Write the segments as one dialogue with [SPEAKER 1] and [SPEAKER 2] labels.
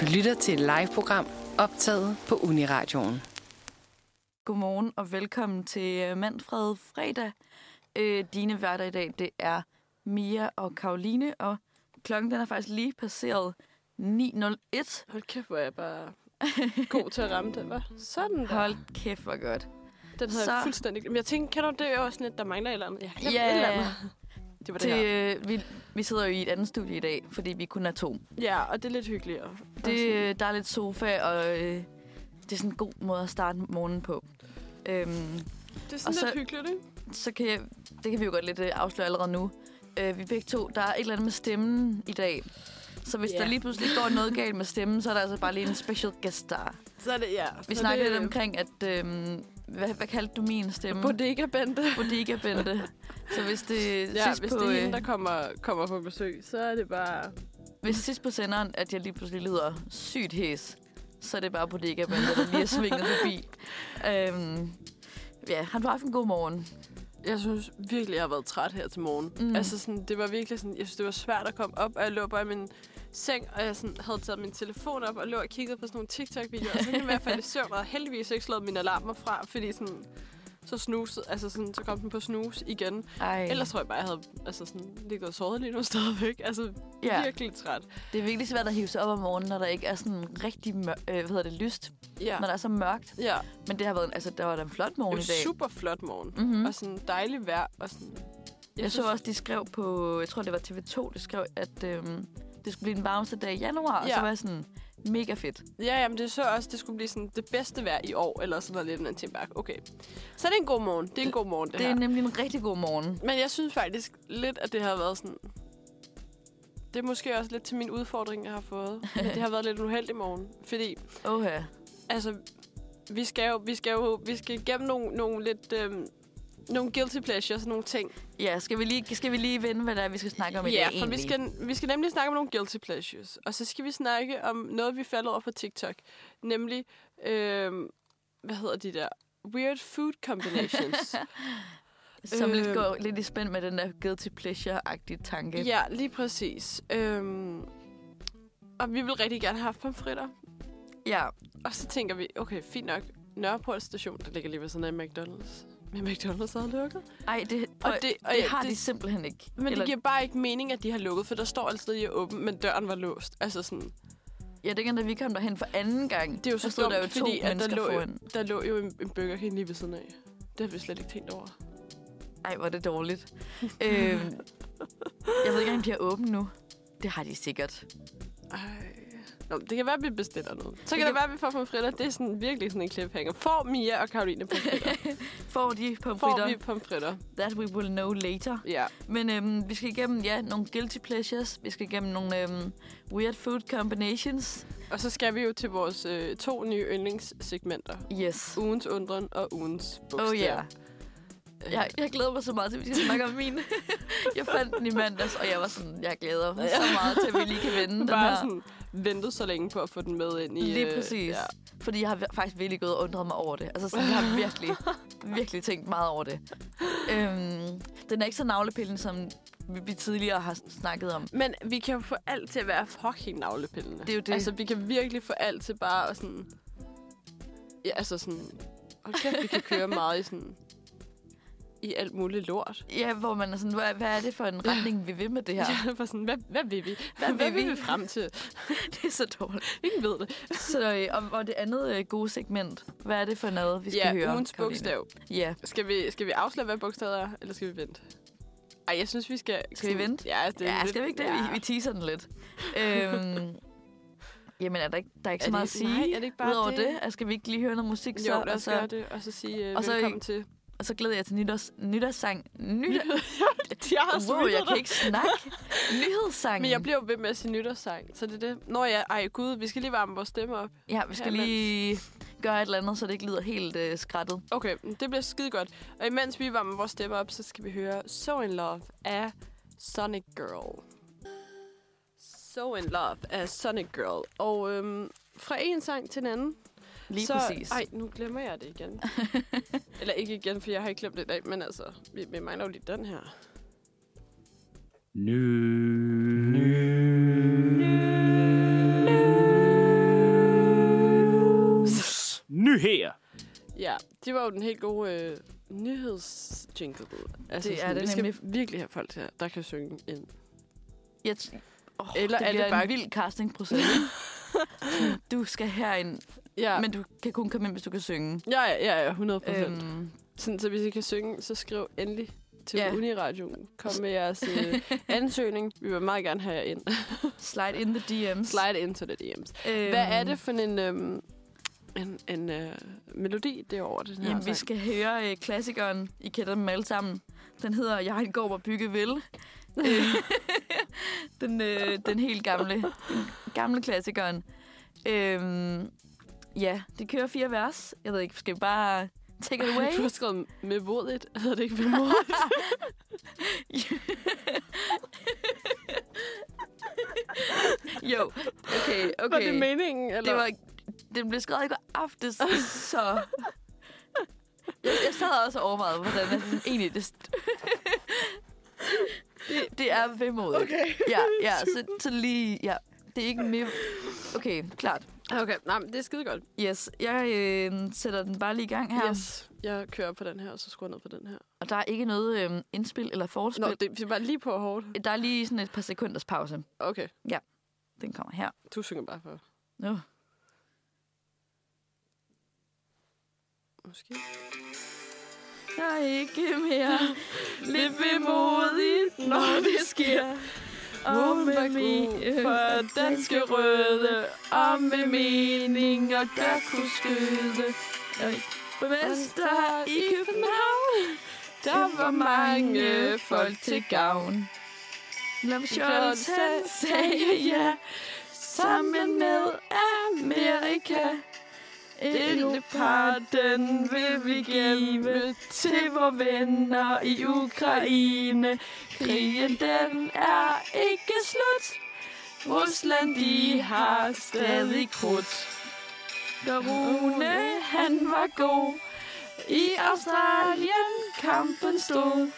[SPEAKER 1] Du lytter til et live-program optaget på Uniradioen.
[SPEAKER 2] Godmorgen og velkommen til øh, Manfred Fredag. Øh, dine værter i dag, det er Mia og Karoline, og klokken den er faktisk lige passeret 9.01.
[SPEAKER 3] Hold kæft, hvor er jeg bare god til at ramme den, hva'? Sådan der.
[SPEAKER 2] Hold kæft, hvor godt.
[SPEAKER 3] Den havde
[SPEAKER 2] så-
[SPEAKER 3] jeg fuldstændig glemt. Jeg tænkte, kan du det er jo også sådan et, der mangler et eller andet? Jeg har glemt
[SPEAKER 2] Ja.
[SPEAKER 3] et eller andet. Det var det,
[SPEAKER 2] Det,
[SPEAKER 3] her.
[SPEAKER 2] øh, vi, vi sidder jo i et andet studie i dag, fordi vi kun er to.
[SPEAKER 3] Ja, og det er lidt hyggeligt. Og, og
[SPEAKER 2] Det,
[SPEAKER 3] sådan-
[SPEAKER 2] øh, der er lidt sofa, og øh, det er sådan en god måde at starte morgenen på. Øhm,
[SPEAKER 3] det er sådan
[SPEAKER 2] og
[SPEAKER 3] lidt
[SPEAKER 2] så-
[SPEAKER 3] hyggeligt, ikke?
[SPEAKER 2] så kan jeg, det kan vi jo godt lidt øh, afsløre allerede nu. Øh, vi begge to, der er et eller andet med stemmen i dag. Så hvis
[SPEAKER 3] Ja.
[SPEAKER 2] der lige pludselig går noget galt med stemmen, så er der altså bare lige en special guest der.
[SPEAKER 3] Så er det, ja.
[SPEAKER 2] Vi
[SPEAKER 3] så
[SPEAKER 2] snakkede
[SPEAKER 3] det, øh,
[SPEAKER 2] lidt omkring, at... Øh, hvad, hvad kaldte du min stemme?
[SPEAKER 3] Bodega Bente.
[SPEAKER 2] Bodega Bente. Så hvis det,
[SPEAKER 3] Ja,
[SPEAKER 2] sidst
[SPEAKER 3] hvis
[SPEAKER 2] på,
[SPEAKER 3] det er
[SPEAKER 2] øh,
[SPEAKER 3] hende, der kommer, kommer på besøg, så er det bare...
[SPEAKER 2] hvis sidst på senderen, at jeg lige pludselig lyder sygt hæs, så er det bare Bodega Bente, der lige er svinget forbi. Øhm, ja, har du haft en god morgen?
[SPEAKER 3] Jeg synes virkelig, jeg har været træt her til morgen.
[SPEAKER 2] Mm.
[SPEAKER 3] Mm. Altså, sådan, det var virkelig sådan, jeg synes, det var svært at komme op, og jeg lå bare i min seng, og jeg sådan, havde taget min telefon op og lå og kiggede på sådan nogle TikTok-videoer, og så kunne jeg falde i søvn, og havde heldigvis ikke slået mine alarmer fra, fordi sådan, så snusede, altså sådan, så kom den på snus igen.
[SPEAKER 2] Ej,
[SPEAKER 3] Ellers tror jeg bare, jeg havde altså sådan, ligget og sovet lige nu stadigvæk. Altså, ja.
[SPEAKER 2] ja.
[SPEAKER 3] virkelig træt.
[SPEAKER 2] Det er virkelig svært at hive sig op om morgenen, når der ikke er sådan rigtig mør- øh, hvad hedder det, lyst.
[SPEAKER 3] Ja,
[SPEAKER 2] Når der er så mørkt.
[SPEAKER 3] ja.
[SPEAKER 2] Men det har været en, altså, der var da en flot morgen i
[SPEAKER 3] Det
[SPEAKER 2] dag.
[SPEAKER 3] var super flot morgen.
[SPEAKER 2] Mm-hmm.
[SPEAKER 3] Og sådan dejlig vejr, og sådan...
[SPEAKER 2] Jeg så også, de skrev på, jeg tror det var TV2, de skrev, at øhm, det skulle blive den varmeste dag i januar. Ja. Og så
[SPEAKER 3] Ja.
[SPEAKER 2] var jeg sådan, mega fedt.
[SPEAKER 3] Ja, jamen det så også, det skulle blive sådan det bedste vejr i år, eller sådan noget lidt, og jeg tænkte bare, okay. Så det er en god morgen, det er en god morgen, det,
[SPEAKER 2] Det, det er
[SPEAKER 3] her.
[SPEAKER 2] nemlig en rigtig god morgen.
[SPEAKER 3] Men jeg synes faktisk lidt, at det har været sådan... Det er måske også lidt til min udfordring, jeg har fået. Men det har været lidt en uheldig morgen, fordi
[SPEAKER 2] Oha.
[SPEAKER 3] altså, vi skal jo, vi skal jo, vi skal igennem nogle, nogle lidt... Øhm, nogle guilty pleasures og nogle ting.
[SPEAKER 2] Ja, skal vi, lige, skal vi lige vende, hvad det er, vi skal snakke om i dag
[SPEAKER 3] ja, for
[SPEAKER 2] egentlig?
[SPEAKER 3] vi skal, vi skal nemlig snakke om nogle guilty pleasures. Og så skal vi snakke om noget, vi falder over på TikTok. Nemlig, øhm, hvad hedder de der? Weird food combinations.
[SPEAKER 2] Som øh... lidt
[SPEAKER 3] Øh.
[SPEAKER 2] går lidt i spænd med den der guilty pleasure-agtige tanke.
[SPEAKER 3] ja, lige præcis. Øhm, og vi vil rigtig gerne have haft pomfritter.
[SPEAKER 2] ja.
[SPEAKER 3] Og så tænker vi, okay, fint nok. Nørreport station, der ligger lige ved sådan af McDonald's. Men McDonald's har lukket.
[SPEAKER 2] Ej, det,
[SPEAKER 3] Og
[SPEAKER 2] og det,
[SPEAKER 3] det, og
[SPEAKER 2] det
[SPEAKER 3] ja,
[SPEAKER 2] har
[SPEAKER 3] det,
[SPEAKER 2] de simpelthen ikke.
[SPEAKER 3] Men det giver bare ikke mening, at de har lukket, for der står altid, at de er åben, men døren var låst. Altså sådan,
[SPEAKER 2] Ja, dengang, da vi kom derhen for anden gang,
[SPEAKER 3] Det er jo så
[SPEAKER 2] der stod der jo
[SPEAKER 3] dumt,
[SPEAKER 2] to
[SPEAKER 3] fordi at der
[SPEAKER 2] mennesker
[SPEAKER 3] lå jo-
[SPEAKER 2] foran.
[SPEAKER 3] der lå jo en, en Burger King lige ved siden af. Det har vi slet ikke tænkt over.
[SPEAKER 2] Ej, hvor er det dårligt. øhm, jeg ved ikke, om de er åbne nu. Det har de sikkert.
[SPEAKER 3] Ej. Nå, men det kan være, at vi bestiller noget. Så kan
[SPEAKER 2] kan-
[SPEAKER 3] det, være, at vi får pomfritter. Det er sådan, virkelig sådan en cliffhanger. Får Mia og Karoline pomfritter?
[SPEAKER 2] Får de
[SPEAKER 3] Får
[SPEAKER 2] pomfritter?
[SPEAKER 3] vi pomfritter?
[SPEAKER 2] That we will know later.
[SPEAKER 3] Ja.
[SPEAKER 2] Men øhm, vi skal igennem, ja, nogle guilty pleasures. Vi skal igennem nogle øhm, weird food combinations.
[SPEAKER 3] Og så skal vi jo til vores øh, to nye yndlingssegmenter.
[SPEAKER 2] Yes.
[SPEAKER 3] Ugens undren og ugens bogstav.
[SPEAKER 2] Oh yeah.
[SPEAKER 3] Øh,
[SPEAKER 2] Jeg, jeg glæder mig så meget til, at vi skal snakke om mine. jeg fandt den i mandags, og jeg var sådan, jeg glæder mig så meget til, at vi lige kan vende den her.
[SPEAKER 3] Bare sådan ventet så længe på at få den med ind i...
[SPEAKER 2] Lige
[SPEAKER 3] øh,
[SPEAKER 2] præcis.
[SPEAKER 3] ja.
[SPEAKER 2] Fordi jeg har vir- faktisk virkelig gået og undret mig over det. Altså, sådan, jeg har virkelig, virkelig tænkt meget over det. Øhm, den er ikke så navlepillen, som vi, vi tidligere har snakket om.
[SPEAKER 3] Men vi kan jo få alt til at være fucking navlepillende.
[SPEAKER 2] Det er jo det.
[SPEAKER 3] Altså, vi kan virkelig få alt til bare at sådan... Ja, altså sådan... Hold kæft, vi kan køre meget i sådan... I alt muligt lort.
[SPEAKER 2] Ja, hvor man er sådan, hvad, hvad er det for en retning, vi vil med det her?
[SPEAKER 3] Ja, for sådan, hvad, hvad vil vi? Hvad,
[SPEAKER 2] Hvad
[SPEAKER 3] hvad vil
[SPEAKER 2] vil
[SPEAKER 3] vi frem til?
[SPEAKER 2] det er så dårligt.
[SPEAKER 3] Ingen ved det.
[SPEAKER 2] Så, øh, og, og det andet øh, gode segment, hvad er det for noget, vi skal
[SPEAKER 3] ja,
[SPEAKER 2] høre? om,
[SPEAKER 3] ugens
[SPEAKER 2] Karoline?
[SPEAKER 3] bogstav.
[SPEAKER 2] Ja,
[SPEAKER 3] Skal vi, skal vi afsløre, hvad bogstavet er, eller skal vi vente? Ej, jeg synes, vi skal...
[SPEAKER 2] Skal vi vente?
[SPEAKER 3] Ja, altså, det er
[SPEAKER 2] ja
[SPEAKER 3] lidt-
[SPEAKER 2] skal vi ikke det?
[SPEAKER 3] Ja.
[SPEAKER 2] Vi, vi teaser den lidt. Øhm, jamen, er der ikke, der er ikke
[SPEAKER 3] Er
[SPEAKER 2] så meget
[SPEAKER 3] det-
[SPEAKER 2] at sige?
[SPEAKER 3] nej, er det ikke bare
[SPEAKER 2] Udover det?
[SPEAKER 3] det?
[SPEAKER 2] Altså, skal vi ikke lige høre noget musik så? Altså,
[SPEAKER 3] Jo,
[SPEAKER 2] og
[SPEAKER 3] lad os
[SPEAKER 2] så,
[SPEAKER 3] gøre det, og så sige øh,
[SPEAKER 2] Og så-
[SPEAKER 3] velkommen til.
[SPEAKER 2] Og så glæder jeg til nytårs, nytårssang. Nytår,
[SPEAKER 3] De har
[SPEAKER 2] wow,
[SPEAKER 3] smittet
[SPEAKER 2] jeg kan
[SPEAKER 3] dig.
[SPEAKER 2] ikke snakke. Nyhedssangen.
[SPEAKER 3] Men jeg bliver jo ved med at sige nytårssang, så det er det. Nå ja, ej gud, vi skal lige varme vores stemmer op.
[SPEAKER 2] Ja, vi skal
[SPEAKER 3] Her imens.
[SPEAKER 2] lige gøre et eller andet, så det ikke lyder helt øh, skrattet.
[SPEAKER 3] Okay, det bliver skide godt. Og imens vi varmer vores stemmer op, så skal vi høre So In Love af Sonic Girl. So In Love af Sonic Girl. Og øhm, fra en sang til en anden.
[SPEAKER 2] Lige
[SPEAKER 3] så,
[SPEAKER 2] præcis.
[SPEAKER 3] Ej, nu glemmer jeg det igen. Eller ikke igen, for jeg har ikke glemt det i dag, men altså, vi, vi mangler jo lige den her.
[SPEAKER 4] Ny. Ny. her.
[SPEAKER 3] Ja, det var jo den helt gode øh, nyhedsjingle. Altså,
[SPEAKER 2] Det er
[SPEAKER 3] sådan,
[SPEAKER 2] det
[SPEAKER 3] vi skal
[SPEAKER 2] nemlig.
[SPEAKER 3] virkelig have folk til, der kan synge ind.
[SPEAKER 2] Jeg t- oh, Eller
[SPEAKER 3] Eller er
[SPEAKER 2] det
[SPEAKER 3] det
[SPEAKER 2] bliver
[SPEAKER 3] bare-
[SPEAKER 2] en vild castingproces. Sådan, du skal herind,
[SPEAKER 3] Ja,
[SPEAKER 2] ja. men
[SPEAKER 3] Men...
[SPEAKER 2] du kan kun komme ind, hvis du kan synge.
[SPEAKER 3] ja, ja, ja, ja 100 procent. Øhm.
[SPEAKER 2] Øhm,
[SPEAKER 3] Sådan, så hvis I kan synge, så skriv endelig til
[SPEAKER 2] Ja.
[SPEAKER 3] ja. Uniradioen. Kom med jeres øh, ansøgning. Vi vil meget gerne have jer ind.
[SPEAKER 2] slide in the DM's.
[SPEAKER 3] Slide into the DM's.
[SPEAKER 2] Øhm,
[SPEAKER 3] Hvad er det for en, øhm, en, en øh, melodi, det er over den her
[SPEAKER 2] Jamen, vi
[SPEAKER 3] sang?
[SPEAKER 2] skal høre øh, klassikeren. I kender dem alle sammen. Den hedder Jeg har en gård, hvor bygge vil. Øh, den, øh, den helt gamle, den gamle klassikeren. Øhm, ja, det kører fire vers. Jeg ved ikke, skal vi bare take it away?
[SPEAKER 3] Du har skrevet med modigt. Hedder det ikke med modigt?
[SPEAKER 2] jo, okay, okay.
[SPEAKER 3] Var det meningen? Eller?
[SPEAKER 2] Det var, den blev skrevet i går aftes, så... Jeg, jeg sad også og overvejede, hvordan jeg sådan, egentlig... Det, st- det, det er vemodigt.
[SPEAKER 3] Okay.
[SPEAKER 2] Ja, ja, så, så lige... Ja, det er ikke mere... Okay, klart.
[SPEAKER 3] Okay, nej, men det er skide godt.
[SPEAKER 2] Yes, jeg øh, sætter den bare lige i gang her.
[SPEAKER 3] Yes. Jeg kører på den her, og så skruer jeg ned på den her.
[SPEAKER 2] Og der er ikke noget øh, indspil eller forspil.
[SPEAKER 3] Nå, det, vi var lige på hårdt.
[SPEAKER 2] Der er lige sådan et par sekunders pause.
[SPEAKER 3] Okay,
[SPEAKER 2] Den kommer her.
[SPEAKER 3] du synger bare for.
[SPEAKER 2] Nu.
[SPEAKER 3] Måske.
[SPEAKER 2] Jeg er ikke mere lidt vemodigt, når det sker. Og med min for danske røde, og med mening og der kunne skyde. Øj, Borgmester i København, der var mange folk til gavn. Love Scholzen sagde ja, sammen med Amerika. Et par, den vil vi give til vores venner i Ukraine. Krigen den er ikke slut. Rusland de har stadig krudt. Garune han var god. I Australien kampen stod.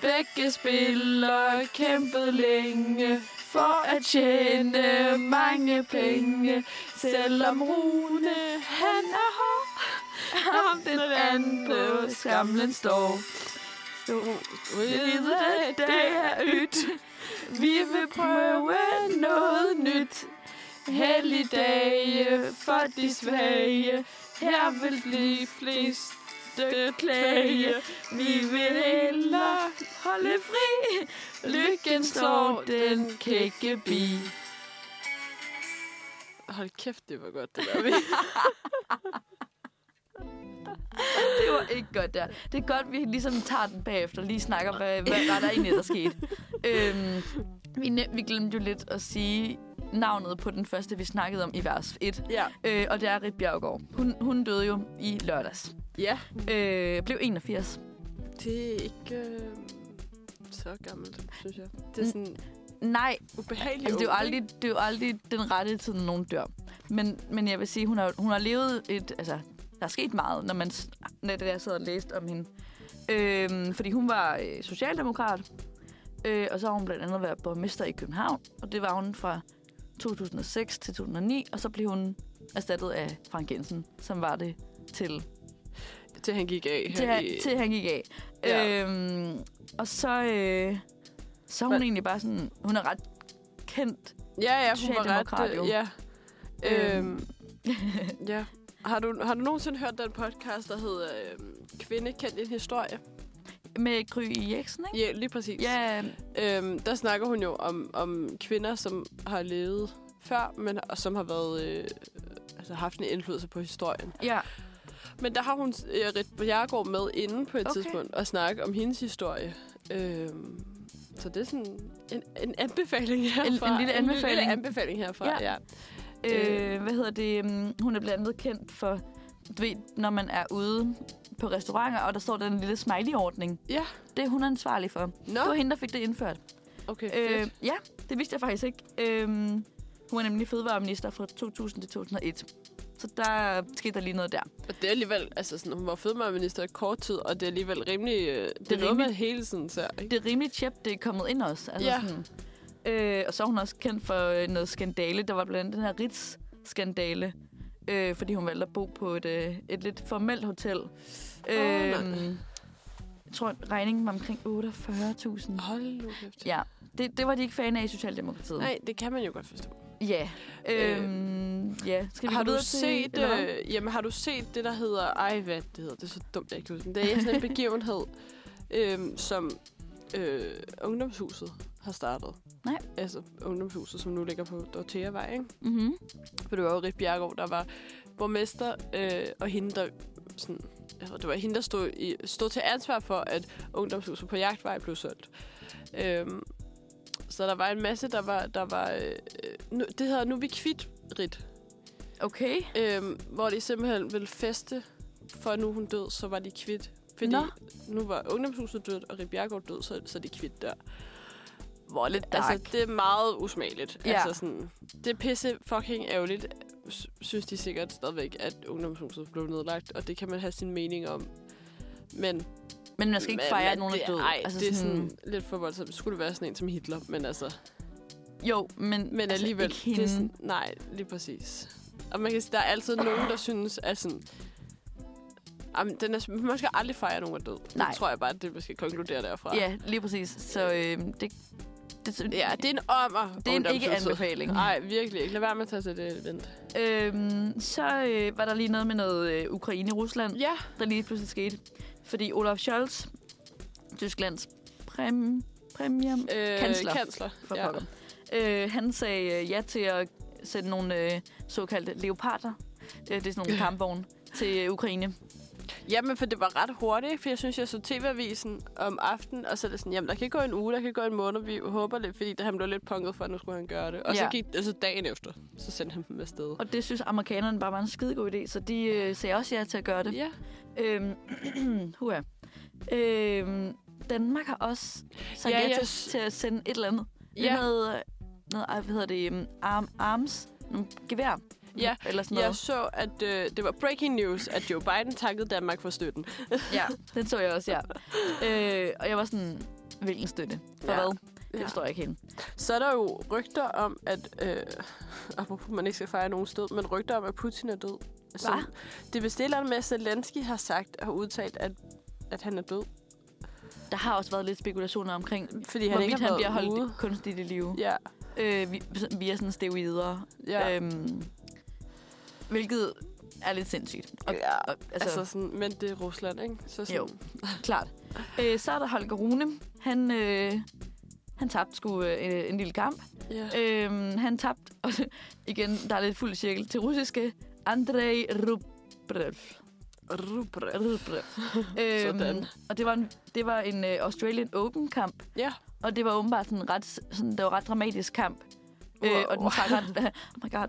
[SPEAKER 2] Begge spillere kæmpede længe for at tjene mange penge. Selvom Rune han er hård, om den anden på skamlen står. Så ved at det er ydt. Vi vil prøve noget nyt. Helligdage for de svage. Her vil de fleste klage. Vi vil hellere holde fri. Lykken står den kække bi.
[SPEAKER 3] Hold kæft, det var godt, det der. Vi.
[SPEAKER 2] Det var ikke godt der. Det er godt, vi ligesom tager den bagefter og lige snakker, hvad, hvad var der egentlig, der skete. Øhm, vi, nem- vi glemte jo lidt at sige navnet på den første, vi snakkede om i vers 1.
[SPEAKER 3] ja.
[SPEAKER 2] Øh, og det er Rit Bjergård. Hun, hun døde jo i lørdags.
[SPEAKER 3] ja,
[SPEAKER 2] Øh, blev 81.
[SPEAKER 3] det er ikke øh, så gammelt, synes jeg. Det er sådan
[SPEAKER 2] Nej,
[SPEAKER 3] ubehageligt.
[SPEAKER 2] altså, Mm. det, er jo
[SPEAKER 3] ung,
[SPEAKER 2] aldrig, det er jo aldrig den rette tid, når nogen dør. Men, men jeg vil sige, hun har, hun har levet et... Altså, der er sket meget, når man s- når det der sad og læste om hende. Øhm, fordi hun var øh, socialdemokrat, øh, og så har hun blandt andet været borgmester i København, og det var hun fra 2006 til 2009, og så blev hun erstattet af Frank Jensen, som var det til
[SPEAKER 3] ikke? Til han gik af.
[SPEAKER 2] til,
[SPEAKER 3] her
[SPEAKER 2] han,
[SPEAKER 3] i-
[SPEAKER 2] til han gik af.
[SPEAKER 3] Ja.
[SPEAKER 2] Ja. Øhm, og så, øh, så er hun
[SPEAKER 3] Hvad-
[SPEAKER 2] egentlig bare sådan, hun er ret kendt.
[SPEAKER 3] Ja, ja, hun var
[SPEAKER 2] Socialdemokrat,
[SPEAKER 3] ret.
[SPEAKER 2] jo.
[SPEAKER 3] øh, Ja.
[SPEAKER 2] Øhm.
[SPEAKER 3] Øhm. ja. Har du, har du nogensinde hørt den podcast, der hedder øhm, Kvinde kendt en historie?
[SPEAKER 2] Med Gry Jeksen, ikke?
[SPEAKER 3] Ja, lige præcis.
[SPEAKER 2] Ja,
[SPEAKER 3] Øhm, der snakker hun jo om, om kvinder, som har levet før, men og som har været, øh, altså haft en indflydelse på historien.
[SPEAKER 2] ja.
[SPEAKER 3] Men der har hun øh, Rit Bjergård med inde på et
[SPEAKER 2] Okay.
[SPEAKER 3] okay. tidspunkt og snakke om hendes historie. Øhm, så det er sådan en, en anbefaling herfra.
[SPEAKER 2] lille
[SPEAKER 3] En
[SPEAKER 2] anbefaling.
[SPEAKER 3] lille anbefaling herfra, ja.
[SPEAKER 2] Ja.
[SPEAKER 3] ja.
[SPEAKER 2] Øh, hvad hedder det? Øhm, Hun er blandt andet kendt for, du ved, når man er ude på restauranter, og der står den lille smiley-ordning.
[SPEAKER 3] Ja.
[SPEAKER 2] Det er hun ansvarlig for. Det var
[SPEAKER 3] Nå,
[SPEAKER 2] hende, der fik det indført.
[SPEAKER 3] okay,
[SPEAKER 2] Øh,
[SPEAKER 3] fedt.
[SPEAKER 2] ja, det vidste jeg faktisk ikke. Øh, hun er nemlig fødevareminister fra 2000 til 2001. Så der skete der lige noget der.
[SPEAKER 3] Og det er alligevel, altså sådan, hun var fødevareminister i kort tid, og det er alligevel rimelig, øh, det, det er noget,
[SPEAKER 2] rimeligt.
[SPEAKER 3] man hele tiden ser, ikke?
[SPEAKER 2] det er rimelig tjep, det er kommet ind også. Altså
[SPEAKER 3] Ja.
[SPEAKER 2] ja. sådan, øh, og så er hun også kendt for øh, noget skandale. Der var blandt andet den her Ritz-skandale, øh, fordi hun valgte at bo på et, øh, et lidt formelt hotel. Øhm,
[SPEAKER 3] nej.
[SPEAKER 2] jeg tror, regningen var omkring 48.000.
[SPEAKER 3] Hold nu kæft.
[SPEAKER 2] Ja, det, det var de ikke fan af i Socialdemokratiet.
[SPEAKER 3] Nej, det kan man jo godt forstå.
[SPEAKER 2] Ja. Øhm, ja. Skal vi
[SPEAKER 3] har
[SPEAKER 2] gå
[SPEAKER 3] du
[SPEAKER 2] videre
[SPEAKER 3] set,
[SPEAKER 2] Til, øh...
[SPEAKER 3] øh, jamen, har du set det, der hedder... Ej, hvad det hedder? Det er så dumt, jeg ikke kan huske det. Det er sådan en begivenhed, øhm, som øh, Ungdomshuset har startet.
[SPEAKER 2] Nej.
[SPEAKER 3] Altså Ungdomshuset, som nu ligger på Dortheavej, ikke?
[SPEAKER 2] mm-hmm.
[SPEAKER 3] For det var jo Rit Bjergård, der var borgmester, øh, og hende, der sådan, altså, det var hende, der stod, i, stod til ansvar for, at ungdomshuset på Jagtvej blev solgt. Øhm, så der var en masse, der var... Der var øh, øh, nu, det hedder Nu er vi kvidt, Rit.
[SPEAKER 2] Okay.
[SPEAKER 3] Øhm, hvor de simpelthen ville feste, for nu hun død, så var de kvidt. Fordi
[SPEAKER 2] Nå.
[SPEAKER 3] Nå. nu var ungdomshuset dødt, og Rit Bjergård død, så, så er de kvidt der. Hvor lidt
[SPEAKER 2] dark.
[SPEAKER 3] Altså, det er meget usmageligt.
[SPEAKER 2] Ja.
[SPEAKER 3] Ja. Altså, sådan, det er pisse fucking ærgerligt, sy- synes de sikkert stadigvæk, at ungdomshuset blev nedlagt, og det kan man have sin mening om. Men
[SPEAKER 2] Men man skal ikke fejre, at nogen
[SPEAKER 3] det,
[SPEAKER 2] er død.
[SPEAKER 3] Ej, altså, det er sådan, sådan lidt for voldsomt. Skulle det være sådan en som Hitler, men altså...
[SPEAKER 2] Jo, men,
[SPEAKER 3] Men alligevel,
[SPEAKER 2] altså, ikke hende.
[SPEAKER 3] det er sådan, nej, lige præcis. Og man kan sige, der er altid nogen, der synes, at sådan... Jamen, den er, man skal aldrig fejre, at nogen er død.
[SPEAKER 2] Nej.
[SPEAKER 3] Det tror jeg bare, at det, vi skal konkludere derfra.
[SPEAKER 2] Ja, lige præcis. Så øh, det, det,
[SPEAKER 3] ja det er en ommer.
[SPEAKER 2] det er en ikke-anbefaling.
[SPEAKER 3] Nej, virkelig ikke. Lad være med at tage til det event.
[SPEAKER 2] Øhm, så øh, var der lige noget med noget øh, Ukraine-Rusland,
[SPEAKER 3] Ja,
[SPEAKER 2] der lige pludselig skete. Fordi Olaf Scholz, Tysklands præm, præmier,
[SPEAKER 3] øh,
[SPEAKER 2] Kansler.
[SPEAKER 3] kansler.
[SPEAKER 2] for
[SPEAKER 3] ja.
[SPEAKER 2] ja. pokker. Øh, han sagde øh, ja til at sætte nogle øh, såkaldte leoparder, øh, det er sådan nogle kampvogne, til øh, Ukraine.
[SPEAKER 3] Jamen, for det var ret hurtigt, for jeg synes, jeg så TV-avisen om aftenen, og så er det sådan, jamen, der kan gå en uge, der kan gå en måned, vi håber lidt, fordi da han blev lidt punket for, at nu skulle han gøre det. Og ja.
[SPEAKER 2] Ja.
[SPEAKER 3] så gik altså dagen efter, så sendte han dem afsted.
[SPEAKER 2] Og det synes amerikanerne bare var en skide god idé, så de øh, sagde også ja til at gøre det.
[SPEAKER 3] Ja.
[SPEAKER 2] Øhm, hua. Øhm, Danmark har også sagt
[SPEAKER 3] Ja,
[SPEAKER 2] ja, ja,
[SPEAKER 3] jeg
[SPEAKER 2] til,
[SPEAKER 3] s-
[SPEAKER 2] til at sende et eller andet. Ja.
[SPEAKER 3] Ja.
[SPEAKER 2] Noget, øh, noget, ej, hvad hedder det, um, arm, arms, nogle gevær.
[SPEAKER 3] Ja,
[SPEAKER 2] Eller sådan
[SPEAKER 3] Jeg
[SPEAKER 2] noget.
[SPEAKER 3] så, at øh, det var breaking news, at Joe Biden takkede Danmark for støtten.
[SPEAKER 2] Ja, den så jeg også, ja. øh, og jeg var sådan, hvilken støtte? For ja.
[SPEAKER 3] Ja.
[SPEAKER 2] hvad? Det
[SPEAKER 3] Ja.
[SPEAKER 2] forstår jeg ikke helt.
[SPEAKER 3] Så er der jo rygter om, at... Øh, apropos, man ikke skal fejre nogen stød, men rygter om, at Putin er død. Så
[SPEAKER 2] Hva?
[SPEAKER 3] det er vist et eller andet med, at Zelensky har sagt, har udtalt, at, at han er død.
[SPEAKER 2] Der har også været lidt spekulationer omkring,
[SPEAKER 3] Fordi han
[SPEAKER 2] hvorvidt
[SPEAKER 3] ikke
[SPEAKER 2] han,
[SPEAKER 3] har
[SPEAKER 2] han bliver
[SPEAKER 3] været
[SPEAKER 2] holdt
[SPEAKER 3] ude.
[SPEAKER 2] kunstigt i live.
[SPEAKER 3] Ja,
[SPEAKER 2] Øh, vi, via sådan steroider.
[SPEAKER 3] ja. Øhm,
[SPEAKER 2] Øhm, hvilket er lidt sindssygt. Og,
[SPEAKER 3] ja.
[SPEAKER 2] og,
[SPEAKER 3] Altså, altså sådan, men det er Rusland, ikke? Så sådan,
[SPEAKER 2] Jo, klart. Øh, så er der Holger Rune. Han, øh, han tabte sgu øh, en lille kamp.
[SPEAKER 3] Ja.
[SPEAKER 2] Øh, han tabte, og igen, der er lidt fuld cirkel, til russiske Andrei Rubrev.
[SPEAKER 3] Rubre.
[SPEAKER 2] Rubrev. Øhm,
[SPEAKER 3] Sådan.
[SPEAKER 2] Og det var en, det var en øh, Australian Open-kamp,
[SPEAKER 3] Ja.
[SPEAKER 2] og det var åbenbart sådan en ret, sådan, det var en ret dramatisk kamp. Øh, og den
[SPEAKER 3] Wow.
[SPEAKER 2] trak ret, oh my god,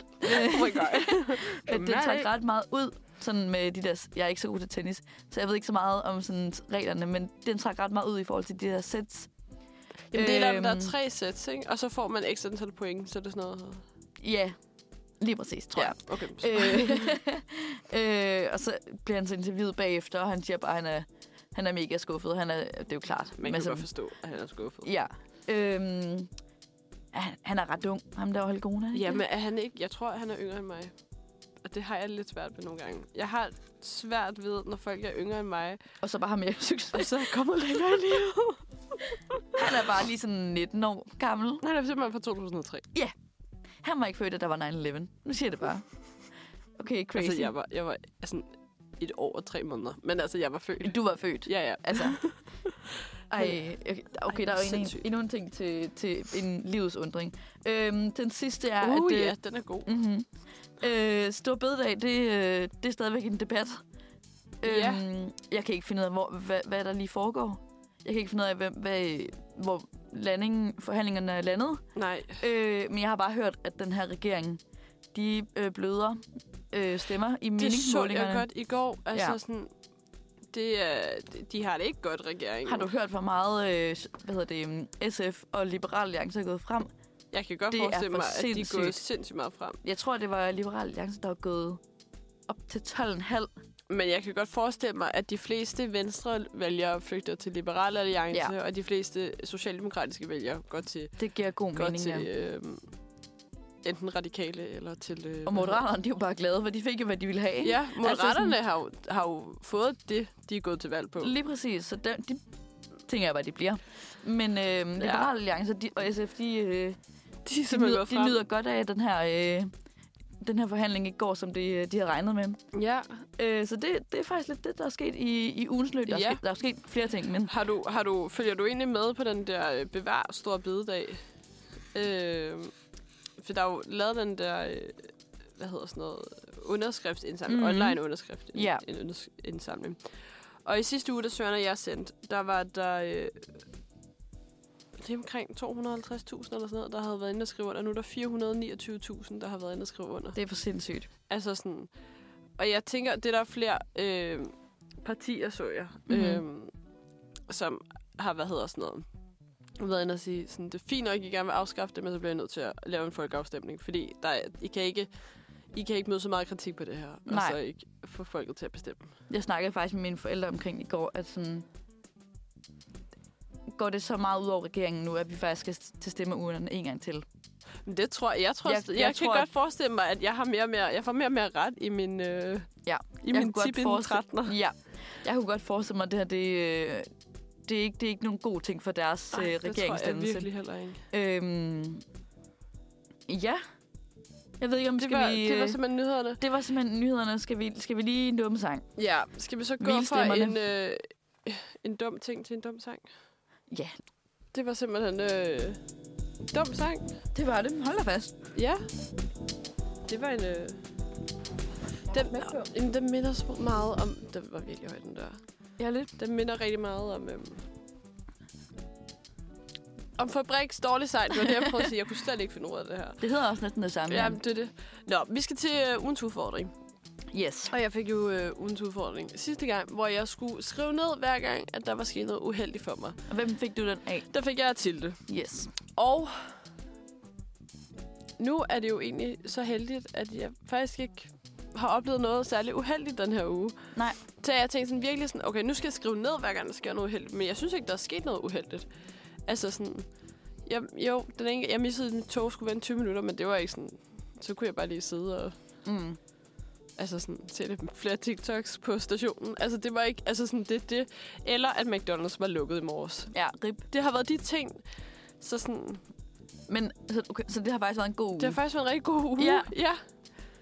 [SPEAKER 3] Oh my god.
[SPEAKER 2] at den trak ret meget ud sådan med de der, jeg er ikke så god til tennis, så jeg ved ikke så meget om sådan reglerne, men den trak ret meget ud i forhold til de der sets.
[SPEAKER 3] Jamen, det er der, der er
[SPEAKER 2] Øhm.
[SPEAKER 3] tre sæt, ikke? Og så får man ekstra antal point, så er det sådan noget...
[SPEAKER 2] Ja, lige præcis, tror
[SPEAKER 3] Ja,
[SPEAKER 2] jeg.
[SPEAKER 3] okay.
[SPEAKER 2] Øh, øh, og så bliver han så interviewet bagefter, og han siger bare, at han er, han er mega skuffet. Han er, det er jo klart.
[SPEAKER 3] Man kan
[SPEAKER 2] altså,
[SPEAKER 3] godt forstå, at han er skuffet.
[SPEAKER 2] Ja. Øhm, han, han er ret ung, ham der Holger Rune. er han ikke
[SPEAKER 3] Jamen, er han ikke... Jeg tror, han er yngre end mig. Og det har jeg lidt svært ved nogle gange. Jeg har svært ved, når folk er yngre end mig,
[SPEAKER 2] det? Og så bare ham mere
[SPEAKER 3] og
[SPEAKER 2] succes.
[SPEAKER 3] så kommer længere i livet.
[SPEAKER 2] Han er bare lige sådan 19 år gammel.
[SPEAKER 3] Han er simpelthen fra 2003.
[SPEAKER 2] Han var ikke født, at der var 9-11. Nu siger jeg det bare. Okay, crazy.
[SPEAKER 3] Altså, jeg var, jeg var altså, et år og tre måneder. Men altså, jeg var født.
[SPEAKER 2] Du var født.
[SPEAKER 3] Ja, ja.
[SPEAKER 2] Altså. Ej, okay, okay der
[SPEAKER 3] hvor
[SPEAKER 2] er jo en,
[SPEAKER 3] sindssygt.
[SPEAKER 2] endnu en ting til, til en livets undring. Øhm, den sidste er,
[SPEAKER 3] uh,
[SPEAKER 2] at øh,
[SPEAKER 3] ja, den er god.
[SPEAKER 2] mm-hmm, øh, Stor Bededag, det, øh, det er stadigvæk en debat.
[SPEAKER 3] Ja.
[SPEAKER 2] Øhm, jeg kan ikke finde ud af, hvor, hvad, hvad der lige foregår. Jeg kan ikke finde ud af, hvem, hvad, hvor landingen, forhandlingerne er landet.
[SPEAKER 3] Nej.
[SPEAKER 2] Øh, men jeg har bare hørt, at den her regering, de øh, bløder øh, stemmer i
[SPEAKER 3] Det så
[SPEAKER 2] meningsmålingerne.
[SPEAKER 3] jeg godt i går. Altså,
[SPEAKER 2] Ja.
[SPEAKER 3] ja. sådan... Det er, de har det ikke godt, regeringen.
[SPEAKER 2] Har du hørt, hvor meget øh, hvad hedder det, mm, SF og Liberal Alliance er gået frem?
[SPEAKER 3] Jeg kan godt
[SPEAKER 2] Det er
[SPEAKER 3] forestille
[SPEAKER 2] for
[SPEAKER 3] mig, at de er gået
[SPEAKER 2] sindssygt.
[SPEAKER 3] sindssygt meget frem.
[SPEAKER 2] Jeg tror, det var Liberal Alliance, der var gået op til 12,5.
[SPEAKER 3] Men jeg kan godt forestille mig, at de fleste venstre vælgere flygter til Liberal Alliance,
[SPEAKER 2] Ja.
[SPEAKER 3] ja. og de fleste socialdemokratiske vælgere går til, øh,
[SPEAKER 2] Det giver god
[SPEAKER 3] går
[SPEAKER 2] mening,
[SPEAKER 3] til
[SPEAKER 2] ja.
[SPEAKER 3] øh, enten radikale eller til... Øh,
[SPEAKER 2] Og moderaterne, de er jo bare glade, for de fik jo, hvad de ville have.
[SPEAKER 3] Ja, moderaterne
[SPEAKER 2] Altså
[SPEAKER 3] altså, har, jo, har jo fået det, de er gået til valg på.
[SPEAKER 2] Lige præcis, så dem, de tænker jeg bare, de bliver. Men øh, Liberale Alliance de, og SF, de, øh,
[SPEAKER 3] De er
[SPEAKER 2] de,
[SPEAKER 3] simpelthen
[SPEAKER 2] nyder,
[SPEAKER 3] gået
[SPEAKER 2] de
[SPEAKER 3] frem.
[SPEAKER 2] nyder godt af den her, øh, den her forhandling i går, som de, øh, de havde regnet med.
[SPEAKER 3] Ja.
[SPEAKER 2] Øh, så det, det er faktisk lidt det, der er sket i, i ugens løb. Der,
[SPEAKER 3] Ja.
[SPEAKER 2] er sket, der er sket flere ting, men
[SPEAKER 3] Har du, har du, følger du egentlig med på den der øh, bevar store bededag? Øh, for der er jo lavet den der, øh, hvad hedder sådan noget, underskriftsindsamling,
[SPEAKER 2] Mhm.
[SPEAKER 3] mm. online underskrift, en,
[SPEAKER 2] Ja.
[SPEAKER 3] en unders- indsamling. Og i sidste uge, da Søren og jeg sendte, der var der øh, lige omkring 250.000 eller sådan noget, der havde været inde og skrive under. Nu er der 429.000, der har været inde og skrive under.
[SPEAKER 2] det er for sindssygt.
[SPEAKER 3] Altså sådan... Og jeg tænker, det er der er flere øh, partier, så jeg,
[SPEAKER 2] Mhm.
[SPEAKER 3] mm-hmm. øh, som har, hvad hedder sådan noget, været inde og sige, sådan, det er fint nok, I gerne vil afskaffe det, men så bliver jeg nødt til at lave en folkeafstemning, fordi der, er- I, kan ikke, I kan ikke møde så meget kritik på det her,
[SPEAKER 2] Nej.
[SPEAKER 3] og så ikke få folket til at bestemme.
[SPEAKER 2] Jeg snakkede faktisk med mine forældre omkring i går, at sådan, går det så meget ud over regeringen nu, at vi faktisk skal til stemmeurnerne en gang til.
[SPEAKER 3] Men det tror jeg, jeg tror,
[SPEAKER 2] Jeg-
[SPEAKER 3] jeg, jeg,
[SPEAKER 2] jeg
[SPEAKER 3] jeg kan
[SPEAKER 2] tror,
[SPEAKER 3] tror, godt
[SPEAKER 2] at-
[SPEAKER 3] forestille mig, at jeg har mere og mere, jeg får mere og mere ret i min, øh,
[SPEAKER 2] Ja,
[SPEAKER 3] i
[SPEAKER 2] jeg
[SPEAKER 3] min
[SPEAKER 2] kunne
[SPEAKER 3] tip
[SPEAKER 2] godt
[SPEAKER 3] inden
[SPEAKER 2] forestille-
[SPEAKER 3] 13'er.
[SPEAKER 2] Ja, jeg kunne godt forestille mig, at det her, det, øh, det, er, ikke, det er ikke nogen god ting for deres
[SPEAKER 3] Ej,
[SPEAKER 2] øh,
[SPEAKER 3] det tror jeg
[SPEAKER 2] regeringsdannelse.
[SPEAKER 3] virkelig heller ikke.
[SPEAKER 2] Øhm, ja, jeg ved ikke, om
[SPEAKER 3] Det
[SPEAKER 2] skal
[SPEAKER 3] var,
[SPEAKER 2] vi...
[SPEAKER 3] det var
[SPEAKER 2] øh,
[SPEAKER 3] simpelthen nyhederne.
[SPEAKER 2] det var simpelthen nyhederne. Skal vi, skal vi lige en dumme sang?
[SPEAKER 3] Ja, skal vi så gå
[SPEAKER 2] Hvil
[SPEAKER 3] fra en,
[SPEAKER 2] stemmerne.
[SPEAKER 3] øh, en dum ting til en dum sang?
[SPEAKER 2] Ja.
[SPEAKER 3] Det var simpelthen øh, dum sang.
[SPEAKER 2] Det var det. Hold da fast.
[SPEAKER 3] Ja. Det var en... Øh, den, jamen, den minder så meget om... Den var virkelig høj, den der.
[SPEAKER 2] Jeg er lidt...
[SPEAKER 3] Den minder rigtig meget om... Øh, om fabriks dårlig sejl. Det var det, jeg prøvede at sige. Jeg kunne slet ikke finde ud af det her.
[SPEAKER 2] Det hedder også næsten det samme.
[SPEAKER 3] Jamen, det er det. Nå, vi skal til øh, ugens udfordring.
[SPEAKER 2] Yes.
[SPEAKER 3] Og jeg fik jo øh, ugens udfordring sidste gang, hvor jeg skulle skrive ned hver gang, at der var sket noget uheldigt for mig.
[SPEAKER 2] Og hvem fik du den af?
[SPEAKER 3] Der fik jeg Tilde.
[SPEAKER 2] Yes.
[SPEAKER 3] Og nu er det jo egentlig så heldigt, at jeg faktisk ikke har oplevet noget særligt uheldigt den her uge.
[SPEAKER 2] Nej.
[SPEAKER 3] Så jeg tænkte sådan virkelig sådan, okay, nu skal jeg skrive ned, hver gang der sker noget uheldigt. Men jeg synes ikke, der er sket noget uheldigt. Altså sådan, jeg, jo, den ene, jeg missede at mit tog, skulle vente 20 minutter, men det var ikke sådan, så kunne jeg bare lige sidde og
[SPEAKER 2] Mm.
[SPEAKER 3] altså sådan, se lidt flere TikToks på stationen. Altså det var ikke, altså sådan det, det. Eller at McDonald's var lukket i morges.
[SPEAKER 2] Ja, rip.
[SPEAKER 3] Det har været de ting, så sådan,
[SPEAKER 2] Men, så, okay, så det har faktisk været en god uge.
[SPEAKER 3] Det har faktisk været en rigtig god uge.
[SPEAKER 2] Ja.
[SPEAKER 3] Ja.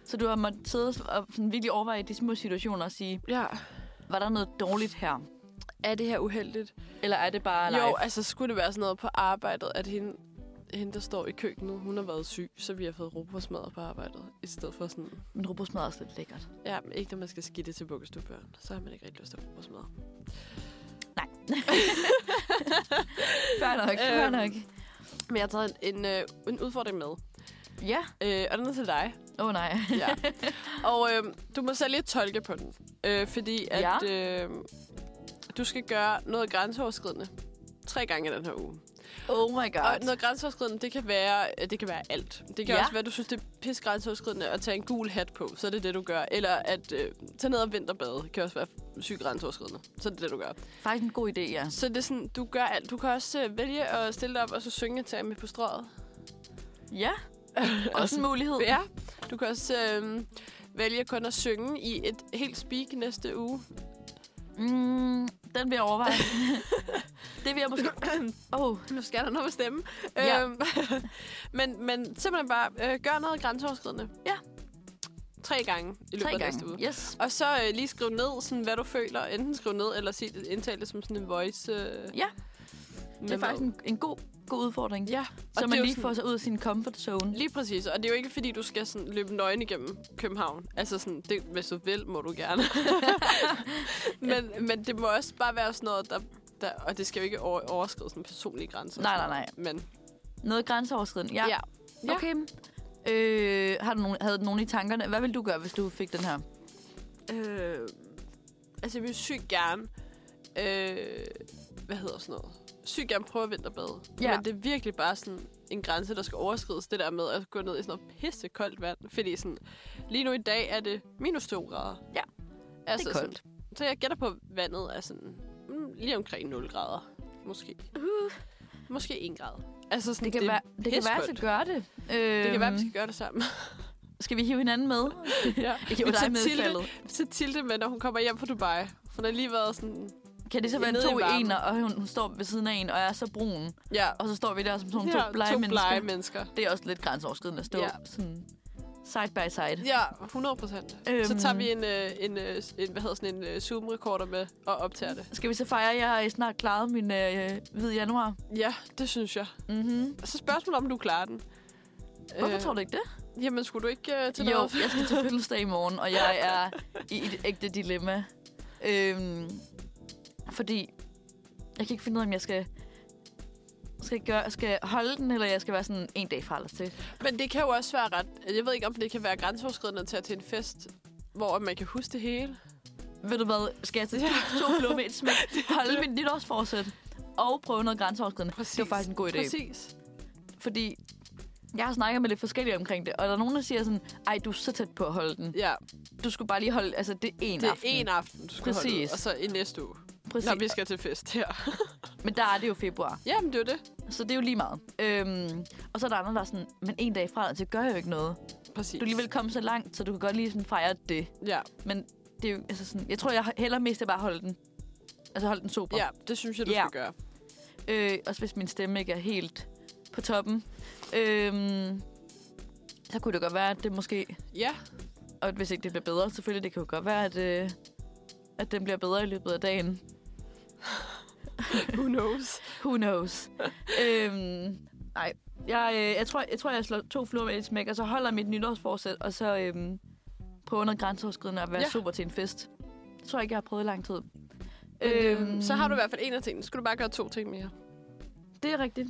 [SPEAKER 2] Så du har måttet sidde og sådan virkelig overveje de små situationer og sige,
[SPEAKER 3] ja.
[SPEAKER 2] var der noget dårligt her?
[SPEAKER 3] Er det her uheldigt?
[SPEAKER 2] Eller er det bare live?
[SPEAKER 3] Jo, altså skulle det være sådan noget på arbejdet, at hende, hende der står i køkkenet, hun har været syg, så vi har fået robrødsmad på arbejdet, i stedet for sådan...
[SPEAKER 2] Men robotsmad er også lidt lækkert.
[SPEAKER 3] Ja, men ikke når man skal skidte til vuggestuebørn, så har man ikke rigtig lyst til robrødsmad.
[SPEAKER 2] Nej. Fair nok, fair
[SPEAKER 3] Øhm.
[SPEAKER 2] nok.
[SPEAKER 3] Men jeg har taget en, en, øh, en udfordring med,
[SPEAKER 2] Ja.
[SPEAKER 3] øh, og den er til dig.
[SPEAKER 2] Åh oh, nej.
[SPEAKER 3] Ja. Og øh, du må selv lidt tolke på den, øh, fordi at øh, du skal gøre noget grænseoverskridende tre gange i den her uge.
[SPEAKER 2] Oh my
[SPEAKER 3] Og
[SPEAKER 2] god.
[SPEAKER 3] noget grænseoverskridende, det kan være, øh, det kan være alt. Det kan
[SPEAKER 2] Ja.
[SPEAKER 3] ja. også være, at du synes, det er pis grænseoverskridende at tage en gul hat på, så er det det, du gør. Eller at øh, tage ned og vinterbade, kan også være sygt grænseoverskridende. Så er det det, du gør.
[SPEAKER 2] Faktisk en god idé, ja.
[SPEAKER 3] Så det er sådan, du gør alt. Du kan også øh, vælge at stille dig op og så synge til med på strået.
[SPEAKER 2] Ja. Også en mulighed.
[SPEAKER 3] Ja. Du kan også øh, vælge kun at synge i et helt speak næste uge.
[SPEAKER 2] Mm, den vil jeg overveje. det vil jeg måske... Åh, oh,
[SPEAKER 3] Nu skal der noget at stemme.
[SPEAKER 2] Ja.
[SPEAKER 3] Øhm, men, men simpelthen bare, øh, gør noget grænseoverskridende.
[SPEAKER 2] Ja.
[SPEAKER 3] Tre gange i løbet
[SPEAKER 2] tre
[SPEAKER 3] af næste uge.
[SPEAKER 2] gange. Yes.
[SPEAKER 3] Og så øh, lige skrive ned, sådan, hvad du føler. Enten skrive ned, eller sig, det- indtale det som sådan en voice. Øh,
[SPEAKER 2] Ja, det
[SPEAKER 3] memo.
[SPEAKER 2] er faktisk en, en god, god udfordring.
[SPEAKER 3] Ja,
[SPEAKER 2] så
[SPEAKER 3] og
[SPEAKER 2] man
[SPEAKER 3] det er jo
[SPEAKER 2] lige
[SPEAKER 3] sådan-
[SPEAKER 2] får sig ud af sin comfort zone.
[SPEAKER 3] Lige præcis, og det er jo ikke fordi, du skal sådan, løbe nøgen igennem København. Altså sådan, det, hvis du vil, må du gerne. men, men det må også bare være sådan noget, der, der og det skal jo ikke over, overskride sådan personlige grænser.
[SPEAKER 2] Nej, nej, nej.
[SPEAKER 3] Men
[SPEAKER 2] Noget grænseoverskridende. Ja.
[SPEAKER 3] ja. Ja.
[SPEAKER 2] Okay. Øh, har du nogen, havde du nogen i tankerne? Hvad ville du gøre, hvis du fik den her?
[SPEAKER 3] Øh, altså, jeg vil sygt gerne... Øh, hvad hedder sådan noget? Sygt gerne prøve at vinterbade.
[SPEAKER 2] Ja.
[SPEAKER 3] Men det er virkelig bare sådan en grænse, der skal overskrides. Det der med at gå ned i sådan noget pisse koldt vand. Fordi sådan, lige nu i dag er det minus 2 grader.
[SPEAKER 2] Ja,
[SPEAKER 3] altså,
[SPEAKER 2] koldt.
[SPEAKER 3] Sådan, så jeg gætter på, at vandet er sådan mm, lige omkring 0 grader. Måske. Uh. Måske 1 grad. Altså, sådan,
[SPEAKER 2] Det kan,
[SPEAKER 3] er
[SPEAKER 2] være, det kan være, at jeg
[SPEAKER 3] pissegodt.
[SPEAKER 2] skal gøre det. Øhm,
[SPEAKER 3] det kan være, vi skal gøre det sammen.
[SPEAKER 2] skal vi hive hinanden med?
[SPEAKER 3] ja.
[SPEAKER 2] Jeg kan
[SPEAKER 3] Men
[SPEAKER 2] dig
[SPEAKER 3] så
[SPEAKER 2] med i
[SPEAKER 3] Tilde-
[SPEAKER 2] faldet.
[SPEAKER 3] Så Tilde med, når hun kommer hjem fra Dubai. Hun har lige været sådan...
[SPEAKER 2] Kan det så være
[SPEAKER 3] Nede i
[SPEAKER 2] to
[SPEAKER 3] varmen.
[SPEAKER 2] ener, og hun, hun står ved siden af en, og er så brun?
[SPEAKER 3] Ja,
[SPEAKER 2] Og så står vi der som sådan
[SPEAKER 3] ja,
[SPEAKER 2] to blege
[SPEAKER 3] to
[SPEAKER 2] mennesker.
[SPEAKER 3] blege mennesker.
[SPEAKER 2] Det er også lidt grænseoverskridende at stå
[SPEAKER 3] Ja.
[SPEAKER 2] sådan side by side.
[SPEAKER 3] Ja, 100 procent.
[SPEAKER 2] Øhm.
[SPEAKER 3] Så tager vi en, øh, en, øh, en, hvad hedder sådan en øh, Zoom-recorder med og optager det.
[SPEAKER 2] Skal vi så fejre, at jeg har snart klaret min øh, hvid januar?
[SPEAKER 3] Ja, det synes jeg.
[SPEAKER 2] Mm-hmm.
[SPEAKER 3] Så spørgsmålet om, du klarer den.
[SPEAKER 2] Hvorfor
[SPEAKER 3] Øh,
[SPEAKER 2] tror du ikke det?
[SPEAKER 3] du? Jamen, skulle du ikke øh, til
[SPEAKER 2] Jo,
[SPEAKER 3] noget?
[SPEAKER 2] jeg skal til fødselsdag i morgen, og jeg er i et ægte dilemma. Øhm, fordi jeg kan ikke finde ud af, om jeg skal skal, jeg gøre, skal jeg holde den, eller jeg skal være sådan en dag fra eller til.
[SPEAKER 3] Men det kan jo også være ret... Jeg ved ikke, om det kan være grænseoverskridende at tage til en fest, hvor man kan huske det hele.
[SPEAKER 2] Ved du hvad, skal jeg til to fluer med et smæk, holde mit nytårsforsæt, og prøve noget grænseoverskridende.
[SPEAKER 3] Præcis.
[SPEAKER 2] Det var faktisk en god idé.
[SPEAKER 3] Præcis.
[SPEAKER 2] Fordi jeg har snakket med lidt forskellige omkring det, og der er nogen, der siger sådan, ej, du er så tæt på at holde den.
[SPEAKER 3] Ja,
[SPEAKER 2] Du skulle bare lige holde, altså det er en
[SPEAKER 3] det er
[SPEAKER 2] aften.
[SPEAKER 3] en aften, du skal holde ud,
[SPEAKER 2] Præcis.
[SPEAKER 3] og så i næste uge,
[SPEAKER 2] Præcis.
[SPEAKER 3] når vi skal til fest her.
[SPEAKER 2] Men der er det jo februar.
[SPEAKER 3] Jamen, det er jo det.
[SPEAKER 2] Så det er jo lige meget. Øhm, og så er der andre, der er sådan, men en dag fra og til gør jeg jo ikke noget.
[SPEAKER 3] Præcis.
[SPEAKER 2] Du er alligevel kommet så langt, så du kan godt lige sådan fejre det.
[SPEAKER 3] Ja,
[SPEAKER 2] Men det er jo, altså sådan, jeg tror, jeg heller mest at bare holde den. Altså holde den super.
[SPEAKER 3] ja, det synes jeg, du
[SPEAKER 2] Ja.
[SPEAKER 3] skal gøre.
[SPEAKER 2] Øh, også hvis min stemme ikke er helt på toppen. Øhm, så kunne det godt være, at det måske...
[SPEAKER 3] Ja,
[SPEAKER 2] Og hvis ikke det bliver bedre, selvfølgelig, det kan jo godt være, at, øh, at den bliver bedre i løbet af dagen.
[SPEAKER 3] who knows?
[SPEAKER 2] Who knows? øhm, nej. Jeg, øh, jeg, tror, jeg tror, jeg slår to fluer med et smæk, og så holder mit nytårsforsæt, og så øhm, prøver noget grænseoverskridende at være
[SPEAKER 3] Ja.
[SPEAKER 2] ja. super til en fest. Det tror jeg ikke, jeg har prøvet i lang tid.
[SPEAKER 3] Men, øhm, så har du i hvert fald en af tingene. Så skal du bare gøre to ting mere.
[SPEAKER 2] Det er rigtigt.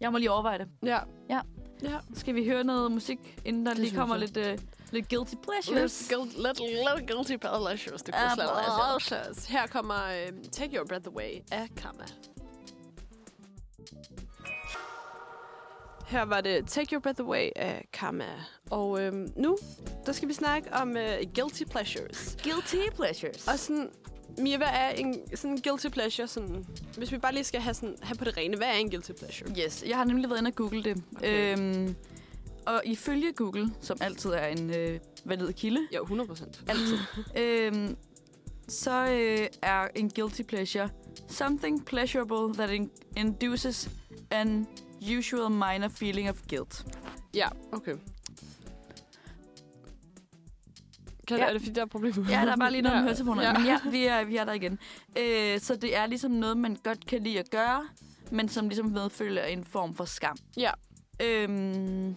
[SPEAKER 2] Jeg må lige overveje det.
[SPEAKER 3] Ja.
[SPEAKER 2] Ja.
[SPEAKER 3] Ja.
[SPEAKER 2] Skal vi høre noget musik, inden der
[SPEAKER 3] Det
[SPEAKER 2] lige
[SPEAKER 3] synes
[SPEAKER 2] kommer
[SPEAKER 3] jeg.
[SPEAKER 2] lidt, øh, lidt guilty pleasures?
[SPEAKER 3] Lidt guilt, lidt, lidt guilty pleasures. Det
[SPEAKER 2] Ah,
[SPEAKER 3] kunne slet
[SPEAKER 2] pleasures.
[SPEAKER 3] pleasures. Her kommer øh, Take Your Breath Away af Karma. Her var det Take Your Breath Away af Karma. Og øhm, nu, der skal vi snakke om øh, guilty pleasures.
[SPEAKER 2] Guilty pleasures.
[SPEAKER 3] Og sådan, Mia, hvad er en sådan en guilty pleasure? Sådan, hvis vi bare lige skal have, sådan, have på det rene, hvad er en guilty pleasure?
[SPEAKER 2] Yes, jeg har nemlig været inde og google det.
[SPEAKER 3] Okay.
[SPEAKER 2] Øhm, og ifølge Google, som altid er en øh, valid kilde,
[SPEAKER 3] Ja, 100 procent.
[SPEAKER 2] Altid. øhm, så øh, er en guilty pleasure something pleasurable that in- induces an usual minor feeling of guilt.
[SPEAKER 3] Ja, okay. Kan,
[SPEAKER 2] Ja.
[SPEAKER 3] ja. Er det fordi, der er problemer?
[SPEAKER 2] Ja, der er bare lige noget med høretelefoner,
[SPEAKER 3] Ja.
[SPEAKER 2] men ja, vi er, vi er der igen. Øh, så det er ligesom noget, man godt kan lide at gøre, men som ligesom medfølger en form for skam.
[SPEAKER 3] Ja.
[SPEAKER 2] Øhm,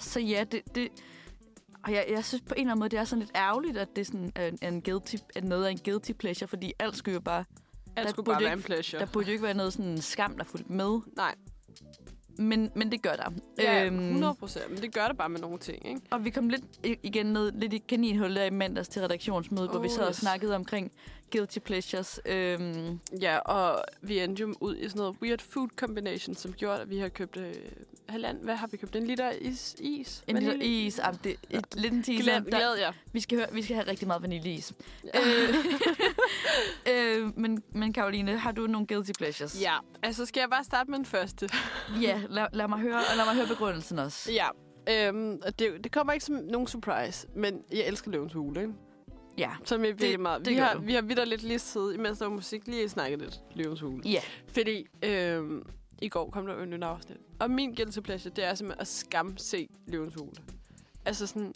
[SPEAKER 2] så ja, det, det og jeg, jeg synes på en eller anden måde, det er sådan lidt ærgerligt, at det sådan er en, er en guilty, at noget er en guilty pleasure, fordi alt skulle jo bare
[SPEAKER 3] Alt
[SPEAKER 2] Der
[SPEAKER 3] skulle
[SPEAKER 2] burde
[SPEAKER 3] bare være
[SPEAKER 2] ikke-
[SPEAKER 3] en pleasure.
[SPEAKER 2] Der burde jo ikke være noget sådan skam, der fulgte med.
[SPEAKER 3] Nej,
[SPEAKER 2] Men, men det gør der. Øhm,
[SPEAKER 3] ja, 100 procent. Men det gør det bare med nogle ting, ikke?
[SPEAKER 2] og vi kom lidt i- igen ned lidt i kaninhullet der i mandags til redaktionsmødet, oh, hvor vi
[SPEAKER 3] Oh,
[SPEAKER 2] sad og
[SPEAKER 3] yes.
[SPEAKER 2] snakkede omkring guilty pleasures. Øhm,
[SPEAKER 3] Ja, og vi endte jo ud i sådan noget weird food combination, som gjorde, at vi har købt øh, halvand... Hvad har vi købt? En liter is? is?
[SPEAKER 2] en lille
[SPEAKER 3] Vanilje-
[SPEAKER 2] is. Ah, det, et, lidt en teaser.
[SPEAKER 3] Glad,
[SPEAKER 2] der,
[SPEAKER 3] glad, ja.
[SPEAKER 2] vi, skal høre, vi skal have rigtig meget vaniljeis.
[SPEAKER 3] Ja.
[SPEAKER 2] Øh, øh, men, men Karoline, har du nogle guilty pleasures?
[SPEAKER 3] Ja, altså skal jeg bare starte med den første?
[SPEAKER 2] Ja, lad, lad mig høre, og lad mig høre begrundelsen også.
[SPEAKER 3] ja. Øhm, og det, det kommer ikke som nogen surprise, men jeg elsker løvens hule, ikke?
[SPEAKER 2] Ja.
[SPEAKER 3] Som jeg virkelig
[SPEAKER 2] Det-
[SPEAKER 3] meget...
[SPEAKER 2] det
[SPEAKER 3] vi,
[SPEAKER 2] gør
[SPEAKER 3] har,
[SPEAKER 2] du.
[SPEAKER 3] vi har vidt lidt lige siddet, imens der var musik, lige snakket lidt løvens hule.
[SPEAKER 2] Ja.
[SPEAKER 3] Fordi øhm, i går kom der jo en ny afsnit. Og min guilty pleasure, det er simpelthen at skamse Løvens Hule. Altså sådan,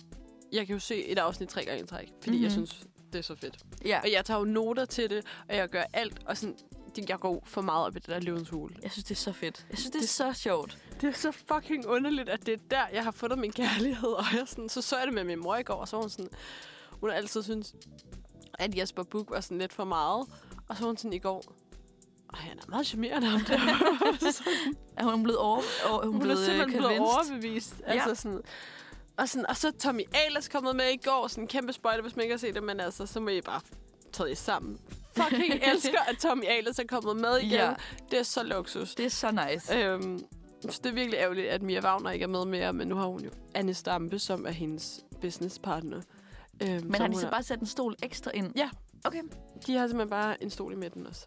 [SPEAKER 3] jeg kan jo se et afsnit tre gange i træk, fordi mm-hmm.
[SPEAKER 2] Mhm.
[SPEAKER 3] jeg synes, det er så fedt.
[SPEAKER 2] ja.
[SPEAKER 3] Og jeg tager jo noter til det, og jeg gør alt, og sådan, det- jeg går for meget op i det der Løvens Hule.
[SPEAKER 2] Jeg synes, det er så fedt. Jeg synes, det er så sjovt.
[SPEAKER 3] Det er så fucking underligt, at det er der, jeg har fundet min kærlighed. Og jeg sådan, så så jeg det med min mor i går, og så var hun sådan... Hun har altid syntes, at Jesper Buch var sådan lidt for meget. Og så var hun sådan i går... Ej, han er meget charmerende, ham der.
[SPEAKER 2] Er hun blevet over... over hun,
[SPEAKER 3] Hun, hun er
[SPEAKER 2] blevet, øh,
[SPEAKER 3] simpelthen blevet
[SPEAKER 2] convinced?
[SPEAKER 3] overbevist. Altså
[SPEAKER 2] Ja.
[SPEAKER 3] sådan, og, sådan, og så er Tommy Ahlers kommet med i går. Sådan en kæmpe spoiler, hvis man ikke har set det. Men altså, så må I bare tage jer sammen. Fucking elsker, at Tommy Ahlers er kommet med igen.
[SPEAKER 2] Ja.
[SPEAKER 3] Ja. Det er så luksus.
[SPEAKER 2] Det er så nice.
[SPEAKER 3] Øhm, så det er virkelig ærgerligt, at Mia Wagner ikke er med mere. Men nu har hun jo Anne Stampe, som er hendes businesspartner. Øhm,
[SPEAKER 2] Men har de
[SPEAKER 3] hun
[SPEAKER 2] så
[SPEAKER 3] er-
[SPEAKER 2] bare sat en stol ekstra ind?
[SPEAKER 3] Ja.
[SPEAKER 2] Okay,
[SPEAKER 3] De har simpelthen bare en stol i midten også.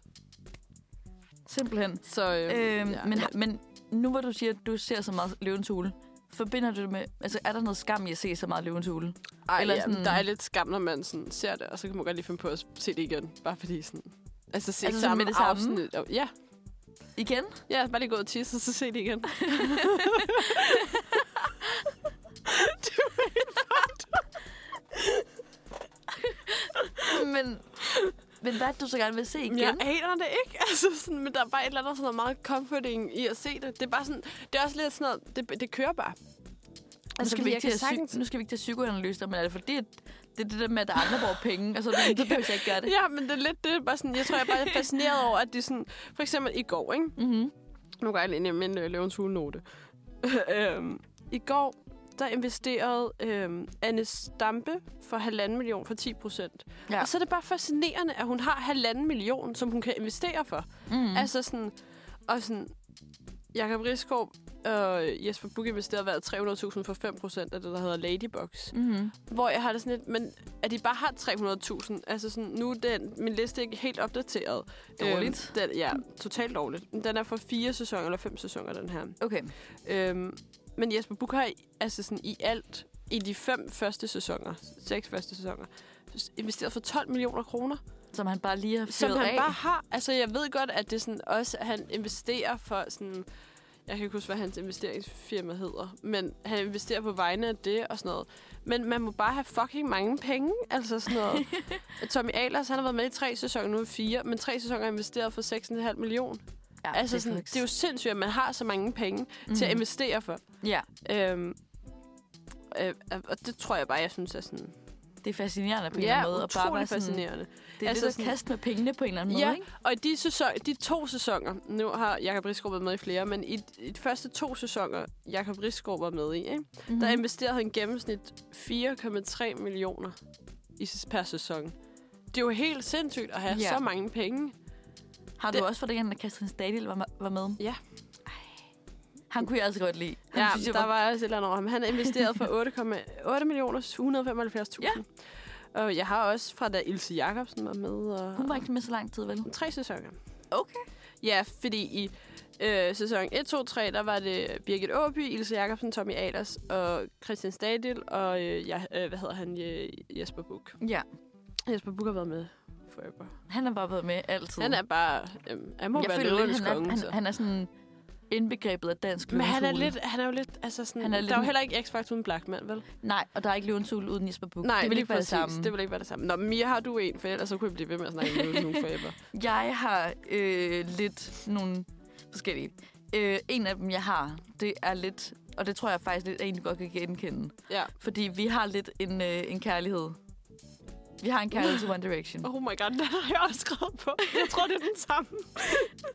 [SPEAKER 2] simpelthen.
[SPEAKER 3] Så, øhm,
[SPEAKER 2] Øhm,
[SPEAKER 3] ja,
[SPEAKER 2] men,
[SPEAKER 3] ja.
[SPEAKER 2] men nu hvor du siger, at du ser så meget løvens hule, forbinder du det med... Altså, er der noget skam i at se så meget løvens hule? Eller
[SPEAKER 3] Ej, Eller ja,
[SPEAKER 2] sådan-
[SPEAKER 3] sådan... der er lidt skam, når man sådan ser det, og så kan man godt lige finde på at se det igen. Bare fordi sådan... Altså
[SPEAKER 2] Altså
[SPEAKER 3] se altså,
[SPEAKER 2] sådan med
[SPEAKER 3] samme med
[SPEAKER 2] det
[SPEAKER 3] det
[SPEAKER 2] samme?
[SPEAKER 3] afsnit. Og, ja,
[SPEAKER 2] Igen?
[SPEAKER 3] ja, bare lige gå og tisse, og så se det igen. du er helt fucked.
[SPEAKER 2] Men, men hvad er det, du så gerne vil se igen?
[SPEAKER 3] Jeg aner det ikke, altså sådan, men der er bare et eller andet sådan noget meget comforting i at se det. Det er bare sådan, det er også lidt sådan noget, det, det kører bare.
[SPEAKER 2] altså,
[SPEAKER 3] skal
[SPEAKER 2] skal
[SPEAKER 3] vi
[SPEAKER 2] vi
[SPEAKER 3] jeg
[SPEAKER 2] ikke til
[SPEAKER 3] kan
[SPEAKER 2] at psy-
[SPEAKER 3] sagtens-
[SPEAKER 2] nu skal vi ikke til psykoanalyse, men er det fordi, at det er det der med, at der er andre bruger penge, og så er det sådan, det behøver jeg ikke gøre det.
[SPEAKER 3] Ja, men det er lidt det. Bare sådan, jeg tror, jeg er bare fascineret over, at de sådan... For eksempel i går, ikke?
[SPEAKER 2] Mm-hmm.
[SPEAKER 3] Nu går jeg lige ind i min øh, løvens hulenote. øhm, I går, der investerede øhm, Anne Stampe for halvanden million for 10 procent.
[SPEAKER 2] Ja.
[SPEAKER 3] Ja. Og så er det bare fascinerende, at hun har halvanden million, som hun kan investere for.
[SPEAKER 2] Mm.
[SPEAKER 3] Mm. Altså sådan... Og sådan... Jakob Rigsgaard og Jesper Buch investerede hver 300.000 for 5 procent af det, der hedder Ladybox.
[SPEAKER 2] Mm-hmm.
[SPEAKER 3] Hvor jeg har det sådan lidt, men at de bare har 300.000. Altså sådan, nu er den, min liste ikke helt opdateret.
[SPEAKER 2] Dårligt.
[SPEAKER 3] Øhm, den, ja, totalt dårligt. Den er for fire sæsoner eller fem sæsoner, den her.
[SPEAKER 2] Okay.
[SPEAKER 3] Øhm, men Jesper Buch har i- altså sådan, i alt, i de fem første sæsoner, seks første sæsoner, s- investeret for 12 millioner kroner,
[SPEAKER 2] Som han bare lige har
[SPEAKER 3] som
[SPEAKER 2] fyret
[SPEAKER 3] han
[SPEAKER 2] af.
[SPEAKER 3] bare har. Altså, jeg ved godt, at det sådan også, at han investerer for sådan... Jeg kan ikke huske, hvad hans investeringsfirma hedder, men han investerer på vegne af det og sådan noget. Men man må bare have fucking mange penge, altså sådan noget. Tommy Ahlers, han har været med i tre sæsoner, nu er fire, men tre sæsoner er investeret for 6,5 millioner.
[SPEAKER 2] ja,
[SPEAKER 3] Altså,
[SPEAKER 2] er
[SPEAKER 3] sådan,
[SPEAKER 2] faktisk-
[SPEAKER 3] det er jo sindssygt, at man har så mange penge mm. til at
[SPEAKER 2] Mhm.
[SPEAKER 3] investere for.
[SPEAKER 2] Ja,
[SPEAKER 3] Øhm, øh, og det tror jeg bare, jeg synes er sådan...
[SPEAKER 2] det er fascinerende på en eller
[SPEAKER 3] Ja,
[SPEAKER 2] anden måde. og bare
[SPEAKER 3] utrolig
[SPEAKER 2] være sådan-
[SPEAKER 3] fascinerende.
[SPEAKER 2] Det er altså
[SPEAKER 3] Altså
[SPEAKER 2] lidt at
[SPEAKER 3] sådan-
[SPEAKER 2] kaste med pengene på en eller anden måde,
[SPEAKER 3] Ja,
[SPEAKER 2] ikke?
[SPEAKER 3] og i de, sæson, de to sæsoner, nu har Jakob Risgaard været med i flere, men i, i de første to sæsoner, Jakob Risgaard var med i, ikke? Mm-hmm.
[SPEAKER 2] Mm-hmm.
[SPEAKER 3] der investerede han gennemsnit 4,3 millioner i, s- per sæson. Det er jo helt sindssygt at have
[SPEAKER 2] Ja.
[SPEAKER 3] ja. så mange penge.
[SPEAKER 2] Har du
[SPEAKER 3] det-
[SPEAKER 2] også fået den, at Christian Stadil var, var med?
[SPEAKER 3] Ja.
[SPEAKER 2] Ej. Han kunne jeg altså godt lide. Han
[SPEAKER 3] Ja,
[SPEAKER 2] synes, jeg
[SPEAKER 3] der var også et eller andet over ham. Han investerede for 8,8 millioner 175.000.
[SPEAKER 2] Ja.
[SPEAKER 3] Og jeg har også fra da Ilse Jacobsen var med. Og,
[SPEAKER 2] Hun var ikke med så lang tid, vel?
[SPEAKER 3] Tre sæsoner.
[SPEAKER 2] Okay.
[SPEAKER 3] Ja, fordi i øh, sæson 1, 2, 3, der var det Birgit Åby, Ilse Jacobsen, Tommy Ahlers og Christian Stadil og, øh, ja, øh, hvad hedder han, øh, Jesper Buch.
[SPEAKER 2] Ja,
[SPEAKER 3] Jesper Buch har været med forever.
[SPEAKER 2] han har bare været med altid.
[SPEAKER 3] Han er bare, øh, han må
[SPEAKER 2] jeg
[SPEAKER 3] være
[SPEAKER 2] føler lidt,
[SPEAKER 3] løvernes
[SPEAKER 2] han,
[SPEAKER 3] konge.
[SPEAKER 2] er,
[SPEAKER 3] så.
[SPEAKER 2] han, han er sådan indbegrebet af dansk
[SPEAKER 3] Men han er,
[SPEAKER 2] løvenshule.
[SPEAKER 3] lidt, han er jo lidt, altså sådan,
[SPEAKER 2] Han er
[SPEAKER 3] han er
[SPEAKER 2] lidt
[SPEAKER 3] der er jo
[SPEAKER 2] en-
[SPEAKER 3] heller ikke X-Factor uden Blackman, vel?
[SPEAKER 2] Nej, og der er ikke løvenshul uden Jesper Buch.
[SPEAKER 3] Nej,
[SPEAKER 2] det vil
[SPEAKER 3] lige
[SPEAKER 2] ikke være det
[SPEAKER 3] præcis.
[SPEAKER 2] samme.
[SPEAKER 3] Det vil ikke være det samme. Nå, Mia, har du en, for ellers så kunne jeg blive ved med at snakke om nogen forever.
[SPEAKER 2] Jeg har øh, lidt nogle forskellige. Øh, en af dem, jeg har, det er lidt, og det tror jeg faktisk lidt, at egentlig godt kan genkende.
[SPEAKER 3] Ja.
[SPEAKER 2] Fordi vi har lidt en, øh, en kærlighed. Vi har en kærlighed til One Direction.
[SPEAKER 3] Oh my god, den har jeg også skrevet på. Jeg tror, det er den samme.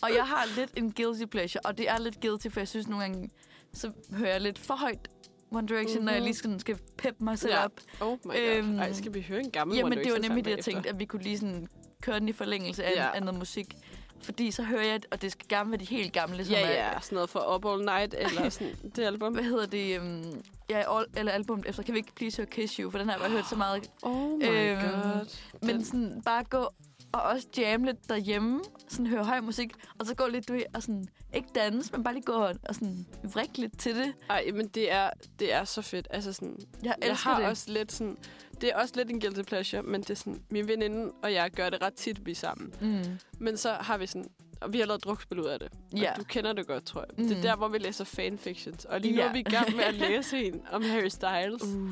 [SPEAKER 2] Og jeg har lidt en guilty pleasure, og det er lidt guilty, for jeg synes nogle gange, så hører jeg lidt for højt One Direction, mm-hmm. når jeg
[SPEAKER 3] Mhm.
[SPEAKER 2] lige sådan skal peppe mig selv
[SPEAKER 3] Ja.
[SPEAKER 2] op.
[SPEAKER 3] Oh my god.
[SPEAKER 2] Øhm,
[SPEAKER 3] Øhm, Ej, skal vi høre en gammel
[SPEAKER 2] Jamen,
[SPEAKER 3] One
[SPEAKER 2] det var
[SPEAKER 3] Direction
[SPEAKER 2] nemlig det,
[SPEAKER 3] sang
[SPEAKER 2] jeg
[SPEAKER 3] bagefter?
[SPEAKER 2] tænkte, at vi kunne lige sådan køre den i forlængelse af,
[SPEAKER 3] Ja.
[SPEAKER 2] af noget musik. Fordi så hører jeg, og det skal gerne være de helt gamle, som
[SPEAKER 3] Ja,
[SPEAKER 2] er
[SPEAKER 3] ja, sådan noget for Up All Night, eller sådan det album.
[SPEAKER 2] hvad hedder det, øhm, ja, all, eller albumet efter, kan vi ikke Please Your Kiss You, for den har jeg bare hørt så meget.
[SPEAKER 3] Oh my
[SPEAKER 2] Øhm,
[SPEAKER 3] god.
[SPEAKER 2] Men sådan, bare gå og også jamme lidt derhjemme, sådan høre høj musik, og så gå lidt, du ved, og sådan, ikke danse, men bare lige gå og, og sådan vrikke lidt til det.
[SPEAKER 3] Ej, men det er, det er så fedt. Altså sådan,
[SPEAKER 2] Jeg
[SPEAKER 3] jeg
[SPEAKER 2] elsker
[SPEAKER 3] har
[SPEAKER 2] det.
[SPEAKER 3] også lidt sådan, det er også lidt en guilty pleasure, men det er sådan, min veninde og jeg gør det ret tit, vi er sammen.
[SPEAKER 2] Mm.
[SPEAKER 3] Men så har vi sådan, og vi har lavet drukspil ud af det. Og
[SPEAKER 2] Ja.
[SPEAKER 3] Du kender det godt, tror jeg. Det
[SPEAKER 2] Mm.
[SPEAKER 3] er der, hvor vi læser fanfictions. Og lige nu
[SPEAKER 2] Ja.
[SPEAKER 3] er vi i gang med at læse en om Harry Styles.
[SPEAKER 2] Uh.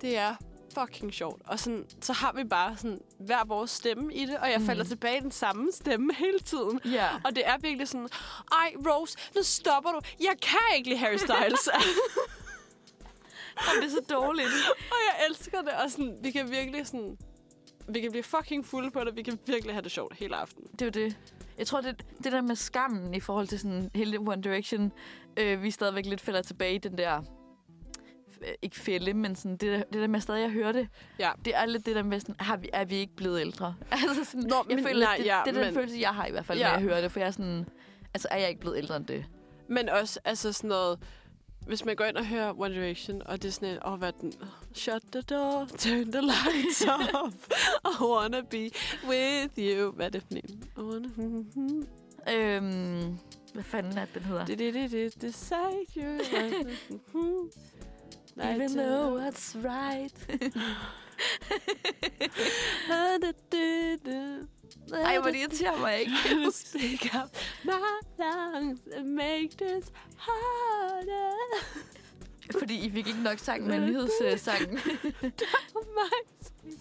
[SPEAKER 3] Det er fucking sjovt. Og sådan, så har vi bare sådan hver vores stemme i det, og jeg
[SPEAKER 2] Mm.
[SPEAKER 3] mm. falder tilbage i den samme stemme hele tiden.
[SPEAKER 2] Ja.
[SPEAKER 3] Og det er virkelig sådan, ej Rose, nu stopper du. Jeg kan ikke lide Harry Styles.
[SPEAKER 2] Og det er så dårligt.
[SPEAKER 3] og jeg elsker det. Og sådan, vi kan virkelig sådan, vi kan blive fucking fulde på det. Vi kan virkelig have det sjovt hele aftenen.
[SPEAKER 2] Det er jo det. Jeg tror, det, det der med skammen i forhold til sådan hele One Direction, øh, vi stadigvæk lidt falder tilbage i den der, øh, ikke fælde, men sådan det der, det der med at stadig at høre det.
[SPEAKER 3] Ja.
[SPEAKER 2] Det er lidt det der med sådan, har vi, er vi ikke blevet ældre? altså sådan,
[SPEAKER 3] Nå,
[SPEAKER 2] jeg
[SPEAKER 3] men
[SPEAKER 2] føler,
[SPEAKER 3] nej,
[SPEAKER 2] det,
[SPEAKER 3] ja,
[SPEAKER 2] det er den
[SPEAKER 3] men-
[SPEAKER 2] følelse, jeg har i hvert fald,
[SPEAKER 3] Ja.
[SPEAKER 2] når jeg hører det, for jeg er sådan, altså er jeg ikke blevet ældre end det?
[SPEAKER 3] Men også altså sådan noget, hvis man går ind og hører One Direction, og det er sådan en, åh, hvad er den? Shut the door, turn the lights off, I hmm, wanna be with you. Hvad er det for en? I wanna...
[SPEAKER 2] Øhm, Hvad fanden er det, den hedder?
[SPEAKER 3] Det, det, det, det, det sagde you. Mhm. Nej,
[SPEAKER 2] Even
[SPEAKER 3] det-
[SPEAKER 2] though it's right.
[SPEAKER 3] Ah, da, da, da.
[SPEAKER 2] Ej, hvor det irriterer mig ikke.
[SPEAKER 3] Stick up my lungs and make this harder.
[SPEAKER 2] Fordi I fik ikke nok sang med nyhedssangen.
[SPEAKER 3] Oh my sweet.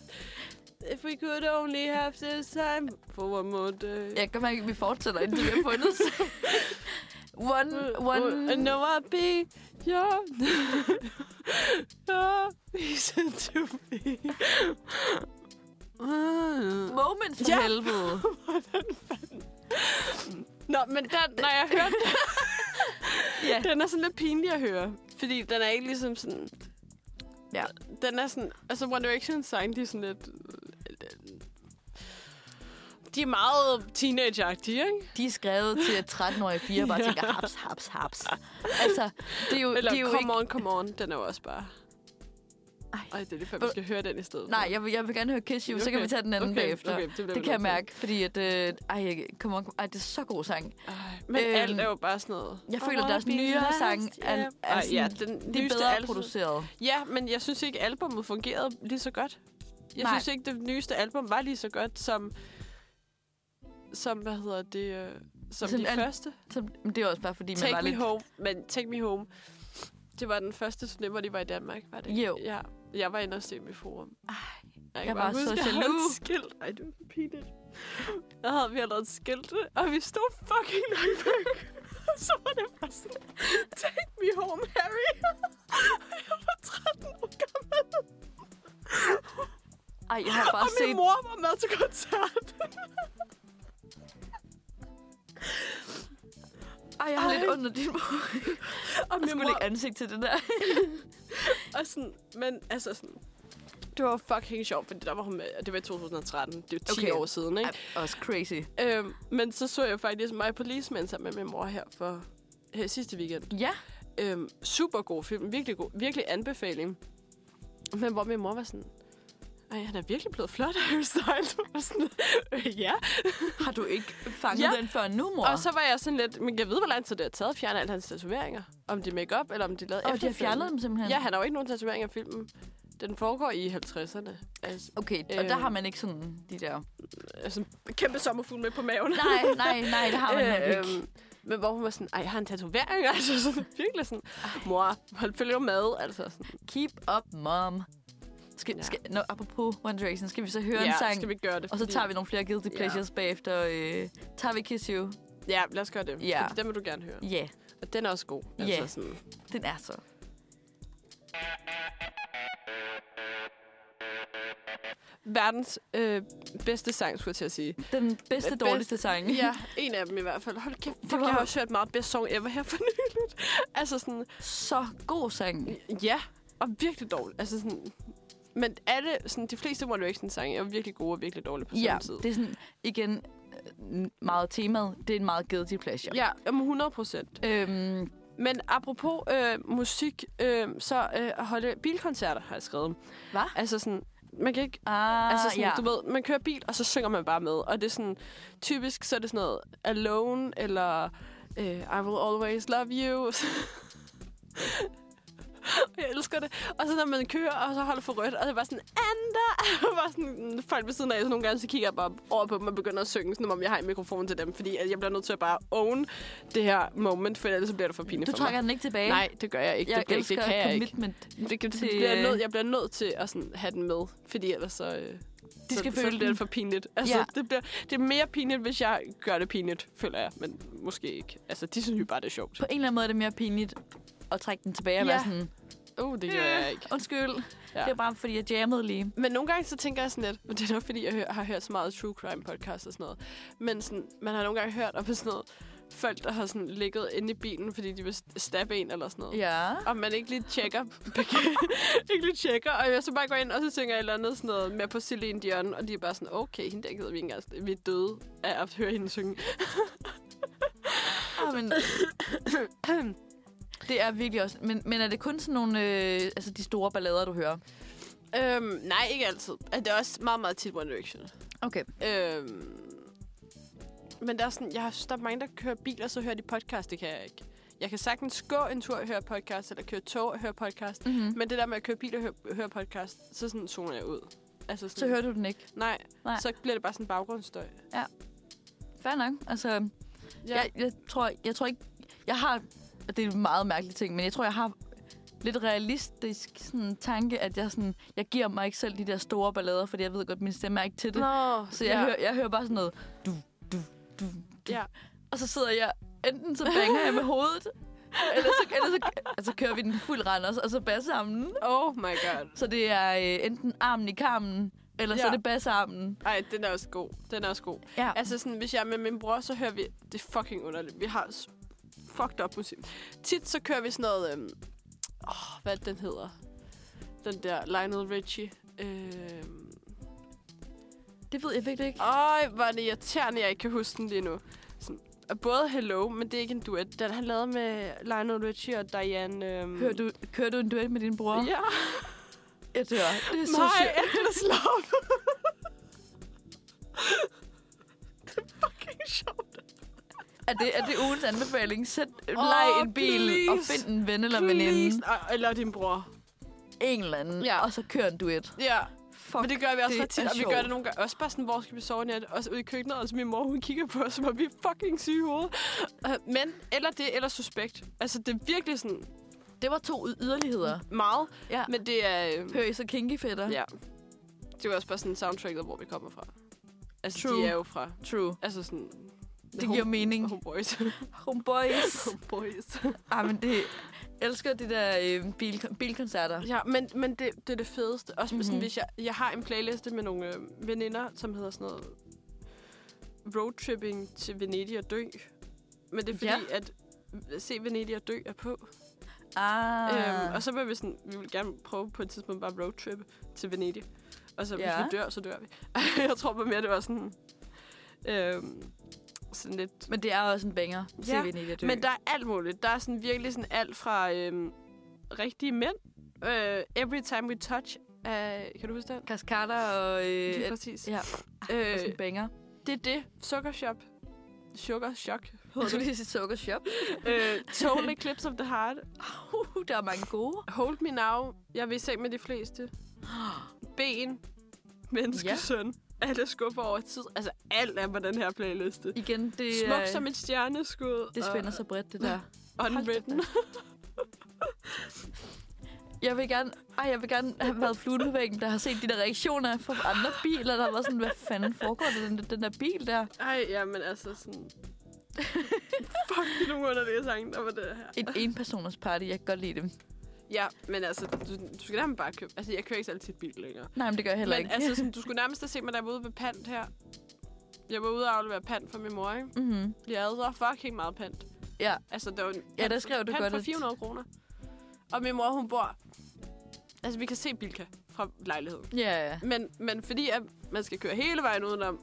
[SPEAKER 3] If we could only have this time for one more day.
[SPEAKER 2] Jeg kan mærke, at vi fortsætter, inden vi har fundet sang. One,
[SPEAKER 3] Would- would- And
[SPEAKER 2] one,
[SPEAKER 3] now I'll be your, your reason to be.
[SPEAKER 2] moment for
[SPEAKER 3] Ja.
[SPEAKER 2] helvede.
[SPEAKER 3] Nå, men den, når jeg hørte
[SPEAKER 2] Ja.
[SPEAKER 3] Den er sådan lidt pinlig at høre, fordi den er ikke ligesom sådan...
[SPEAKER 2] Ja.
[SPEAKER 3] Den er sådan... Altså, One Direction sang, de er sådan lidt... De er meget teenage-agtige, ikke?
[SPEAKER 2] De er skrevet til, at 13-årige piger bare
[SPEAKER 3] Ja.
[SPEAKER 2] tænker, haps, haps, haps. Altså, det er jo,
[SPEAKER 3] Eller
[SPEAKER 2] det er jo
[SPEAKER 3] Come
[SPEAKER 2] ikke...
[SPEAKER 3] On, Come On, den er jo også bare...
[SPEAKER 2] Ej.
[SPEAKER 3] Ej, det er lige før, vi skal høre den i stedet.
[SPEAKER 2] Nej, jeg vil, jeg vil gerne høre Kiss You, okay. så kan vi tage den anden
[SPEAKER 3] okay,
[SPEAKER 2] okay. bagefter.
[SPEAKER 3] Okay,
[SPEAKER 2] Okay.
[SPEAKER 3] det, bliver vi
[SPEAKER 2] Det kan jeg
[SPEAKER 3] nødt
[SPEAKER 2] mærke,
[SPEAKER 3] til.
[SPEAKER 2] fordi at, øh, ej, come on, ej, det er så god sang.
[SPEAKER 3] Ej, men
[SPEAKER 2] Øhm,
[SPEAKER 3] alt er jo bare sådan noget.
[SPEAKER 2] jeg føler,
[SPEAKER 3] I
[SPEAKER 2] deres
[SPEAKER 3] wanna be
[SPEAKER 2] nyere
[SPEAKER 3] last,
[SPEAKER 2] sange er-
[SPEAKER 3] yeah.
[SPEAKER 2] er
[SPEAKER 3] Ej, ja,
[SPEAKER 2] sådan-
[SPEAKER 3] den
[SPEAKER 2] De er
[SPEAKER 3] nyeste
[SPEAKER 2] bedre
[SPEAKER 3] album-
[SPEAKER 2] produceret.
[SPEAKER 3] Ja, men jeg synes ikke, albummet fungerede lige så godt. Jeg
[SPEAKER 2] Nej.
[SPEAKER 3] Nej. synes ikke, det nyeste album var lige så godt som... Som, hvad hedder det... Øh, som
[SPEAKER 2] Som
[SPEAKER 3] det
[SPEAKER 2] al-
[SPEAKER 3] første.
[SPEAKER 2] Så, men det er også bare, fordi man
[SPEAKER 3] Take
[SPEAKER 2] var
[SPEAKER 3] Me
[SPEAKER 2] lidt...
[SPEAKER 3] Home. Men Take Me Home. Det var den første turné, hvor de var i Danmark, var det? ikke?
[SPEAKER 2] Jo.
[SPEAKER 3] Ja. Jeg var inde og se dem i Forum. Ej, jeg,
[SPEAKER 2] jeg
[SPEAKER 3] kan
[SPEAKER 2] var
[SPEAKER 3] bare
[SPEAKER 2] så
[SPEAKER 3] huske, jeg havde
[SPEAKER 2] jaloux.
[SPEAKER 3] et skilt. Ej, det var så pinligt. Der havde vi allerede skilte, og vi stod fucking langt væk. så var det bare sådan, take me home, Harry. jeg var 13 år gammel.
[SPEAKER 2] Ej, jeg har bare
[SPEAKER 3] og min
[SPEAKER 2] set...
[SPEAKER 3] mor var med til koncert.
[SPEAKER 2] Ej, jeg har lidt
[SPEAKER 3] Ej.
[SPEAKER 2] under din mor.
[SPEAKER 3] og
[SPEAKER 2] Jeg
[SPEAKER 3] min
[SPEAKER 2] skulle
[SPEAKER 3] mor
[SPEAKER 2] lægge ansigt til det der.
[SPEAKER 3] Og sådan, men altså sådan, det var fucking sjovt, fordi der var hun med, og det var i 2013. Det er jo 10
[SPEAKER 2] Okay.
[SPEAKER 3] år siden, ikke?
[SPEAKER 2] Ej, også crazy.
[SPEAKER 3] Øhm, men så så jeg faktisk My Policeman sammen med min mor her for her sidste weekend.
[SPEAKER 2] Ja,
[SPEAKER 3] Øhm, super god film, virkelig god, virkelig anbefaling. Men hvor min mor var sådan, ej, han er virkelig blevet flot, Harry Styles. Og sådan, øh, ja.
[SPEAKER 2] har du ikke fanget
[SPEAKER 3] Ja.
[SPEAKER 2] den før nu, mor?
[SPEAKER 3] Og så var jeg sådan lidt, men jeg ved, hvor lang tid det har taget at fjerne alle hans tatoveringer. Om det er make-up, eller om det er lavet
[SPEAKER 2] og de har
[SPEAKER 3] efterfølgende.
[SPEAKER 2] fjernet dem simpelthen?
[SPEAKER 3] Ja, han har jo ikke nogen tatoveringer i filmen. Den foregår i 50'erne. Altså,
[SPEAKER 2] Okay, og der
[SPEAKER 3] Øh.
[SPEAKER 2] har man ikke sådan de der...
[SPEAKER 3] altså, kæmpe sommerfugl med på maven.
[SPEAKER 2] Nej, nej, nej, det har man øh, ikke.
[SPEAKER 3] øhm, men hvor hun var sådan, ej, jeg har en tatovering, altså sådan, virkelig sådan, mor, hold følge nu med, altså sådan,
[SPEAKER 2] Keep up, mom. Skal,
[SPEAKER 3] Ja.
[SPEAKER 2] skal, nå, apropos One Direction, skal vi så høre en sang?
[SPEAKER 3] skal vi gøre det.
[SPEAKER 2] Og så
[SPEAKER 3] fordi-
[SPEAKER 2] tager vi nogle flere guilty
[SPEAKER 3] Ja.
[SPEAKER 2] pleasures bagefter. Øh, tager vi Kiss You?
[SPEAKER 3] Ja, lad os gøre det,
[SPEAKER 2] Ja.
[SPEAKER 3] fordi den vil du gerne høre.
[SPEAKER 2] Ja, yeah,
[SPEAKER 3] Og den er også god.
[SPEAKER 2] Ja.
[SPEAKER 3] Altså, sådan,
[SPEAKER 2] den er så.
[SPEAKER 3] verdens øh, bedste sang, skulle jeg til at sige.
[SPEAKER 2] Den bedste,
[SPEAKER 3] Bedst-
[SPEAKER 2] dårligste sang.
[SPEAKER 3] Ja, en af dem i hvert fald. Hold kæft, fuck,
[SPEAKER 2] var-
[SPEAKER 3] jeg har også hørt meget bedst song ever her for nyligt. Altså sådan,
[SPEAKER 2] Så god sang.
[SPEAKER 3] Ja, og virkelig dårligt. Altså sådan, men alle, sådan, de fleste One Direction-sange er virkelig gode og virkelig dårlige på
[SPEAKER 2] Ja,
[SPEAKER 3] samme tid.
[SPEAKER 2] det er sådan, igen, øh, meget temaet. Det er en meget guilty pleasure.
[SPEAKER 3] Ja, om 100 procent.
[SPEAKER 2] Øhm,
[SPEAKER 3] Men apropos øh, musik, øh, så øh, at holde bilkoncerter, har jeg skrevet.
[SPEAKER 2] Hva?
[SPEAKER 3] Altså sådan, man kan ikke...
[SPEAKER 2] ah,
[SPEAKER 3] altså sådan,
[SPEAKER 2] ja.
[SPEAKER 3] du ved, man kører bil, og så synger man bare med. Og det er sådan, typisk så er det sådan noget Alone, eller øh, I Will Always Love You. Jeg elsker det. Og så når man kører, og så holder for rødt, og det er bare sådan, Anda! Og bare sådan, folk ved siden af, så nogle gange så kigger jeg bare over på dem og begynder at synge, sådan, om jeg har en mikrofon til dem, fordi at jeg bliver nødt til at bare own det her moment, for ellers så bliver det for pinligt
[SPEAKER 2] du
[SPEAKER 3] for
[SPEAKER 2] trækker
[SPEAKER 3] mig.
[SPEAKER 2] den ikke tilbage.
[SPEAKER 3] Nej, det gør jeg ikke.
[SPEAKER 2] jeg
[SPEAKER 3] det, bliver, ikke-
[SPEAKER 2] elsker
[SPEAKER 3] det kan jeg ikke.
[SPEAKER 2] commitment. Ikke.
[SPEAKER 3] Det, det,
[SPEAKER 2] til- øh,
[SPEAKER 3] det bliver jeg, nød, jeg bliver nødt til at sådan, have den med, fordi ellers så... Øh,
[SPEAKER 2] De
[SPEAKER 3] så,
[SPEAKER 2] skal
[SPEAKER 3] så
[SPEAKER 2] føle
[SPEAKER 3] bliver
[SPEAKER 2] den.
[SPEAKER 3] det for pinligt. Altså,
[SPEAKER 2] Ja.
[SPEAKER 3] ja. det, bliver, det er mere pinligt, hvis jeg gør det pinligt, føler jeg. Men måske ikke. Altså, de synes jo bare, det er sjovt.
[SPEAKER 2] På en eller anden måde er det mere pinligt at trække den tilbage og ja. være
[SPEAKER 3] Ja.
[SPEAKER 2] sådan,
[SPEAKER 3] Uh, det gør jeg ikke.
[SPEAKER 2] undskyld, ja.
[SPEAKER 3] Ja.
[SPEAKER 2] det er bare fordi, jeg jammede lige.
[SPEAKER 3] Men nogle gange, så tænker jeg sådan lidt, og det er nok fordi, jeg hø- har hørt så meget true crime podcast og sådan noget, men sådan, man har nogle gange hørt om sådan noget, folk, der har sådan ligget inde i bilen, fordi de vil st- stabbe en eller sådan noget.
[SPEAKER 2] Ja.
[SPEAKER 3] Og man ikke lige tjekker. ikke lige tjekker. Og jeg så bare går ind, og så synger jeg et eller andet sådan noget med på Celine Dion. Og de er bare sådan, okay, hende der gider vi ikke engang. Vi er døde af at høre hende synge.
[SPEAKER 2] Ah, men... det er virkelig også... Men, men er det kun sådan nogle... Øh, altså, de store ballader, du hører?
[SPEAKER 3] Øhm, nej, ikke altid. Ah, Det er også meget, meget tit One Direction.
[SPEAKER 2] Okay.
[SPEAKER 3] Øhm, Men der er, sådan, jeg, synes, der er mange, der kører bil, og så hører de podcast. Det kan jeg ikke. Jeg kan sagtens gå en tur og høre podcast, eller køre tog og høre podcast.
[SPEAKER 2] Mm-hmm.
[SPEAKER 3] Men det der med at køre bil og høre, høre podcast, så sådan zoner jeg ud. Altså sådan,
[SPEAKER 2] Så hører du den ikke.
[SPEAKER 3] nej,
[SPEAKER 2] Nej.
[SPEAKER 3] nej, så bliver det bare sådan baggrundsstøj.
[SPEAKER 2] Fair nok. Altså, ja. jeg, jeg, tror, jeg tror ikke... Jeg har... Og det er en meget mærkelig ting, men jeg tror, jeg har lidt realistisk sådan, tanke, at jeg, sådan, jeg giver mig ikke selv de der store ballader, fordi jeg ved godt, min stemme er ikke til det.
[SPEAKER 3] Nå,
[SPEAKER 2] Så jeg,
[SPEAKER 3] ja.
[SPEAKER 2] ja. hører, jeg hører bare sådan noget, du, du, du, du.
[SPEAKER 3] Ja.
[SPEAKER 2] Og så sidder jeg, enten så banger jeg med hovedet, eller så, eller så altså, kører vi den fuld rand, og så bassarmen.
[SPEAKER 3] Oh my god.
[SPEAKER 2] Så det er øh, enten armen i karmen, eller ja. så
[SPEAKER 3] Ja.
[SPEAKER 2] er det bassarmen.
[SPEAKER 3] Ej, den er også god. Den er også god.
[SPEAKER 2] Ja.
[SPEAKER 3] Altså sådan, hvis jeg er med min bror, så hører vi... Det er fucking underligt. Vi har s- fucked up musik. Tit så kører vi sådan noget... Øhm, åh, hvad er det, den hedder? Den der Lionel Richie. Øhm,
[SPEAKER 2] Det ved jeg virkelig ikke.
[SPEAKER 3] øj, hvor er det irriterende, jeg ikke kan huske den lige nu. Sådan, og både Hello, men det er ikke en duet. Den han lavede med Lionel Richie og Diane... Øhm,
[SPEAKER 2] Hører du, kører du en duet med din bror?
[SPEAKER 3] Ja.
[SPEAKER 2] Jeg dør. Det er så
[SPEAKER 3] Nej,
[SPEAKER 2] sjovt.
[SPEAKER 3] Endless Love. det er fucking sjovt.
[SPEAKER 2] Er det, er det ugens anbefaling? Sæt, oh,
[SPEAKER 3] Åh,
[SPEAKER 2] leg en bil og
[SPEAKER 3] please.
[SPEAKER 2] find en ven eller
[SPEAKER 3] Please.
[SPEAKER 2] veninde.
[SPEAKER 3] Ej, Eller din bror.
[SPEAKER 2] En eller anden.
[SPEAKER 3] Ja.
[SPEAKER 2] Og så kører en duet.
[SPEAKER 3] Ja,
[SPEAKER 2] Fuck.
[SPEAKER 3] men det gør vi også
[SPEAKER 2] det
[SPEAKER 3] ret tit,
[SPEAKER 2] er
[SPEAKER 3] og vi
[SPEAKER 2] sjovt.
[SPEAKER 3] gør det nogle gange. Også bare sådan, hvor skal vi sove i nat? Også ude i køkkenet, og så min mor, hun kigger på os, som om vi er fucking syge i hovedet. Øh, Men, eller det, eller suspekt. Altså, det er virkelig sådan
[SPEAKER 2] det var to yderligheder.
[SPEAKER 3] meget,
[SPEAKER 2] Ja.
[SPEAKER 3] men det er... Øh,
[SPEAKER 2] Hører I så kinky fætter?
[SPEAKER 3] ja. Det er jo også bare sådan soundtracket, hvor vi kommer fra. Altså, True.
[SPEAKER 2] True.
[SPEAKER 3] de er jo fra...
[SPEAKER 2] True.
[SPEAKER 3] Altså sådan...
[SPEAKER 2] Det giver mening.
[SPEAKER 3] Homeboys.
[SPEAKER 2] Homeboys.
[SPEAKER 3] Homeboys.
[SPEAKER 2] Ej, Ah, men det elsker de der øh, bil, bilkoncerter.
[SPEAKER 3] Ja, men, men det, det er det fedeste. Også mm-hmm.
[SPEAKER 2] Mhm.
[SPEAKER 3] sådan, hvis jeg, jeg har en playliste med nogle øh, veninder, som hedder sådan noget roadtripping til Venedig og dø. Men det er fordi,
[SPEAKER 2] Ja.
[SPEAKER 3] at se Venedig og dø er på.
[SPEAKER 2] Ah.
[SPEAKER 3] Øhm, og så vil vi sådan, vi vil gerne prøve på et tidspunkt bare roadtrip til Venedig. Og så hvis
[SPEAKER 2] Ja.
[SPEAKER 3] vi dør, så dør vi. jeg tror bare mere, det var sådan, øhm, sådan lidt
[SPEAKER 2] men det er også en banger. Ja.
[SPEAKER 3] Ja,
[SPEAKER 2] Venedig
[SPEAKER 3] Men der er alt muligt. Der er sådan virkelig sådan alt fra øhm, rigtige mænd. Øh, Every Time We Touch. af... kan du huske den?
[SPEAKER 2] kaskader og... Øh,
[SPEAKER 3] Lige
[SPEAKER 2] et,
[SPEAKER 3] præcis.
[SPEAKER 2] ja, øh, også en
[SPEAKER 3] Øh,
[SPEAKER 2] banger.
[SPEAKER 3] det er det. Sugar Shop. Sugar Shock.
[SPEAKER 2] Jeg skulle lige sige sukkershop.
[SPEAKER 3] øh, Total Eclipse of the Heart.
[SPEAKER 2] Uh, der er mange gode.
[SPEAKER 3] Hold Me Now. Jeg vil i seng med de fleste. Ben. Menneskesøn. Ja. Alle skubber over tid. Altså alt er på den her playliste.
[SPEAKER 2] Igen, det, er-
[SPEAKER 3] Det, Smuk som et stjerneskud.
[SPEAKER 2] det spænder så bredt, det der.
[SPEAKER 3] Og
[SPEAKER 2] Hold da
[SPEAKER 3] unwritten.
[SPEAKER 2] Jeg vil gerne, ej, jeg vil gerne have været flue på væggen, der har set de der reaktioner fra andre biler, der har været sådan, hvad fanden foregår der, den, den der bil der?
[SPEAKER 3] Ej, ja, men altså sådan... Fuck, det er nogle underlige sange, der var det her.
[SPEAKER 2] Et enpersoners party, jeg kan godt lide dem.
[SPEAKER 3] Ja, men altså, du, du skal nærmest bare købe... Altså, jeg kører ikke så altid bil længere.
[SPEAKER 2] Nej, men det gør jeg heller
[SPEAKER 3] men
[SPEAKER 2] ikke.
[SPEAKER 3] altså, sådan, du skulle nærmest have set mig, da jeg var ude ved pant her. Jeg var ude og aflevere pant for min mor, ikke?
[SPEAKER 2] mm-hmm.
[SPEAKER 3] Jeg havde så fucking meget pant.
[SPEAKER 2] Ja.
[SPEAKER 3] Altså, det var en
[SPEAKER 2] Ja, der skrev du
[SPEAKER 3] pant
[SPEAKER 2] godt,
[SPEAKER 3] for
[SPEAKER 2] at-
[SPEAKER 3] 400 kroner. Og min mor, hun bor... Altså, vi kan se Bilka fra lejligheden.
[SPEAKER 2] Ja, ja.
[SPEAKER 3] Men, men fordi at man skal køre hele vejen udenom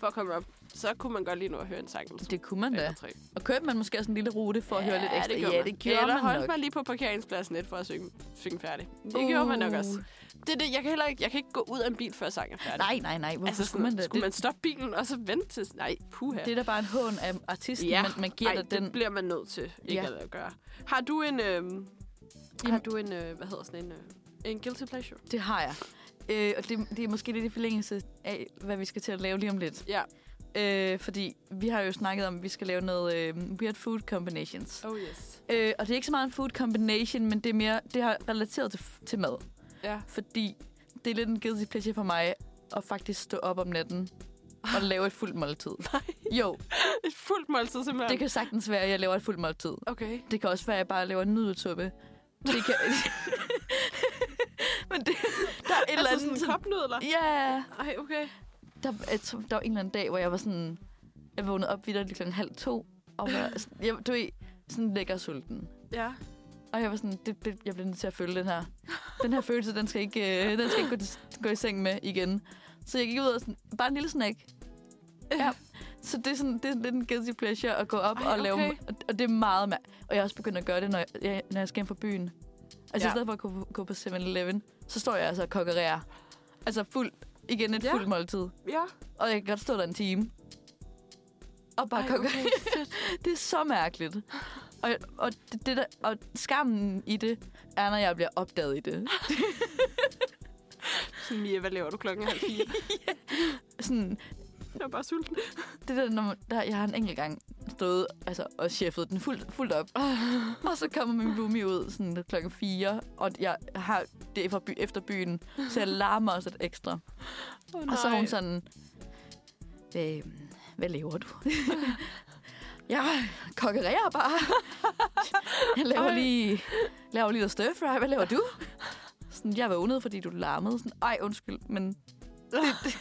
[SPEAKER 3] for at komme op, så kunne man godt lige nu at høre en sang.
[SPEAKER 2] Det kunne man da.
[SPEAKER 3] eller tre.
[SPEAKER 2] Og kørte man måske også en lille rute for at høre lidt ekstra?
[SPEAKER 3] gjorde
[SPEAKER 2] ja,
[SPEAKER 3] man.
[SPEAKER 2] det gjorde
[SPEAKER 3] Eller
[SPEAKER 2] man
[SPEAKER 3] holdt
[SPEAKER 2] nok.
[SPEAKER 3] mig lige på parkeringspladsen lidt for at synge, synge færdig. Det uh. gjorde man nok også. Det, er det, jeg kan heller ikke, jeg kan ikke gå ud af en bil, før sangen er færdig.
[SPEAKER 2] Nej, nej, nej. Hvorfor
[SPEAKER 3] altså,
[SPEAKER 2] altså, skulle man da?
[SPEAKER 3] Skulle
[SPEAKER 2] det,
[SPEAKER 3] man stoppe bilen og så vente til... Nej, puha.
[SPEAKER 2] det er da bare en hån af artisten, ja. man, man giver
[SPEAKER 3] Ej,
[SPEAKER 2] dig den.
[SPEAKER 3] det bliver man nødt til ikke
[SPEAKER 2] Ja.
[SPEAKER 3] ja. at gøre. Har du en... Øhm, har du en... Øh, hvad hedder sådan en... Øh, en guilty pleasure?
[SPEAKER 2] Det har jeg. Øh, og det, det er måske lidt i forlængelse af, hvad vi skal til at lave lige om lidt.
[SPEAKER 3] Ja.
[SPEAKER 2] Øh, fordi vi har jo snakket om, at vi skal lave noget øh, weird food combinations.
[SPEAKER 3] Oh yes.
[SPEAKER 2] Øh, og det er ikke så meget en food combination, men det er mere, det har relateret til, f- til mad.
[SPEAKER 3] Ja.
[SPEAKER 2] Fordi det er lidt en guilty pleasure for mig at faktisk stå op om natten og lave et fuldt måltid. Nej. Jo,
[SPEAKER 3] Et fuldt måltid simpelthen.
[SPEAKER 2] det kan sagtens være, at jeg laver et fuldt måltid.
[SPEAKER 3] Okay.
[SPEAKER 2] Det kan også være, at jeg bare laver nudelsuppe. Det kan... Men det, der er et eller
[SPEAKER 3] altså
[SPEAKER 2] andet...
[SPEAKER 3] sådan
[SPEAKER 2] sådan-
[SPEAKER 3] kopnudler?
[SPEAKER 2] Ja,
[SPEAKER 3] Ej, okay.
[SPEAKER 2] der, jeg tror, der var en eller anden dag, hvor jeg var sådan... Jeg vågnede op videre klokken halv to, og var, sådan- jeg, du ved, sådan lækker sulten.
[SPEAKER 3] Ja.
[SPEAKER 2] Og jeg var sådan, det, det, jeg bliver nødt til at følge den her. Den her følelse, den skal ikke, øh, den skal ikke gå, til, gå i seng med igen. Så jeg gik ud og sådan, bare en lille snack. Ja. Så det er, sådan, det er lidt en guilty pleasure at gå op Ej,
[SPEAKER 3] Ej,
[SPEAKER 2] og lave...
[SPEAKER 3] okay.
[SPEAKER 2] Og, og det er meget mær- Og jeg er også begyndt at gøre det, når jeg, jeg, når jeg skal hjem fra byen. Altså ja.
[SPEAKER 3] Ja.
[SPEAKER 2] i stedet for at gå, gå på 7-Eleven, så står jeg altså og kokkererer. Altså fuld, igen et ja.
[SPEAKER 3] Ja.
[SPEAKER 2] fuldt måltid.
[SPEAKER 3] Ja.
[SPEAKER 2] Og jeg kan godt stå der en time. og bare kokain. Okay. det er så mærkeligt. Og, og, det, det der, og skammen i det er, når jeg bliver opdaget i det.
[SPEAKER 3] Sådan, Mia, hvad laver du klokken halv fire?
[SPEAKER 2] Sådan,
[SPEAKER 3] Jeg er bare sulten.
[SPEAKER 2] det der, når man, der, jeg har en enkelt gang stået altså, og chefet den fuldt, fuldt op. og så kommer min roomie ud sådan klokken 4, og jeg har det er fra by, efter byen, så jeg larmer også et ekstra.
[SPEAKER 3] Oh,
[SPEAKER 2] Og så er hun sådan, øh, hvad laver du? jeg kokkererer bare. Jeg laver
[SPEAKER 3] Ej.
[SPEAKER 2] lige, laver lige noget stir fry. Hvad laver du? Sådan, jeg vågnede, fordi du larmede. Sådan, Ej, undskyld, men det, det,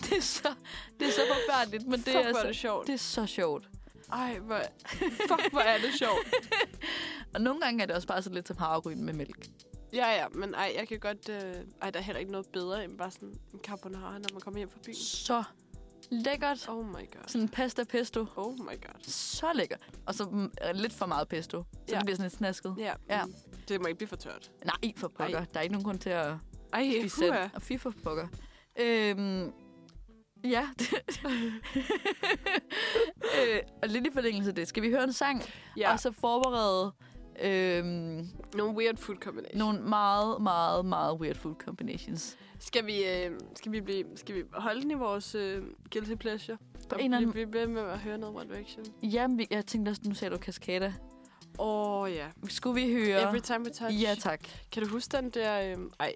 [SPEAKER 2] det, er så, det er så forfærdeligt, men det
[SPEAKER 3] Fuck,
[SPEAKER 2] er,
[SPEAKER 3] hvor er
[SPEAKER 2] så,
[SPEAKER 3] det sjovt.
[SPEAKER 2] det er så sjovt.
[SPEAKER 3] Ej, hvor... Fuck, hvor er det sjovt.
[SPEAKER 2] Og nogle gange er det også bare så lidt som havregryn med mælk.
[SPEAKER 3] Ja, ja, men ej, jeg kan godt... Øh... Ej, der er heller ikke noget bedre end bare sådan en carbonara, når man kommer hjem fra byen.
[SPEAKER 2] Så lækkert.
[SPEAKER 3] Oh my god.
[SPEAKER 2] Sådan pasta pesto.
[SPEAKER 3] Oh my god.
[SPEAKER 2] Så lækkert. Og så mm, lidt for meget pesto. Så
[SPEAKER 3] Ja.
[SPEAKER 2] det bliver sådan lidt snasket.
[SPEAKER 3] Ja,
[SPEAKER 2] Ja.
[SPEAKER 3] mm. det må ikke blive for tørt.
[SPEAKER 2] Nej, for pokker. Der er ikke nogen grund til at
[SPEAKER 3] Ej,
[SPEAKER 2] spise
[SPEAKER 3] huha.
[SPEAKER 2] selv. Og fy for pokker. Øhm, ja. øh, og lidt i forlængelse af det. Skal vi høre en sang?
[SPEAKER 3] Ja,
[SPEAKER 2] Og så forberede øhm,
[SPEAKER 3] nogle weird food combinations.
[SPEAKER 2] nogle meget, meget, meget weird food combinations.
[SPEAKER 3] Skal vi, øh, skal, vi blive, skal vi holde den i vores øh, guilty pleasure?
[SPEAKER 2] På
[SPEAKER 3] og
[SPEAKER 2] en eller anden-
[SPEAKER 3] blive ved med at høre noget One Direction?
[SPEAKER 2] Jamen, vi- jeg tænkte også, nu sagde du Cascada.
[SPEAKER 3] Åh, oh, ja.
[SPEAKER 2] Skulle vi høre...
[SPEAKER 3] Every time we touch.
[SPEAKER 2] ja, tak.
[SPEAKER 3] Kan du huske den der... Øh, ej,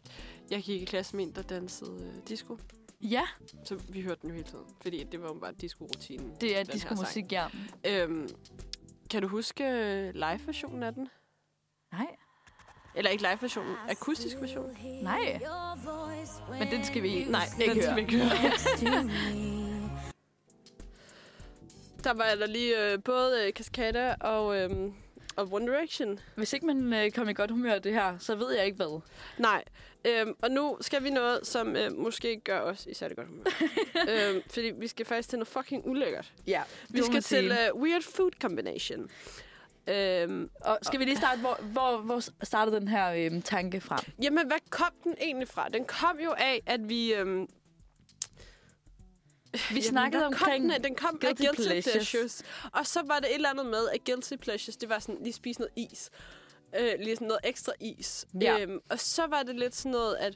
[SPEAKER 3] jeg gik i klasse med en, der dansede øh, disco.
[SPEAKER 2] Ja,
[SPEAKER 3] Så vi hørte den jo hele tiden. Fordi det var jo bare disco-rutinen. til
[SPEAKER 2] det er
[SPEAKER 3] den her sang.
[SPEAKER 2] diskomusik, ja.
[SPEAKER 3] Øhm, kan du huske øh, live-versionen af den?
[SPEAKER 2] Nej,
[SPEAKER 3] Eller ikke live-versionen, akustisk version?
[SPEAKER 2] nej. Men den skal vi...
[SPEAKER 3] Nej, den skal vi ikke høre. Der var der lige øh, både øh, Cascada og, øh, og One Direction.
[SPEAKER 2] Hvis ikke man øh, kom i godt humør af det her, så ved jeg ikke hvad.
[SPEAKER 3] Nej, øhm, og nu skal vi noget, som øh, måske ikke gør os i særlig godt humør. øhm, fordi vi skal faktisk til noget fucking ulækkert.
[SPEAKER 2] Ja,
[SPEAKER 3] Vi skal til øh, Weird Food Combination. Øhm,
[SPEAKER 2] Og skal vi lige starte, hvor, hvor, hvor startede den her øhm, tanke fra?
[SPEAKER 3] jamen, hvad kom den egentlig fra? Den kom jo af, at vi... Øhm,
[SPEAKER 2] Vi snakkede
[SPEAKER 3] jamen, der
[SPEAKER 2] omkring...
[SPEAKER 3] Kom den, den kom guilty
[SPEAKER 2] guilty
[SPEAKER 3] af guilty pleasures.
[SPEAKER 2] pleasures.
[SPEAKER 3] pleasures. Og så var det et eller andet med, at guilty pleasures, det var sådan, lige spise noget is. Øh, lige sådan noget ekstra is.
[SPEAKER 2] Ja.
[SPEAKER 3] Øhm, og så var det lidt sådan noget, at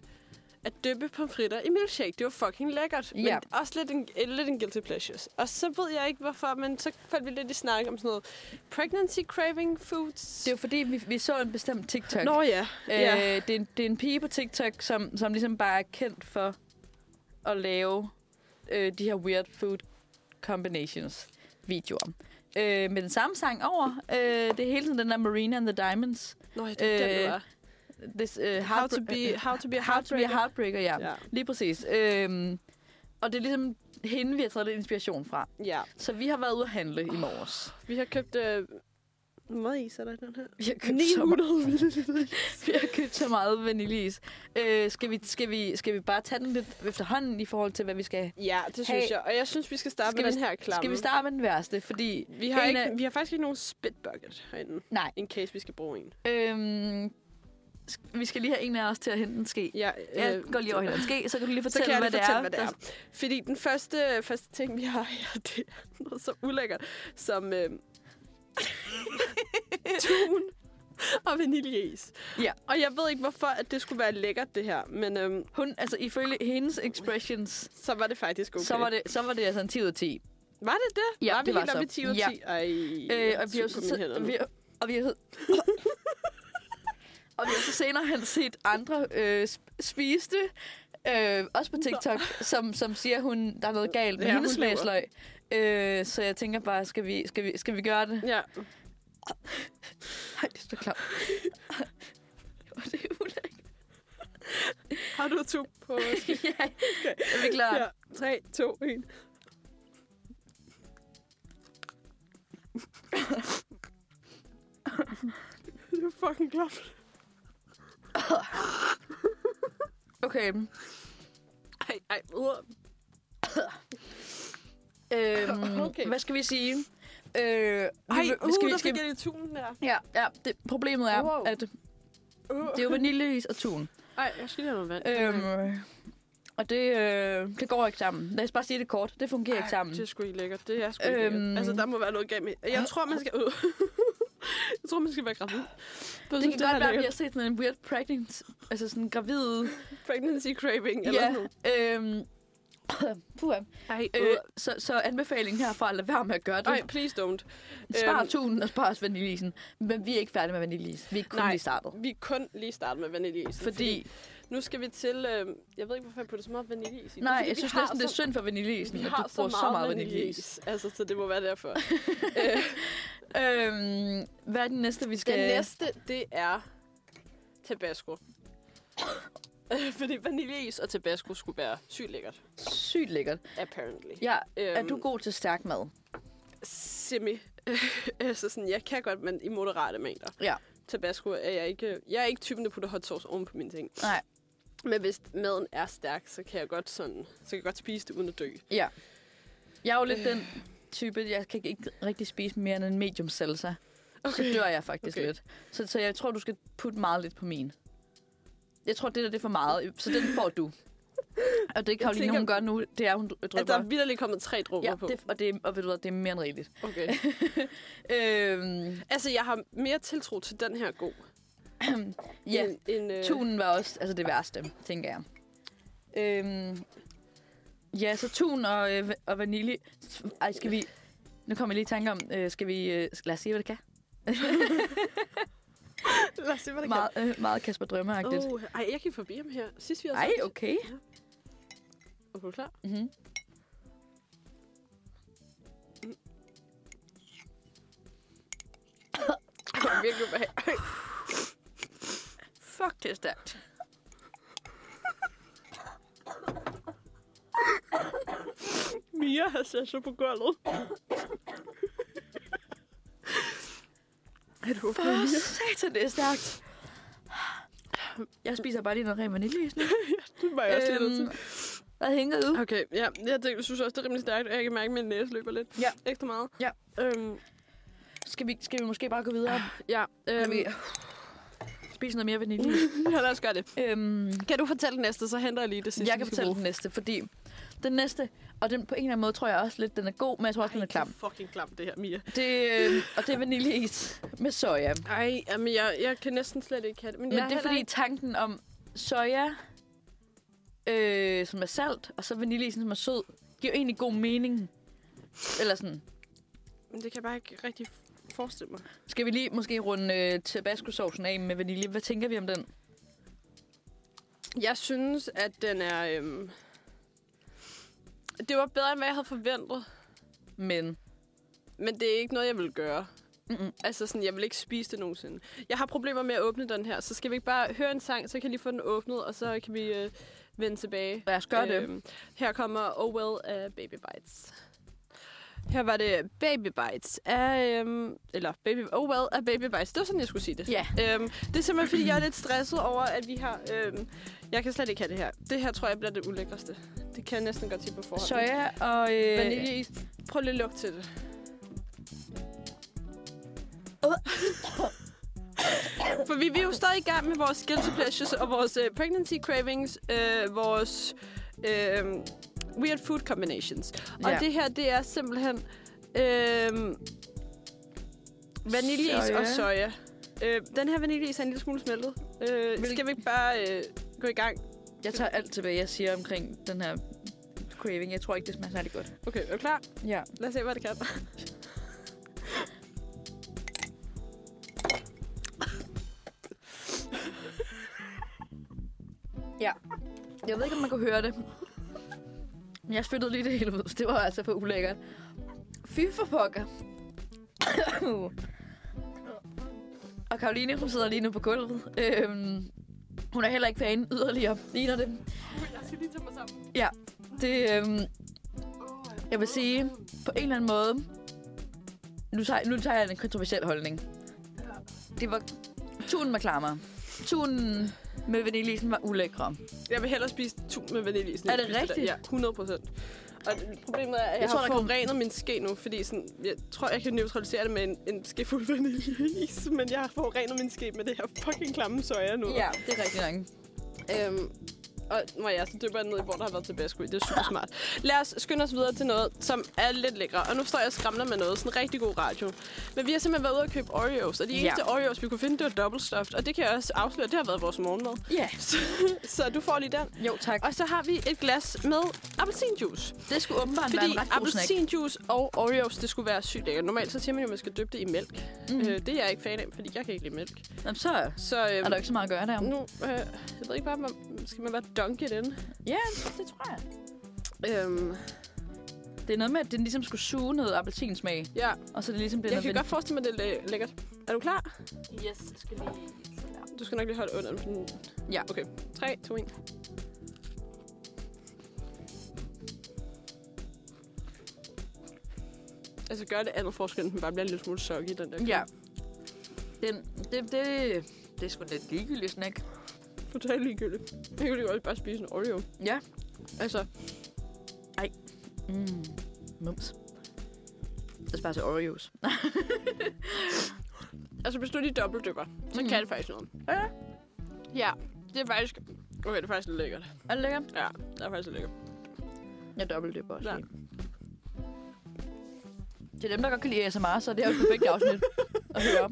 [SPEAKER 3] at døbe pomfritter i milkshake. Det var fucking lækkert.
[SPEAKER 2] Ja.
[SPEAKER 3] Men også lidt en, eh, lidt en guilty pleasures. Og så ved jeg ikke, hvorfor, men så faldt vi lidt i snak om sådan noget pregnancy craving foods.
[SPEAKER 2] Det var fordi, vi, vi så en bestemt TikTok.
[SPEAKER 3] Nå ja.
[SPEAKER 2] øh,
[SPEAKER 3] ja.
[SPEAKER 2] det, er en, det er en pige på TikTok, som, som ligesom bare er kendt for at lave øh, de her weird food combinations videoer. Øh, med den samme sang over. Øh, det er hele tiden den der Marina and the Diamonds.
[SPEAKER 3] Nå ja, det var den, det
[SPEAKER 2] øh,
[SPEAKER 3] var.
[SPEAKER 2] This, øh,
[SPEAKER 3] How to
[SPEAKER 2] heartbr- øh,
[SPEAKER 3] be, how to be a
[SPEAKER 2] How to be a
[SPEAKER 3] heartbreaker.
[SPEAKER 2] heartbreaker, ja.
[SPEAKER 3] Ja.
[SPEAKER 2] Lige præcis. Øhm, og det er ligesom hende, vi har taget lidt inspiration fra.
[SPEAKER 3] ja.
[SPEAKER 2] Så vi har været ude at handle i morges.
[SPEAKER 3] Vi har købt... Øh, hvor meget is er der i den her?
[SPEAKER 2] Vi har købt, så, meget,
[SPEAKER 3] 900 ml.
[SPEAKER 2] vi har købt så meget vaniljeis. Øh, skal, vi, skal, vi, skal vi bare tage den lidt efterhånden i forhold til, hvad vi skal...
[SPEAKER 3] Ja, det synes
[SPEAKER 2] Hey.
[SPEAKER 3] jeg. Og jeg synes, vi skal starte
[SPEAKER 2] Skal
[SPEAKER 3] med
[SPEAKER 2] vi-
[SPEAKER 3] den her klamme.
[SPEAKER 2] Skal vi starte med den værste? Fordi...
[SPEAKER 3] Vi har,
[SPEAKER 2] en
[SPEAKER 3] ikke,
[SPEAKER 2] af-
[SPEAKER 3] vi har faktisk ikke nogen spitbucket herinde,
[SPEAKER 2] Nej.
[SPEAKER 3] in case vi skal bruge en.
[SPEAKER 2] Øhm, sk- vi skal lige have en af os til at hente en ske.
[SPEAKER 3] Ja, øh,
[SPEAKER 2] Jeg går lige over hende en ske, så kan du lige
[SPEAKER 3] Så kan
[SPEAKER 2] fortælle,
[SPEAKER 3] jeg
[SPEAKER 2] hvad,
[SPEAKER 3] lige
[SPEAKER 2] det
[SPEAKER 3] fortælle,
[SPEAKER 2] er,
[SPEAKER 3] hvad det er. Fordi den første, første ting, vi har her, det er noget så ulækkert, som øh, tun og vaniljeis.
[SPEAKER 2] Ja.
[SPEAKER 3] Og jeg ved ikke, hvorfor at det skulle være lækkert, det her. Men øh,
[SPEAKER 2] Der. Hun, altså ifølge hendes expressions,
[SPEAKER 3] så var det faktisk okay.
[SPEAKER 2] okay. så, var det, så var det altså en 10 ud af 10.
[SPEAKER 3] var det det?
[SPEAKER 2] Ja,
[SPEAKER 3] var vi
[SPEAKER 2] det var
[SPEAKER 3] helt oppe i
[SPEAKER 2] så.
[SPEAKER 3] 10 og
[SPEAKER 2] Ja.
[SPEAKER 3] 10? Ej,
[SPEAKER 2] Øh, og vi har jo
[SPEAKER 3] super
[SPEAKER 2] så,
[SPEAKER 3] mine hænder
[SPEAKER 2] så,
[SPEAKER 3] nu.
[SPEAKER 2] vi, har- og vi har, så- og vi har så senere hen set andre øh, sp- spiste, øh, også på TikTok, som, som siger, hun der er noget galt med
[SPEAKER 3] Ja,
[SPEAKER 2] ja,
[SPEAKER 3] hun
[SPEAKER 2] hendes
[SPEAKER 3] lever.
[SPEAKER 2] smagsløg. Øh, så jeg tænker bare, skal vi, skal vi, skal vi gøre det?
[SPEAKER 3] Ja,
[SPEAKER 2] Nej, det står klart. det er ulækkert.
[SPEAKER 3] har du to på?
[SPEAKER 2] ja, er vi klar?
[SPEAKER 3] Ja, 3, 2, 1. det er fucking klamt.
[SPEAKER 2] Okay.
[SPEAKER 3] Ej, ej, uh.
[SPEAKER 2] Øhm,
[SPEAKER 3] Okay.
[SPEAKER 2] okay. Hvad skal vi sige? Øh,
[SPEAKER 3] Ej,
[SPEAKER 2] vi-
[SPEAKER 3] uh,
[SPEAKER 2] skal
[SPEAKER 3] der
[SPEAKER 2] vi,
[SPEAKER 3] fik
[SPEAKER 2] skal,
[SPEAKER 3] jeg lige tunen der.
[SPEAKER 2] ja, ja det, problemet er,
[SPEAKER 3] Wow.
[SPEAKER 2] at
[SPEAKER 3] Uh.
[SPEAKER 2] det er jo vaniljeis og tun.
[SPEAKER 3] Ej, jeg skal lige have noget vand.
[SPEAKER 2] Øhm, Og det, øh, det går ikke sammen. Lad os bare sige det kort. Det fungerer Ej, ikke sammen.
[SPEAKER 3] Det er sgu ikke lækkert. Det er sgu ikke
[SPEAKER 2] Øhm.
[SPEAKER 3] lækkert. Altså, der må være noget galt med. Jeg tror, man skal ud. jeg tror, man skal være gravid. For jeg
[SPEAKER 2] det
[SPEAKER 3] synes,
[SPEAKER 2] kan godt
[SPEAKER 3] er
[SPEAKER 2] være, at vi har
[SPEAKER 3] lækkert.
[SPEAKER 2] set sådan en weird pregnant, altså sådan gravid.
[SPEAKER 3] Pregnancy craving eller sådan noget.
[SPEAKER 2] øhm, puha.
[SPEAKER 3] Ej,
[SPEAKER 2] Øh, så, så anbefalingen herfra, lad være med at gøre det.
[SPEAKER 3] Nej, please don't.
[SPEAKER 2] Spar
[SPEAKER 3] øhm.
[SPEAKER 2] tunen og spar os vaniljeisen. Men vi er ikke færdige med vaniljeisen. Vi er kun
[SPEAKER 3] Nej.
[SPEAKER 2] lige startet.
[SPEAKER 3] Vi er kun lige starte med vaniljeis.
[SPEAKER 2] Fordi,
[SPEAKER 3] nu skal vi til... Øh, jeg ved ikke, hvorfor jeg putter så meget vaniljeis i.
[SPEAKER 2] nej,
[SPEAKER 3] Fordi vi
[SPEAKER 2] jeg synes
[SPEAKER 3] har
[SPEAKER 2] næsten, det er
[SPEAKER 3] så-
[SPEAKER 2] synd for vaniljeisen,
[SPEAKER 3] Vi
[SPEAKER 2] at
[SPEAKER 3] har
[SPEAKER 2] du bruger så meget vaniljeis.
[SPEAKER 3] Altså, så det må være derfor.
[SPEAKER 2] Øhm, hvad er det næste, vi skal...
[SPEAKER 3] Den næste, det er tabasco. Øh, Fordi vaniljeis og tabasco skulle være sygt lækkert,
[SPEAKER 2] Sygt lækkert.
[SPEAKER 3] apparently.
[SPEAKER 2] Ja,
[SPEAKER 3] øhm,
[SPEAKER 2] er du god til stærk mad?
[SPEAKER 3] Semi. altså sådan, jeg kan godt, men i moderate mængder.
[SPEAKER 2] Ja.
[SPEAKER 3] Tabasco er jeg ikke... Jeg er ikke typen, der putter hot sauce oven på mine ting.
[SPEAKER 2] Nej.
[SPEAKER 3] Men hvis maden er stærk, så kan jeg godt sådan... Så kan jeg godt spise det uden at dø.
[SPEAKER 2] Ja. Jeg er jo lidt
[SPEAKER 3] Øh.
[SPEAKER 2] den type, jeg kan ikke rigtig spise mere end en medium salsa. Okay. Så dør jeg faktisk okay.
[SPEAKER 3] Okay.
[SPEAKER 2] lidt. Så, så jeg tror, du skal putte meget lidt på min. Jeg tror, det der det er for meget, så den får du. Og det Karoline,
[SPEAKER 3] tænker-
[SPEAKER 2] hun gør nu, det er, hun drypper.
[SPEAKER 3] At der er vidderligt kommet tre dråber
[SPEAKER 2] Altså, ja,
[SPEAKER 3] på.
[SPEAKER 2] det, og, det, og ved du hvad, det er mere end rigtigt.
[SPEAKER 3] Okay.
[SPEAKER 2] Øhm,
[SPEAKER 3] altså, jeg har mere tiltro til den her god.
[SPEAKER 2] ja,
[SPEAKER 3] End, end, øh,
[SPEAKER 2] tunen var også altså det værste, tænker jeg. Øhm, ja, så tun og, øh, va- og vanilje. Ej, skal vi... Nu kommer jeg lige i tanke om, øh, skal vi... Øh, lad os se, hvad det kan.
[SPEAKER 3] Lad os se, hvad der
[SPEAKER 2] Meget, øh, meget Kasper Drømmeragtigt.
[SPEAKER 3] Uh, ej, jeg gik forbi ham her. Sidst vi havde
[SPEAKER 2] Ej,
[SPEAKER 3] sagt-
[SPEAKER 2] okay.
[SPEAKER 3] Er du klar?
[SPEAKER 2] Mm-hmm.
[SPEAKER 3] Mm. Det var virkelig ubehageligt.
[SPEAKER 2] Fuck, det er stærkt.
[SPEAKER 3] Mia har sat sig på gulvet. er du okay?
[SPEAKER 2] For satan, det er stærkt. Jeg spiser bare lige noget ren vanilje.
[SPEAKER 3] Det var jeg også lidt
[SPEAKER 2] Øhm,
[SPEAKER 3] til.
[SPEAKER 2] hvad hænger ud?
[SPEAKER 3] Okay, ja. Jeg tænker, synes også, det er rimelig stærkt, og jeg kan mærke, at min næse løber lidt.
[SPEAKER 2] Ja.
[SPEAKER 3] Ekstra meget.
[SPEAKER 2] Ja.
[SPEAKER 3] Øhm,
[SPEAKER 2] Skal vi, skal vi måske bare gå videre?
[SPEAKER 3] ja.
[SPEAKER 2] Øhm,
[SPEAKER 3] Øhm,
[SPEAKER 2] vi spise noget mere vanilje?
[SPEAKER 3] ja, lad os gøre det.
[SPEAKER 2] øhm,
[SPEAKER 3] Kan du fortælle den næste, så henter jeg lige det sidste.
[SPEAKER 2] jeg kan fortælle den næste, fordi den næste, og den på en eller anden måde tror jeg også lidt, den er god, men jeg tror også, den er klam.
[SPEAKER 3] Det er fucking klam, det her, Mia.
[SPEAKER 2] Det, øh, og det er vaniljeis med soja.
[SPEAKER 3] Ej, jamen, jeg, jeg kan næsten slet ikke have det. Men,
[SPEAKER 2] Men
[SPEAKER 3] jeg
[SPEAKER 2] det er
[SPEAKER 3] heller
[SPEAKER 2] fordi tanken om soja, øh, som er salt, og så vaniljeisen, som er sød, giver jo egentlig god mening. Eller sådan.
[SPEAKER 3] ikke- Men det kan jeg bare ikke rigtig forestille mig.
[SPEAKER 2] Skal vi lige måske runde øh, tabasco-sovsen af med vanilje? Hvad tænker vi om den?
[SPEAKER 3] Jeg synes, at den er... Øhm... Det var bedre, end hvad jeg havde forventet.
[SPEAKER 2] Men
[SPEAKER 3] Men det er ikke noget, jeg vil gøre.
[SPEAKER 2] Mm-mm.
[SPEAKER 3] Altså sådan, jeg vil ikke spise det nogensinde. Jeg har problemer med at åbne den her, så skal vi ikke bare høre en sang, så kan jeg lige få den åbnet, og så kan vi øh, vende tilbage.
[SPEAKER 2] lad os gøre øh, det.
[SPEAKER 3] Øhm, her kommer Oh Well af Baby Bites. Her var det Baby Bites af... Øhm, eller Baby, Oh Well af Baby Bites. Det var sådan, jeg skulle sige det.
[SPEAKER 2] Ja.
[SPEAKER 3] Øhm, det er simpelthen, fordi jeg er lidt stresset over, at vi har... Øhm, jeg kan slet ikke have det her. Det her tror jeg bliver det ulækreste. Det kan jeg næsten godt sige på forhånd.
[SPEAKER 2] Soja og... Øh,
[SPEAKER 3] Vaniljeis. Prøv lige at lugte til det. For vi, vi er jo stadig i gang med vores guilty pleasures og vores øh, pregnancy cravings, øh, vores øh, weird food combinations. Og
[SPEAKER 2] Ja.
[SPEAKER 3] det her, det er simpelthen øh, vaniljeis
[SPEAKER 2] Soja.
[SPEAKER 3] og soja. Øh, den her vaniljeis er en lille smule smeltet. Øh,
[SPEAKER 2] Vil-
[SPEAKER 3] skal vi ikke bare øh, gå i gang?
[SPEAKER 2] Jeg tager alt tilbage, jeg siger omkring den her craving. Jeg tror ikke, det smager særlig godt.
[SPEAKER 3] Okay, er du klar?
[SPEAKER 2] Ja.
[SPEAKER 3] Lad os se, hvad det kan.
[SPEAKER 2] Jeg ved ikke, om man kunne høre det. Men Jeg spyttede lige det hele ud. så Det var altså for ulækkert. Fy for pokker. Og Karoline, hun sidder lige nu på gulvet. Øhm, hun er heller ikke fan yderligere. Ligner det.
[SPEAKER 3] Jeg skal lige tage mig sammen.
[SPEAKER 2] Det, øhm, jeg vil sige, på en eller anden måde... Nu tager, nu tager jeg en kontroversiel holdning. Det var... Tunen var klammer. Tunen med vaniljeisen var ulækre.
[SPEAKER 3] Jeg vil hellere spise tun med vaniljeis. end
[SPEAKER 2] Er
[SPEAKER 3] jeg
[SPEAKER 2] det
[SPEAKER 3] spiser
[SPEAKER 2] rigtigt?
[SPEAKER 3] der. Ja, 100 procent. Og problemet er, at jeg, jeg
[SPEAKER 2] tror,
[SPEAKER 3] tror,
[SPEAKER 2] der
[SPEAKER 3] har
[SPEAKER 2] kom-
[SPEAKER 3] forurenet min ske nu, fordi sådan, jeg tror, jeg kan neutralisere det med en, en skefuld vaniljeis, men jeg har forurenet min ske med det her fucking klamme soja nu.
[SPEAKER 2] Ja, det er rigtigt nok.
[SPEAKER 3] Øhm, Og når jeg så dypper jeg ned i, hvor der har været tabasco i. Det er super smart. Lad os skynde os videre til noget, som er lidt lækre. Og nu står jeg og skramler med noget. Sådan en rigtig god radio. Men vi har simpelthen været ude og købe Oreos. Og de
[SPEAKER 2] Ja.
[SPEAKER 3] eneste Oreos, vi kunne finde, det var double stuffed. Og det kan jeg også afsløre, det har været vores morgenmad.
[SPEAKER 2] Ja.
[SPEAKER 3] Så, så du får lige den.
[SPEAKER 2] Jo, tak.
[SPEAKER 3] Og så har vi et glas med appelsinjuice.
[SPEAKER 2] Det skulle åbenbart være
[SPEAKER 3] Fordi
[SPEAKER 2] en ret god snack.
[SPEAKER 3] appelsinjuice og Oreos, det skulle være sygt lækkert. Normalt så siger man jo, at man skal dyppe det i mælk. Mm. Øh, det er jeg ikke fan af, fordi jeg kan ikke lide mælk.
[SPEAKER 2] Jamen, så
[SPEAKER 3] Så øhm,
[SPEAKER 2] er der ikke så meget at gøre der.
[SPEAKER 3] nu, øh, jeg ved ikke bare, man, skal man bare dunke det ind?
[SPEAKER 2] Ja, det tror jeg.
[SPEAKER 3] Øhm,
[SPEAKER 2] Det er noget med, at den ligesom skulle suge noget appelsinsmag,
[SPEAKER 3] ja,
[SPEAKER 2] og så det ligesom bliver
[SPEAKER 3] jeg kan
[SPEAKER 2] noget
[SPEAKER 3] godt forestille mig, at det er læ- lækkert. Er du klar?
[SPEAKER 2] Yes, skal lige...
[SPEAKER 3] Du skal nok lige holde under den. for den-
[SPEAKER 2] Ja.
[SPEAKER 3] Okay, 3, 2, 1. Altså gør det andet forskel, end den bare bliver en lille smule soggy, den der.
[SPEAKER 2] Ja. Den, det, det, det er sgu lidt ligegyldigt snack.
[SPEAKER 3] Totalt ligegyldigt. Jeg kunne lige godt bare spise en Oreo.
[SPEAKER 2] Ja.
[SPEAKER 3] Altså,
[SPEAKER 2] Mm. Mums. Det sparer til Oreos.
[SPEAKER 3] altså hvis du lige dobbeltdypper, så
[SPEAKER 2] Mhm.
[SPEAKER 3] kan det faktisk noget.
[SPEAKER 2] Ja.
[SPEAKER 3] Ja, det er faktisk... Okay, det er faktisk lidt lækkert.
[SPEAKER 2] Er det lækkert?
[SPEAKER 3] Ja, det er faktisk lidt lækkert.
[SPEAKER 2] Jeg dobbeltdypper også
[SPEAKER 3] Ja.
[SPEAKER 2] ja. Til dem, der godt kan lide ASMR, så er det her jo et perfekt afsnit at høre.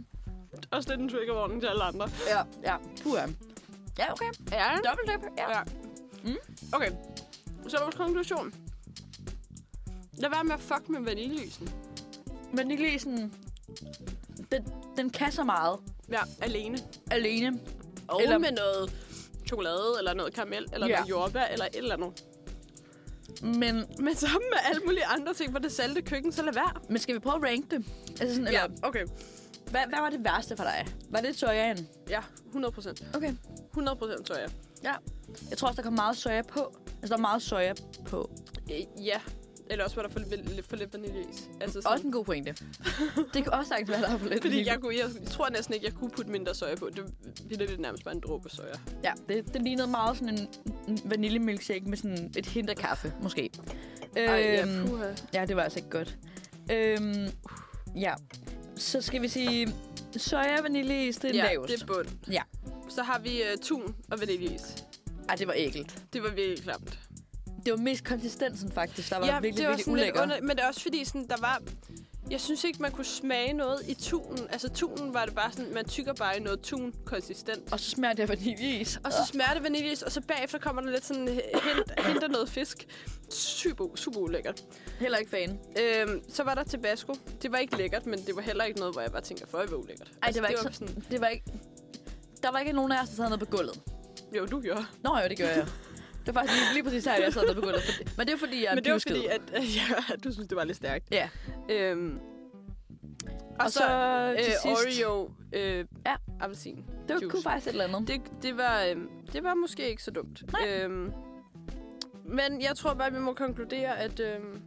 [SPEAKER 3] Også lidt en trigger warning til alle andre.
[SPEAKER 2] Ja, ja. Puha. Ja, okay.
[SPEAKER 3] Ja.
[SPEAKER 2] Dobbeltdypper, ja.
[SPEAKER 3] ja.
[SPEAKER 2] Mm.
[SPEAKER 3] Okay, så vores konklusion. Lad være med at fuck med vaniljelysen.
[SPEAKER 2] Men ikke lige sådan... Den, den kan så meget
[SPEAKER 3] Ja, alene.
[SPEAKER 2] alene.
[SPEAKER 3] Og eller
[SPEAKER 2] Eller-
[SPEAKER 3] med noget chokolade, eller noget karamel, eller ja.
[SPEAKER 2] Ja.
[SPEAKER 3] noget jordbær, eller et eller andet.
[SPEAKER 2] Men,
[SPEAKER 3] Men sammen med alle mulige andre ting, hvor det salte køkken, så lad være.
[SPEAKER 2] men skal vi prøve at ranke det? Altså sådan, eller,
[SPEAKER 3] okay.
[SPEAKER 2] hvad, hvad var det værste for dig? Var det sojaen?
[SPEAKER 3] Ja, 100 procent.
[SPEAKER 2] Okay.
[SPEAKER 3] 100 procent, tror jeg.
[SPEAKER 2] Jeg tror også, der kom meget soja på. Altså, der var meget soja på.
[SPEAKER 3] Øh, ja. Eller også var der for, lidt- for lidt vaniljeis. Altså sådan,
[SPEAKER 2] Også en god pointe. det kan også sagtens være, der er for lidt.
[SPEAKER 3] fordi
[SPEAKER 2] vanilje.
[SPEAKER 3] jeg, kunne, jeg tror næsten ikke, jeg kunne putte mindre soja på. Det ville det nærmest bare en dråbe soja.
[SPEAKER 2] Ja, det, det lignede meget sådan en, en vaniljemilkshake med sådan et hint af kaffe, måske.
[SPEAKER 3] Ej, ja,
[SPEAKER 2] Øhm,
[SPEAKER 3] puha.
[SPEAKER 2] ja, det var altså ikke godt. Øhm, ja, så skal vi sige soja vanilje det er
[SPEAKER 3] ja,
[SPEAKER 2] lavest.
[SPEAKER 3] det er bund.
[SPEAKER 2] Ja.
[SPEAKER 3] Så har vi uh, tun og vaniljeis.
[SPEAKER 2] Ej, det var ægelt.
[SPEAKER 3] Det var virkelig klamt.
[SPEAKER 2] Det var mest konsistensen, faktisk, der var virkelig, virkelig
[SPEAKER 3] sådan lidt
[SPEAKER 2] ulækker.
[SPEAKER 3] underligt, men det er også fordi, sådan, der var... Jeg synes ikke, man kunne smage noget i tunen. Altså, tunen var det bare sådan, man tykker bare i noget tun-konsistent.
[SPEAKER 2] Og så smager det af vaniljeis.
[SPEAKER 3] Og så smager det vaniljeis, og så bagefter kommer der lidt sådan øh, hint, hint af noget fisk. Super, super ulækkert.
[SPEAKER 2] Heller ikke fan. Altså,
[SPEAKER 3] Øhm, så var der Tabasco. Det var ikke lækkert, men det var heller ikke noget, hvor jeg bare tænker, for det var ulækkert. Ej,
[SPEAKER 2] det var ikke Det var ikke... Der var ikke nogen af os, der sad nede på gulvet.
[SPEAKER 3] Jo, du gjorde.
[SPEAKER 2] Nå jo, det gør jeg. Det var faktisk lige, lige præcis her, jeg sad nede på gulvet. For- Men det er fordi, jeg er
[SPEAKER 3] men det var
[SPEAKER 2] pivskæd.
[SPEAKER 3] fordi, at, at, ja, at du synes, det var lidt stærkt.
[SPEAKER 2] Ja.
[SPEAKER 3] Øhm, og,
[SPEAKER 2] Og, så, til
[SPEAKER 3] øh,
[SPEAKER 2] sidst,
[SPEAKER 3] Oreo øh, ja.
[SPEAKER 2] Ja.
[SPEAKER 3] appelsin.
[SPEAKER 2] det var,
[SPEAKER 3] juice.
[SPEAKER 2] kunne faktisk et eller andet.
[SPEAKER 3] Det, det, var, øhm, det var måske ikke så dumt.
[SPEAKER 2] Nej.
[SPEAKER 3] Øhm, men jeg tror bare, at vi må konkludere, at øhm,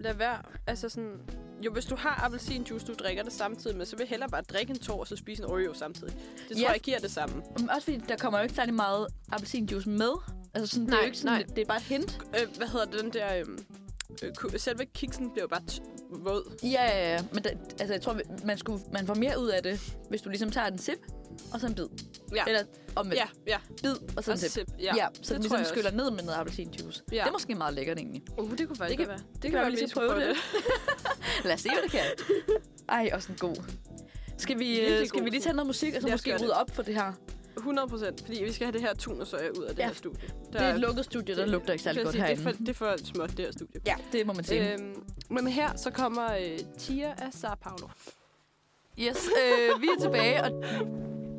[SPEAKER 3] lad være. Altså sådan, jo, hvis du har appelsinjuice, du drikker det samtidig med, så vil jeg hellere bare drikke en tår og så spise en Oreo samtidig. Det tror
[SPEAKER 2] Ja.
[SPEAKER 3] jeg giver det samme.
[SPEAKER 2] Men også fordi, der kommer jo ikke særlig meget appelsinjuice med. Altså sådan, det er
[SPEAKER 3] Nej,
[SPEAKER 2] jo ikke sådan,
[SPEAKER 3] nej.
[SPEAKER 2] Det, det er bare et hint.
[SPEAKER 3] Øh, hvad hedder det, den der... Øhm, øh, ku- selve kiksen bliver jo bare t- våd.
[SPEAKER 2] Ja, ja, ja. Men der, altså, jeg tror, man, skulle, man får mere ud af det, hvis du ligesom tager en sip, og så en bid.
[SPEAKER 3] Ja.
[SPEAKER 2] Eller omvendt.
[SPEAKER 3] Ja, ja.
[SPEAKER 2] Bid, og så en
[SPEAKER 3] Og
[SPEAKER 2] sip.
[SPEAKER 3] sip.
[SPEAKER 2] Ja, ja så
[SPEAKER 3] det
[SPEAKER 2] den
[SPEAKER 3] tror
[SPEAKER 2] ligesom
[SPEAKER 3] jeg også.
[SPEAKER 2] skyller ned med noget appelsinjuice.
[SPEAKER 3] Ja.
[SPEAKER 2] Det er måske meget lækkert egentlig.
[SPEAKER 3] Uh, det kunne faktisk
[SPEAKER 2] Det
[SPEAKER 3] godt være. Det,
[SPEAKER 2] kan være, vi lige skal prøve
[SPEAKER 3] skulle
[SPEAKER 2] Lad os se, hvad det kan. Ej, også en god. Skal vi, øh,
[SPEAKER 3] Virkelig
[SPEAKER 2] skal
[SPEAKER 3] god.
[SPEAKER 2] vi lige tage noget musik, og så
[SPEAKER 3] Lad os
[SPEAKER 2] måske
[SPEAKER 3] gøre det.
[SPEAKER 2] rydde op for det her?
[SPEAKER 3] 100 procent, fordi vi skal have det her tun og soja ud af det
[SPEAKER 2] Ja.
[SPEAKER 3] her studie. Der,
[SPEAKER 2] Det er et lukket studie, der
[SPEAKER 3] det-
[SPEAKER 2] lugter ikke særlig
[SPEAKER 3] jeg
[SPEAKER 2] godt
[SPEAKER 3] sige, det, er
[SPEAKER 2] herinde.
[SPEAKER 3] for, det er for småt, det her studie.
[SPEAKER 2] Ja, det må man sige.
[SPEAKER 3] Øhm, men her så kommer øh, Tia af Sao Paulo.
[SPEAKER 2] Yes, øh, vi er tilbage, og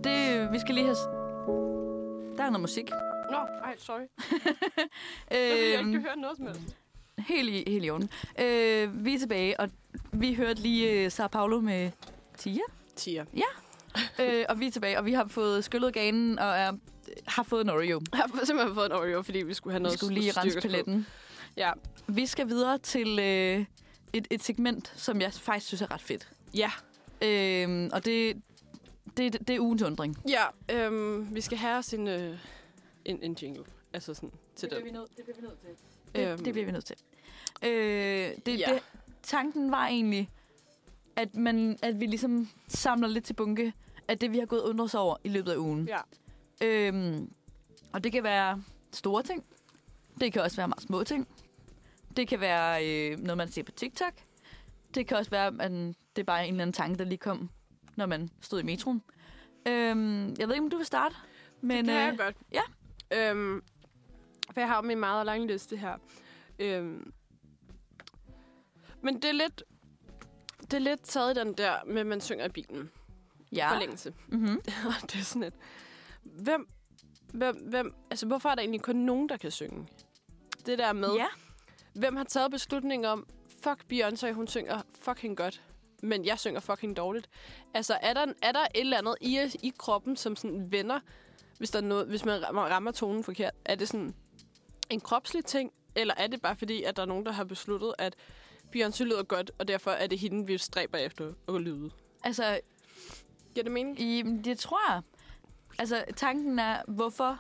[SPEAKER 2] det, vi skal lige have... s- Der er noget musik.
[SPEAKER 3] Nå, ej, sorry.
[SPEAKER 2] Øh,
[SPEAKER 3] høre noget som helst.
[SPEAKER 2] helt i, helt i orden. Øh, vi er tilbage, og vi hørte lige øh, Sao Paulo med Tia.
[SPEAKER 3] Tia.
[SPEAKER 2] Øh, og vi er tilbage, og vi har fået skyllet ganen og er, har fået en Oreo.
[SPEAKER 3] Jeg har simpelthen fået en Oreo, fordi vi skulle have
[SPEAKER 2] Vi
[SPEAKER 3] noget
[SPEAKER 2] skulle lige rense
[SPEAKER 3] styrkespil.
[SPEAKER 2] paletten.
[SPEAKER 3] Ja.
[SPEAKER 2] Vi skal videre til øh, et, et segment, som jeg faktisk synes er ret fedt.
[SPEAKER 3] Ja.
[SPEAKER 2] Øh, og det, det, det er ugens undring.
[SPEAKER 3] Ja, øhm, vi skal have os en, øh, en, en jingle. Altså sådan til den.
[SPEAKER 2] Det,
[SPEAKER 3] Øhm.
[SPEAKER 2] øhm. det bliver vi nødt til. Øh, det,
[SPEAKER 3] Ja.
[SPEAKER 2] ja. det, tanken var egentlig, at, man, at vi ligesom samler lidt til bunke af det, vi har gået og undret os over i løbet af ugen.
[SPEAKER 3] Ja.
[SPEAKER 2] Øhm, og det kan være store ting. Det kan også være meget små ting. Det kan være øh, noget, man ser på TikTok. Det kan også være, at det er bare en eller anden tanke, der lige kom, når man stod i metroen. Øhm, jeg ved ikke, om du vil starte. Men,
[SPEAKER 3] Men, det kan
[SPEAKER 2] øh,
[SPEAKER 3] jeg godt.
[SPEAKER 2] ja.
[SPEAKER 3] Øhm, for jeg har jo min meget lange liste her. Øhm, men det er lidt... Det er lidt taget i den der med, at man synger i bilen. Ja.
[SPEAKER 2] ja.
[SPEAKER 3] Forlængelse.
[SPEAKER 2] Mm-hmm.
[SPEAKER 3] Og det er sådan et... Hvem, hvem, hvem... Altså, hvorfor er der egentlig kun nogen, der kan synge? Det der med...
[SPEAKER 2] ja.
[SPEAKER 3] Hvem har taget beslutningen om, fuck Beyoncé, hun synger fucking godt, men jeg synger fucking dårligt? Altså, er der, er der et eller andet i, os- i kroppen, som sådan vender, hvis, der er noget, hvis man rammer, rammer tonen forkert? Er det sådan en kropslig ting, eller er det bare fordi, at der er nogen, der har besluttet, at Beyoncé lyder godt, og derfor er det hende, vi stræber efter at lyde?
[SPEAKER 2] Altså,
[SPEAKER 3] Giver det mening?
[SPEAKER 2] I, det tror jeg. Altså, tanken er, hvorfor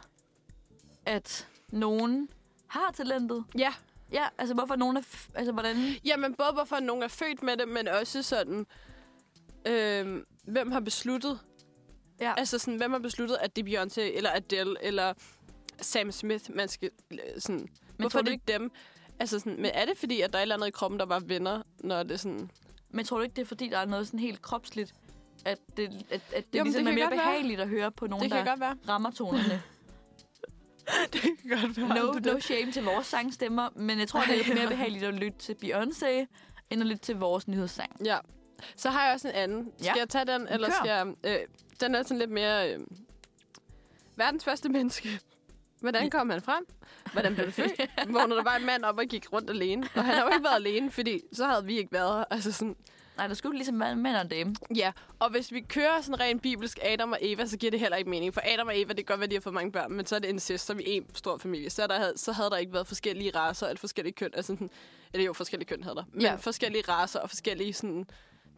[SPEAKER 2] at nogen har talentet.
[SPEAKER 3] Ja.
[SPEAKER 2] Ja, altså hvorfor nogen er... F- altså, hvordan...
[SPEAKER 3] Jamen, både hvorfor nogen er født med det, men også sådan, øh, hvem har besluttet,
[SPEAKER 2] Ja,
[SPEAKER 3] Altså sådan, hvem har besluttet, at det er Beyoncé, eller Adele, eller Sam Smith, man skal øh, sådan... Men hvorfor
[SPEAKER 2] tror
[SPEAKER 3] er
[SPEAKER 2] du
[SPEAKER 3] det ikke dem? Altså sådan, men er det fordi, at der er et eller andet i kroppen, der bare vender, når det er sådan...
[SPEAKER 2] men tror du ikke, det er fordi, der er noget sådan helt kropsligt, at det, at, at det ligesom
[SPEAKER 3] Jo, men det
[SPEAKER 2] det er
[SPEAKER 3] kan
[SPEAKER 2] mere
[SPEAKER 3] godt være.
[SPEAKER 2] behageligt at høre på nogen,
[SPEAKER 3] det kan
[SPEAKER 2] der
[SPEAKER 3] godt være.
[SPEAKER 2] rammer tonerne.
[SPEAKER 3] det kan godt være.
[SPEAKER 2] No, no shame til vores sangstemmer, men jeg tror, det er lidt mere behageligt at lytte til Beyoncé, end at lytte til vores nyhedssang.
[SPEAKER 3] Ja. Så har jeg også en anden. Skal
[SPEAKER 2] Ja.
[SPEAKER 3] jeg tage den, eller
[SPEAKER 2] Kør.
[SPEAKER 3] skal jeg... Øh, den er sådan lidt mere... Øh, verdens første menneske. Hvordan kom han frem? Hvordan blev det født? Vågnede der bare en mand op og gik rundt alene. Og han har jo ikke været alene, fordi så havde vi ikke været her. Altså sådan,
[SPEAKER 2] Nej, der skulle ligesom være en mand og en dame.
[SPEAKER 3] Ja, og hvis vi kører sådan rent bibelsk Adam og Eva, så giver det heller ikke mening. For Adam og Eva, det kan godt være, de har fået mange børn, men så er det incest, så er vi en stor familie. Så, er der, havde- så havde der ikke været forskellige raser eller forskellige køn. Altså sådan, eller jo, forskellige køn havde der. Men
[SPEAKER 2] Ja.
[SPEAKER 3] ja. forskellige raser og forskellige sådan...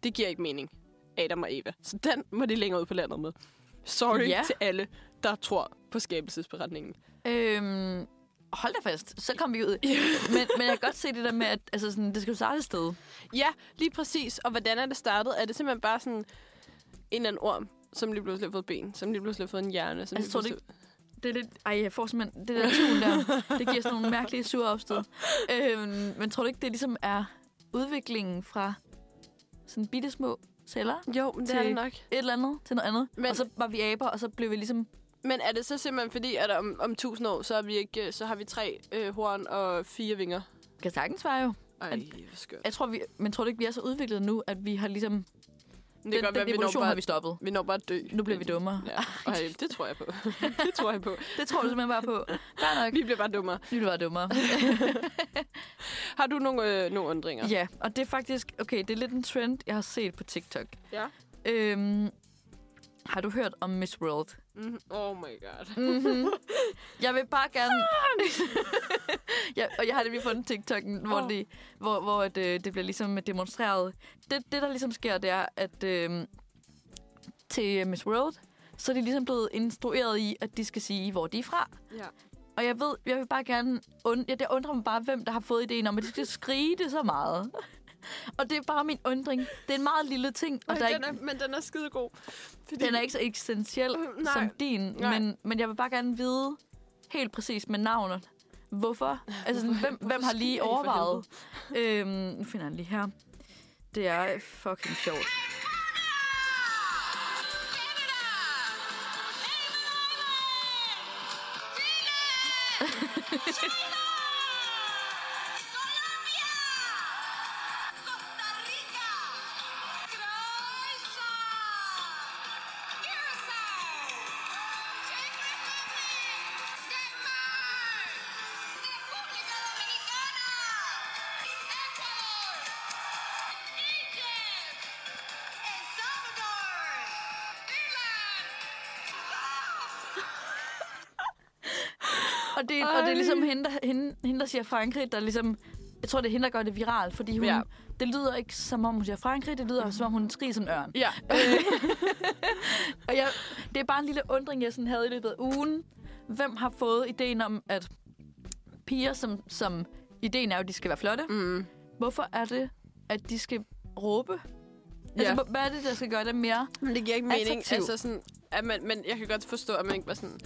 [SPEAKER 3] Det giver ikke mening. Adam og Eva. Så den må de længere ud på landet med. Sorry
[SPEAKER 2] Ja.
[SPEAKER 3] ja. til alle, der tror på skabelsesberetningen.
[SPEAKER 2] Øhm, hold da fast, så kom vi ud. men, men jeg kan godt se det der med, at altså sådan, det skal jo starte et sted.
[SPEAKER 3] Ja, lige præcis. Og hvordan er det startet? Er det simpelthen bare sådan en eller anden orm, som lige pludselig har fået ben, som lige pludselig har fået en hjerne?
[SPEAKER 2] Altså,
[SPEAKER 3] Som lige
[SPEAKER 2] tror du
[SPEAKER 3] pludselig-
[SPEAKER 2] Det er lidt... Ej, jeg får simpelthen... Det der tun der, det giver sådan nogle mærkelige sure opstød. Øhm, men tror du ikke, det ligesom er udviklingen fra sådan bitte små celler?
[SPEAKER 3] Jo, men det
[SPEAKER 2] til-
[SPEAKER 3] er det nok.
[SPEAKER 2] Et eller andet til noget andet. Men...
[SPEAKER 3] Men-
[SPEAKER 2] Og så var vi aber, og så blev vi ligesom...
[SPEAKER 3] Men er det så simpelthen fordi, at om, om 1000 år, så, er vi ikke, øh, så har vi tre øh, horn og fire vinger?
[SPEAKER 2] Kan sagtens være jo.
[SPEAKER 3] Ej,
[SPEAKER 2] At-
[SPEAKER 3] hvor skørt.
[SPEAKER 2] Jeg tror, vi... Men tror du ikke, vi er så udviklet nu, at vi har ligesom... Den,
[SPEAKER 3] Det kan godt være,
[SPEAKER 2] den
[SPEAKER 3] vi når,
[SPEAKER 2] evolution
[SPEAKER 3] bare,
[SPEAKER 2] har vi stoppet.
[SPEAKER 3] vi når bare at dø.
[SPEAKER 2] Nu bliver vi dummere.
[SPEAKER 3] Ja. Ej, det tror jeg på. det tror jeg på.
[SPEAKER 2] Det tror du simpelthen bare på. Fair nok.
[SPEAKER 3] Vi bliver bare dummere.
[SPEAKER 2] Nu bliver vi dummere.
[SPEAKER 3] Har du nogle, øh, nogle undringer?
[SPEAKER 2] Ja. ja, og det er faktisk... Okay, det er lidt en trend, jeg har set på TikTok.
[SPEAKER 3] Ja.
[SPEAKER 2] Øhm, har du hørt om Miss World?
[SPEAKER 3] Mm-hmm. Oh my god.
[SPEAKER 2] Mm-hmm. Jeg vil bare gerne... ja, og jeg har nemlig fundet TikTok'en, hvor,
[SPEAKER 3] Åh.
[SPEAKER 2] det, hvor, hvor at, øh, det bliver ligesom demonstreret. Det, det der ligesom sker, det er, at øh, til øh, Miss World, så er de ligesom blevet instrueret i, at de skal sige, hvor de er fra.
[SPEAKER 3] Ja.
[SPEAKER 2] Og jeg ved, jeg vil bare gerne... Und- ja, det undrer mig bare, hvem der har fået ideen om, at de skal skrige det så meget. og det er bare min undring. Det er en meget lille ting, og
[SPEAKER 3] Ej,
[SPEAKER 2] der er
[SPEAKER 3] den
[SPEAKER 2] ikke
[SPEAKER 3] er, men den er skidegod. Fordi,
[SPEAKER 2] den er ikke så eksistentiel
[SPEAKER 3] Mm,
[SPEAKER 2] nej,
[SPEAKER 3] nej.
[SPEAKER 2] som din,
[SPEAKER 3] Nej.
[SPEAKER 2] men, men jeg vil bare gerne vide helt præcis med navnet. Hvorfor? Altså, sådan, hvem, hvem har lige
[SPEAKER 3] skriger I for
[SPEAKER 2] overvejet? Øhm, nu finder jeg den lige her. Det er fucking sjovt. Og det, og det er
[SPEAKER 3] Ej.
[SPEAKER 2] ligesom hende der, hende, hende, der siger Frankrig, der ligesom... Jeg tror, det er hende, der gør det viralt, fordi hun... Ja.
[SPEAKER 3] Ja. Mhm.
[SPEAKER 2] Det lyder ikke, som om hun siger Frankrig. Det lyder, som om hun skriger som en ørn.
[SPEAKER 3] Ja.
[SPEAKER 2] Og jeg, det er bare en lille undring, jeg sådan havde i løbet af ugen. Hvem har fået ideen om, at piger, som, som ideen er jo, at de skal være flotte.
[SPEAKER 3] Mm.
[SPEAKER 2] Hvorfor er det, at de skal råbe? Altså,
[SPEAKER 3] Ja.
[SPEAKER 2] hvor- hvad er det, der skal gøre dem mere?
[SPEAKER 3] Men det giver ikke mening.
[SPEAKER 2] Attraktiv.
[SPEAKER 3] Altså sådan, at man, men jeg kan godt forstå, at man ikke var sådan...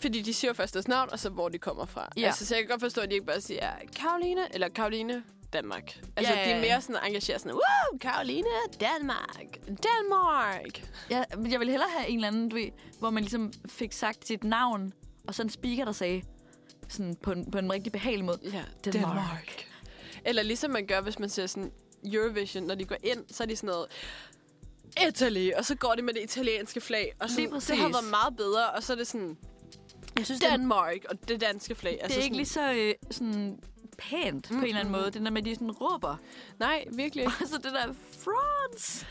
[SPEAKER 3] Fordi de siger jo først deres navn, og så hvor de kommer fra.
[SPEAKER 2] Ja.
[SPEAKER 3] Ja. Altså, så jeg kan godt forstå, at de ikke bare siger, Karoline, eller Karoline, Danmark. Altså,
[SPEAKER 2] Ja, ja,
[SPEAKER 3] ja, ja. de
[SPEAKER 2] ja.
[SPEAKER 3] er mere sådan engageret sådan, wow, Karoline, Danmark, Danmark.
[SPEAKER 2] Jeg, men jeg ville hellere have en eller anden, du ved, hvor man ligesom fik sagt sit navn, og så en speaker, der sagde sådan på en, på en rigtig behagelig måde.
[SPEAKER 3] Ja,
[SPEAKER 2] Danmark.
[SPEAKER 3] Eller ligesom man gør, hvis man ser sådan Eurovision, når de går ind, så er de sådan noget, Italy, og så går de med det italienske flag. Og sådan,
[SPEAKER 2] Lige præcis.
[SPEAKER 3] det har været meget bedre, og så er det sådan,
[SPEAKER 2] Jeg synes, det, er-
[SPEAKER 3] Danmark, og det danske flag. Altså
[SPEAKER 2] det er ikke lige så øh, sådan pænt mm. på en eller anden
[SPEAKER 3] Mm-hmm.
[SPEAKER 2] måde. Det der med, at de sådan råber.
[SPEAKER 3] Nej, virkelig.
[SPEAKER 2] Og så det der, France!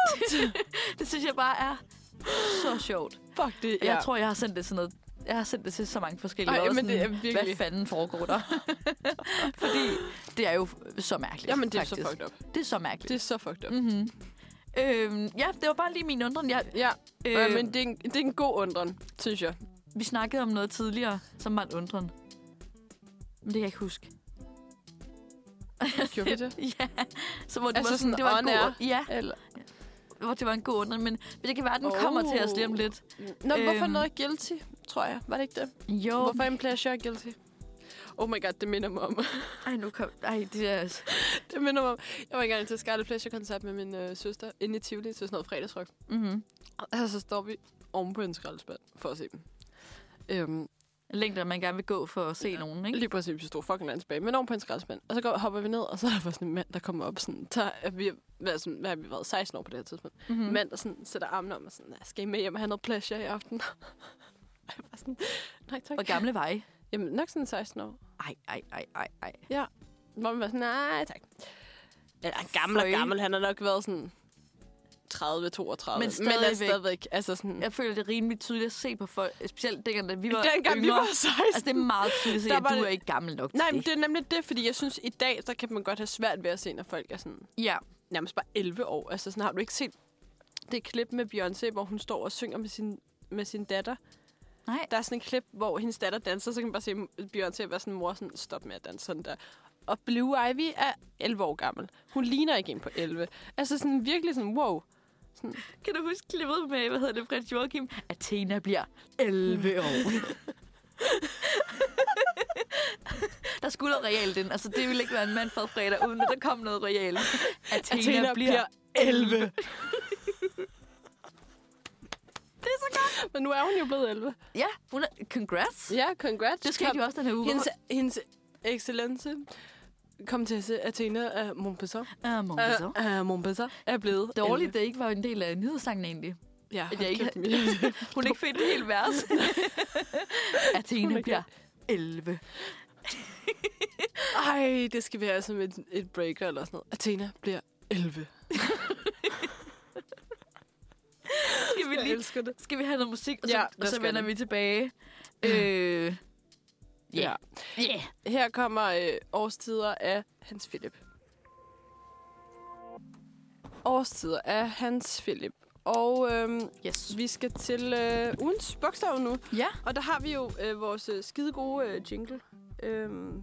[SPEAKER 2] det synes jeg bare er så sjovt.
[SPEAKER 3] Fuck det,
[SPEAKER 2] Ja. Jeg tror, jeg har sendt det til noget. Jeg har sendt det til så mange forskellige.
[SPEAKER 3] Ej,
[SPEAKER 2] hvor jeg var
[SPEAKER 3] men det
[SPEAKER 2] sådan,
[SPEAKER 3] er
[SPEAKER 2] Hvad
[SPEAKER 3] virkelig-
[SPEAKER 2] fanden foregår der? Fordi det er jo så mærkeligt.
[SPEAKER 3] Jamen, det er
[SPEAKER 2] faktisk.
[SPEAKER 3] så fucked up.
[SPEAKER 2] Det er så mærkeligt.
[SPEAKER 3] Det er så fucked up. Mm.
[SPEAKER 2] Mm-hmm. Øhm, ja, det var bare lige min undren. Jeg,
[SPEAKER 3] Ja,
[SPEAKER 2] øh,
[SPEAKER 3] øh, men det er, en, det er en god undren, synes jeg.
[SPEAKER 2] Vi snakkede om noget tidligere, som var en undren. Men det kan jeg ikke huske.
[SPEAKER 3] Gjorde vi det?
[SPEAKER 2] ja, så hvor det
[SPEAKER 3] Altså
[SPEAKER 2] var sådan,
[SPEAKER 3] sådan
[SPEAKER 2] det var en
[SPEAKER 3] on
[SPEAKER 2] god,
[SPEAKER 3] air?
[SPEAKER 2] ja,
[SPEAKER 3] Eller?
[SPEAKER 2] hvor det var en god undren, men, men det kan være, at den oh. kommer til os lige om lidt.
[SPEAKER 3] Nå, øhm. hvorfor
[SPEAKER 2] Øhm.
[SPEAKER 3] noget guilty, tror jeg? Var det ikke det?
[SPEAKER 2] Jo,
[SPEAKER 3] Oh. Hvorfor en pleasure er guilty? Oh my god, det minder mig om.
[SPEAKER 2] ej, nu kom, ej, det er altså,
[SPEAKER 3] det minder mig om. Jeg var engang til Scarlet Pleasure-koncert med min øh, søster inde i Tivoli til sådan noget fredagsrock.
[SPEAKER 2] mm-hmm.
[SPEAKER 3] Og så står vi oven på en skraldespand for at se dem. Øhm,
[SPEAKER 2] længder, man gerne vil gå for at se ja. nogen, ikke?
[SPEAKER 3] Lige præcis, vi stod fucking langt tilbage, men oven på en skraldespand. Og så går, hopper vi ned, og så er der bare sådan en mand, der kommer op. Sådan, tager, at vi, hvad, sådan, hvad har vi været? 16 år på det her tidspunkt. Mm.
[SPEAKER 2] Mm-hmm.
[SPEAKER 3] Mand, der sådan, sætter armen om og sådan, "Nå, skal I med hjem og have noget pleasure i aften? Og jeg var sådan, nej tak.
[SPEAKER 2] Og gamle veje.
[SPEAKER 3] Jamen nok sådan 16 år.
[SPEAKER 2] Ej, ej, ej, ej, ej.
[SPEAKER 3] Hvor man var sådan, nej tak. Eller gammel og
[SPEAKER 2] Føj.
[SPEAKER 3] gammel, han har nok været sådan 30-32.
[SPEAKER 2] Men
[SPEAKER 3] Men er
[SPEAKER 2] stadigvæk.
[SPEAKER 3] stadigvæk altså sådan,
[SPEAKER 2] Jeg føler, det er rimelig tydeligt at se på folk, specielt dengang, da vi var
[SPEAKER 3] dengang
[SPEAKER 2] yngre.
[SPEAKER 3] vi var 16.
[SPEAKER 2] Altså, det er meget tydeligt at se,
[SPEAKER 3] Der
[SPEAKER 2] at
[SPEAKER 3] var
[SPEAKER 2] du
[SPEAKER 3] det-
[SPEAKER 2] er ikke gammel nok til
[SPEAKER 3] Nej, men
[SPEAKER 2] det.
[SPEAKER 3] det er nemlig det, fordi jeg synes, i dag, der kan man godt have svært ved at se, når folk er sådan
[SPEAKER 2] Ja,
[SPEAKER 3] nærmest bare 11 år. Altså, sådan har du ikke set det klip med Beyoncé, hvor hun står og synger med sin, med sin datter.
[SPEAKER 2] nej.
[SPEAKER 3] Der er sådan et klip, hvor hendes datter danser, så kan man bare se Beyoncé være sådan, mor, sådan, stop med at danse sådan der. Og Blue Ivy er 11 år gammel. Hun ligner ikke en på 11. Altså sådan virkelig sådan, wow.
[SPEAKER 2] Kan du huske klippet med, hvad hedder det, Prins Joachim? Mm. Athena bliver 11 år. der skulle noget realt ind. Altså, det ville ikke være en mandfred fredag, uden at der kom noget realt. Athena, Athena bliver... bliver...
[SPEAKER 3] 11. det er så godt. Men nu er hun jo blevet 11.
[SPEAKER 2] Ja, hun er... congrats. Ja,
[SPEAKER 3] Ja, congrats.
[SPEAKER 2] det skete
[SPEAKER 3] Kom-
[SPEAKER 2] jo også den her uge.
[SPEAKER 3] Hendes, hendes excellence, kom til at se Athena af Montpessor.
[SPEAKER 2] Ah, morgen, så.
[SPEAKER 3] Uh, Montpessor er blevet
[SPEAKER 2] Dårligt, det ikke var en del af nyhedssangen egentlig.
[SPEAKER 3] Ja,
[SPEAKER 2] jeg ikke-
[SPEAKER 3] ikke
[SPEAKER 2] Hun ikke fik det hele vers. Athena
[SPEAKER 3] my
[SPEAKER 2] bliver 11.
[SPEAKER 3] Ej, det skal være som et, et breaker eller sådan noget. Athena bliver 11.
[SPEAKER 2] Skal vi lige
[SPEAKER 3] elsker det.
[SPEAKER 2] skal vi have noget musik, og så,
[SPEAKER 3] Ja,
[SPEAKER 2] ja, og
[SPEAKER 3] lad
[SPEAKER 2] så
[SPEAKER 3] os gøre
[SPEAKER 2] vender
[SPEAKER 3] det.
[SPEAKER 2] vi tilbage. Øh,
[SPEAKER 3] Ja.
[SPEAKER 2] yeah.
[SPEAKER 3] Her kommer øh, årstider af Hans Philip. Årstider af Hans Philip. Og øhm,
[SPEAKER 2] Yes.
[SPEAKER 3] vi skal til øh, ugens bogstav nu.
[SPEAKER 2] Ja.
[SPEAKER 3] Og der har vi jo øh, vores øh, skide gode øh, jingle. Øhm,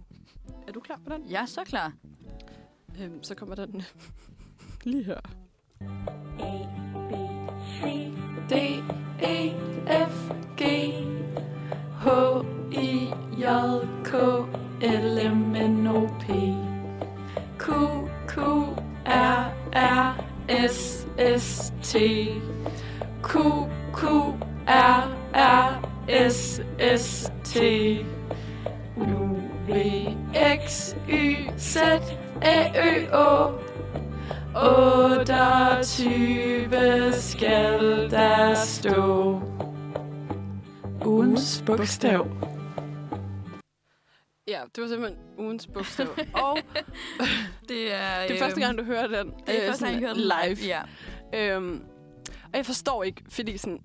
[SPEAKER 3] er du klar på den?
[SPEAKER 2] Jeg er så klar.
[SPEAKER 3] Øhm, så kommer den lige her.
[SPEAKER 2] D, E, F, G, H, I, J, K, L, M, N, O, P, Q, Q, R, R, S, S, T, Q, Q, R, R, S, S, T, U, V, X, Y, Z, A, Ø, Å, 28 skal der stå.
[SPEAKER 3] Ugens bogstav. Ja, det var simpelthen ugens bogstav. og
[SPEAKER 2] Det er, øh,
[SPEAKER 3] det er første gang, du hører den.
[SPEAKER 2] Øhm, det er
[SPEAKER 3] øh,
[SPEAKER 2] første gang, jeg
[SPEAKER 3] sådan
[SPEAKER 2] hører den
[SPEAKER 3] live.
[SPEAKER 2] Ja.
[SPEAKER 3] Øhm, og jeg forstår ikke, fordi sådan,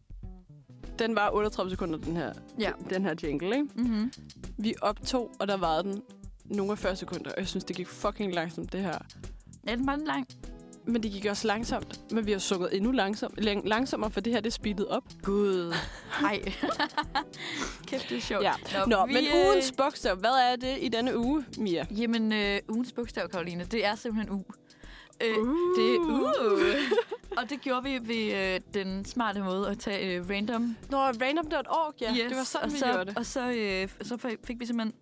[SPEAKER 3] den var 38 sekunder, den her,
[SPEAKER 2] Ja.
[SPEAKER 3] den her jingle. Ikke?
[SPEAKER 2] Mm-hmm.
[SPEAKER 3] Vi optog, og der var den nogle af 40 sekunder, og jeg synes, det gik fucking langsomt, det her.
[SPEAKER 2] Er den meget lang?
[SPEAKER 3] Men det gik også langsomt, men vi har sukket endnu langsom, lang- langsommere, for det her, det er speedet op.
[SPEAKER 2] Gud. Nej. Kæft, det er sjovt. øh,
[SPEAKER 3] Ja. Nå, øh, Nå men ugens bogstav, hvad er det i denne uge, Mia?
[SPEAKER 2] Jamen, øh, ugens bogstav, Karoline, det er simpelthen U. Øh,
[SPEAKER 3] Uh.
[SPEAKER 2] Det er U. Og det gjorde vi ved øh, den smarte måde at tage øh, random.
[SPEAKER 3] Nå, random dot org, ja. Yes, det var sådan,
[SPEAKER 2] og
[SPEAKER 3] vi
[SPEAKER 2] så,
[SPEAKER 3] gjorde det.
[SPEAKER 2] Og så, øh, så fik- fik vi simpelthen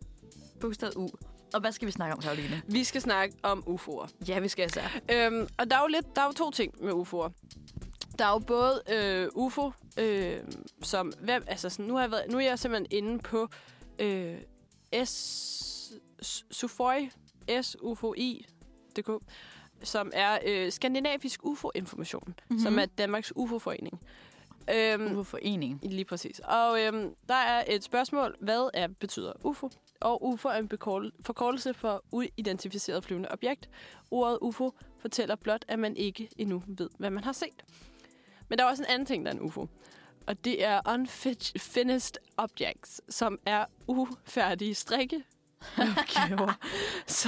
[SPEAKER 2] bogstavet U. Og hvad skal vi snakke om, Karoline?
[SPEAKER 3] Vi skal snakke om UFO'er.
[SPEAKER 2] Ja, vi skal altså.
[SPEAKER 3] Øhm, og der er, jo lidt, der er jo to ting med UFO'er. Der er jo både øh, UFO, øh, som... Hvem, altså sådan, nu, har jeg været, nu er jeg simpelthen inde på øh, S... Sufoi, S-U-F-O-I.dk, som er øh, Skandinavisk UFO-information, mm-hmm. som er Danmarks UFO-forening. Øhm,
[SPEAKER 2] UFO-forening.
[SPEAKER 3] Lige præcis. Og øhm, der er et spørgsmål. Hvad er, betyder UFO? Og UFO er en bekor- forkortelse for uidentificeret flyvende objekt. Ordet UFO fortæller blot, at man ikke endnu ved, hvad man har set. Men der er også en anden ting, der er en UFO. Og det er Unfinished Objects, som er ufærdige strikke. opgaver. så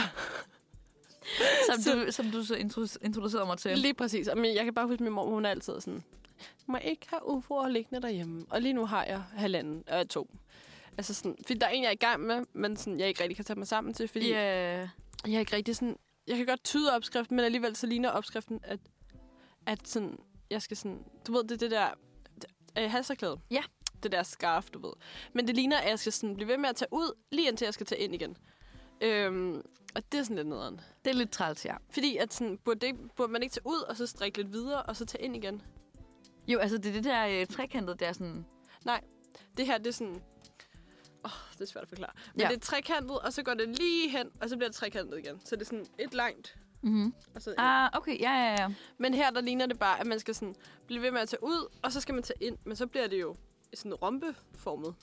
[SPEAKER 2] Som du, som du så introdu- introducerede mig til.
[SPEAKER 3] Lige præcis. Og min- jeg kan bare huske, at min mor, hun er altid sådan, "Du må ikke have UFO'er liggende derhjemme. Og lige nu har jeg halvanden, øh, to. Altså sådan, fordi der er en, jeg er i gang med, men sådan, jeg ikke rigtig kan tage mig sammen til, fordi yeah.
[SPEAKER 2] Ja,
[SPEAKER 3] jeg er ikke rigtig sådan, jeg kan godt tyde opskriften, men alligevel så ligner opskriften, at, at sådan, jeg skal sådan, du ved, det er det der øh, halserklæde.
[SPEAKER 2] Ja.
[SPEAKER 3] Det der scarf, du ved. Men det ligner, at jeg skal sådan blive ved med at tage ud, lige indtil jeg skal tage ind igen. Øhm, og det er sådan lidt nederen.
[SPEAKER 2] det er lidt træls, ja.
[SPEAKER 3] Fordi at sådan, burde, det, ikke- burde man ikke tage ud, og så strikke lidt videre, og så tage ind igen?
[SPEAKER 2] Jo, altså det er det der øh, trekantet, der er sådan...
[SPEAKER 3] Det her, det er sådan... Åh, det er svært at forklare. Men
[SPEAKER 2] Ja.
[SPEAKER 3] ja. det er trekantet, og så går det lige hen, og så bliver det trekantet igen. Så det er sådan et langt...
[SPEAKER 2] Mm-hmm.
[SPEAKER 3] Og så ah.
[SPEAKER 2] Ah, okay, ja, ja, ja.
[SPEAKER 3] Men her, der ligner det bare, at man skal sådan blive ved med at tage ud, og så skal man tage ind. Men så bliver det jo sådan rombeformet.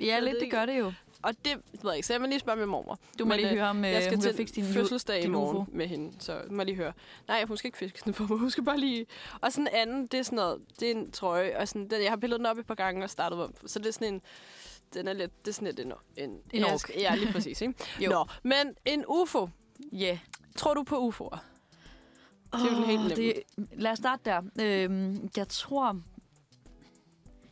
[SPEAKER 2] Ja,
[SPEAKER 3] Jeg
[SPEAKER 2] lidt,
[SPEAKER 3] ved
[SPEAKER 2] det
[SPEAKER 3] ikke-
[SPEAKER 2] gør det jo.
[SPEAKER 3] Og det ved jeg ikke, så jeg må lige spørge min mormor.
[SPEAKER 2] Du må
[SPEAKER 3] Men,
[SPEAKER 2] lige
[SPEAKER 3] øh,
[SPEAKER 2] høre om, øh,
[SPEAKER 3] jeg skal
[SPEAKER 2] hun
[SPEAKER 3] til
[SPEAKER 2] fik sin
[SPEAKER 3] fødselsdag i
[SPEAKER 2] din
[SPEAKER 3] morgen
[SPEAKER 2] UFO.
[SPEAKER 3] med hende, så må jeg lige høre. Nej, hun skal ikke fiske den for mig, hun skal bare lige... Og sådan en anden, det er sådan noget, det er en trøje, og sådan, den, jeg har pillet den op et par gange og startet om, så det er sådan en... Den er lidt, det er sådan lidt en... En,
[SPEAKER 2] En ork.
[SPEAKER 3] ask- Ja, lige præcis, ikke?
[SPEAKER 2] Jo.
[SPEAKER 3] Nå, men en UFO.
[SPEAKER 2] Ja.
[SPEAKER 3] Tror du på UFO'er?
[SPEAKER 2] Det
[SPEAKER 3] er jo den helt nemme.
[SPEAKER 2] Lad os starte der. Øhm, jeg tror...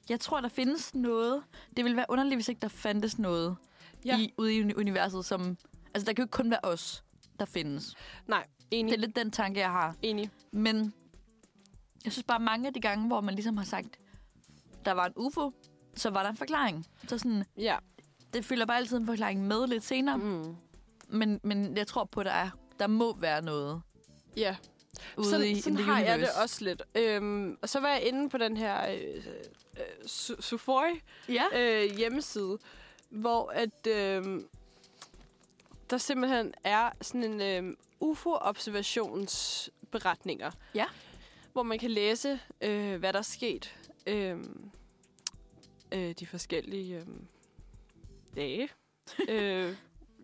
[SPEAKER 2] Jeg tror, der findes noget. Det ville være underligt, hvis ikke der fandtes noget ja.
[SPEAKER 3] Ja.
[SPEAKER 2] i, ude i uni- universet, som... Altså, der kan jo ikke kun være os, der findes.
[SPEAKER 3] Nej,
[SPEAKER 2] Det er
[SPEAKER 3] enig.
[SPEAKER 2] lidt den tanke, jeg har.
[SPEAKER 3] Enig.
[SPEAKER 2] Men jeg synes bare, mange af de gange, hvor man ligesom har sagt, der var en UFO, så var der en forklaring. Så sådan,
[SPEAKER 3] Ja.
[SPEAKER 2] det følger bare altid en forklaring med lidt senere. Mm.
[SPEAKER 3] Mm.
[SPEAKER 2] Men, men jeg tror på, der er, der må være noget
[SPEAKER 3] Ja.
[SPEAKER 2] ude
[SPEAKER 3] sådan,
[SPEAKER 2] i
[SPEAKER 3] sådan
[SPEAKER 2] in the
[SPEAKER 3] har jeg det
[SPEAKER 2] universe.
[SPEAKER 3] også lidt. Øhm, og så var jeg inde på den her øh, øh, Su- Sufoi,
[SPEAKER 2] Ja.
[SPEAKER 3] øh, hjemmeside, hvor at øh, der simpelthen er sådan en øh, UFO-observationsberetninger.
[SPEAKER 2] Ja.
[SPEAKER 3] Hvor man kan læse, øh, hvad der er sket øh, øh, de forskellige øh, dage. øh,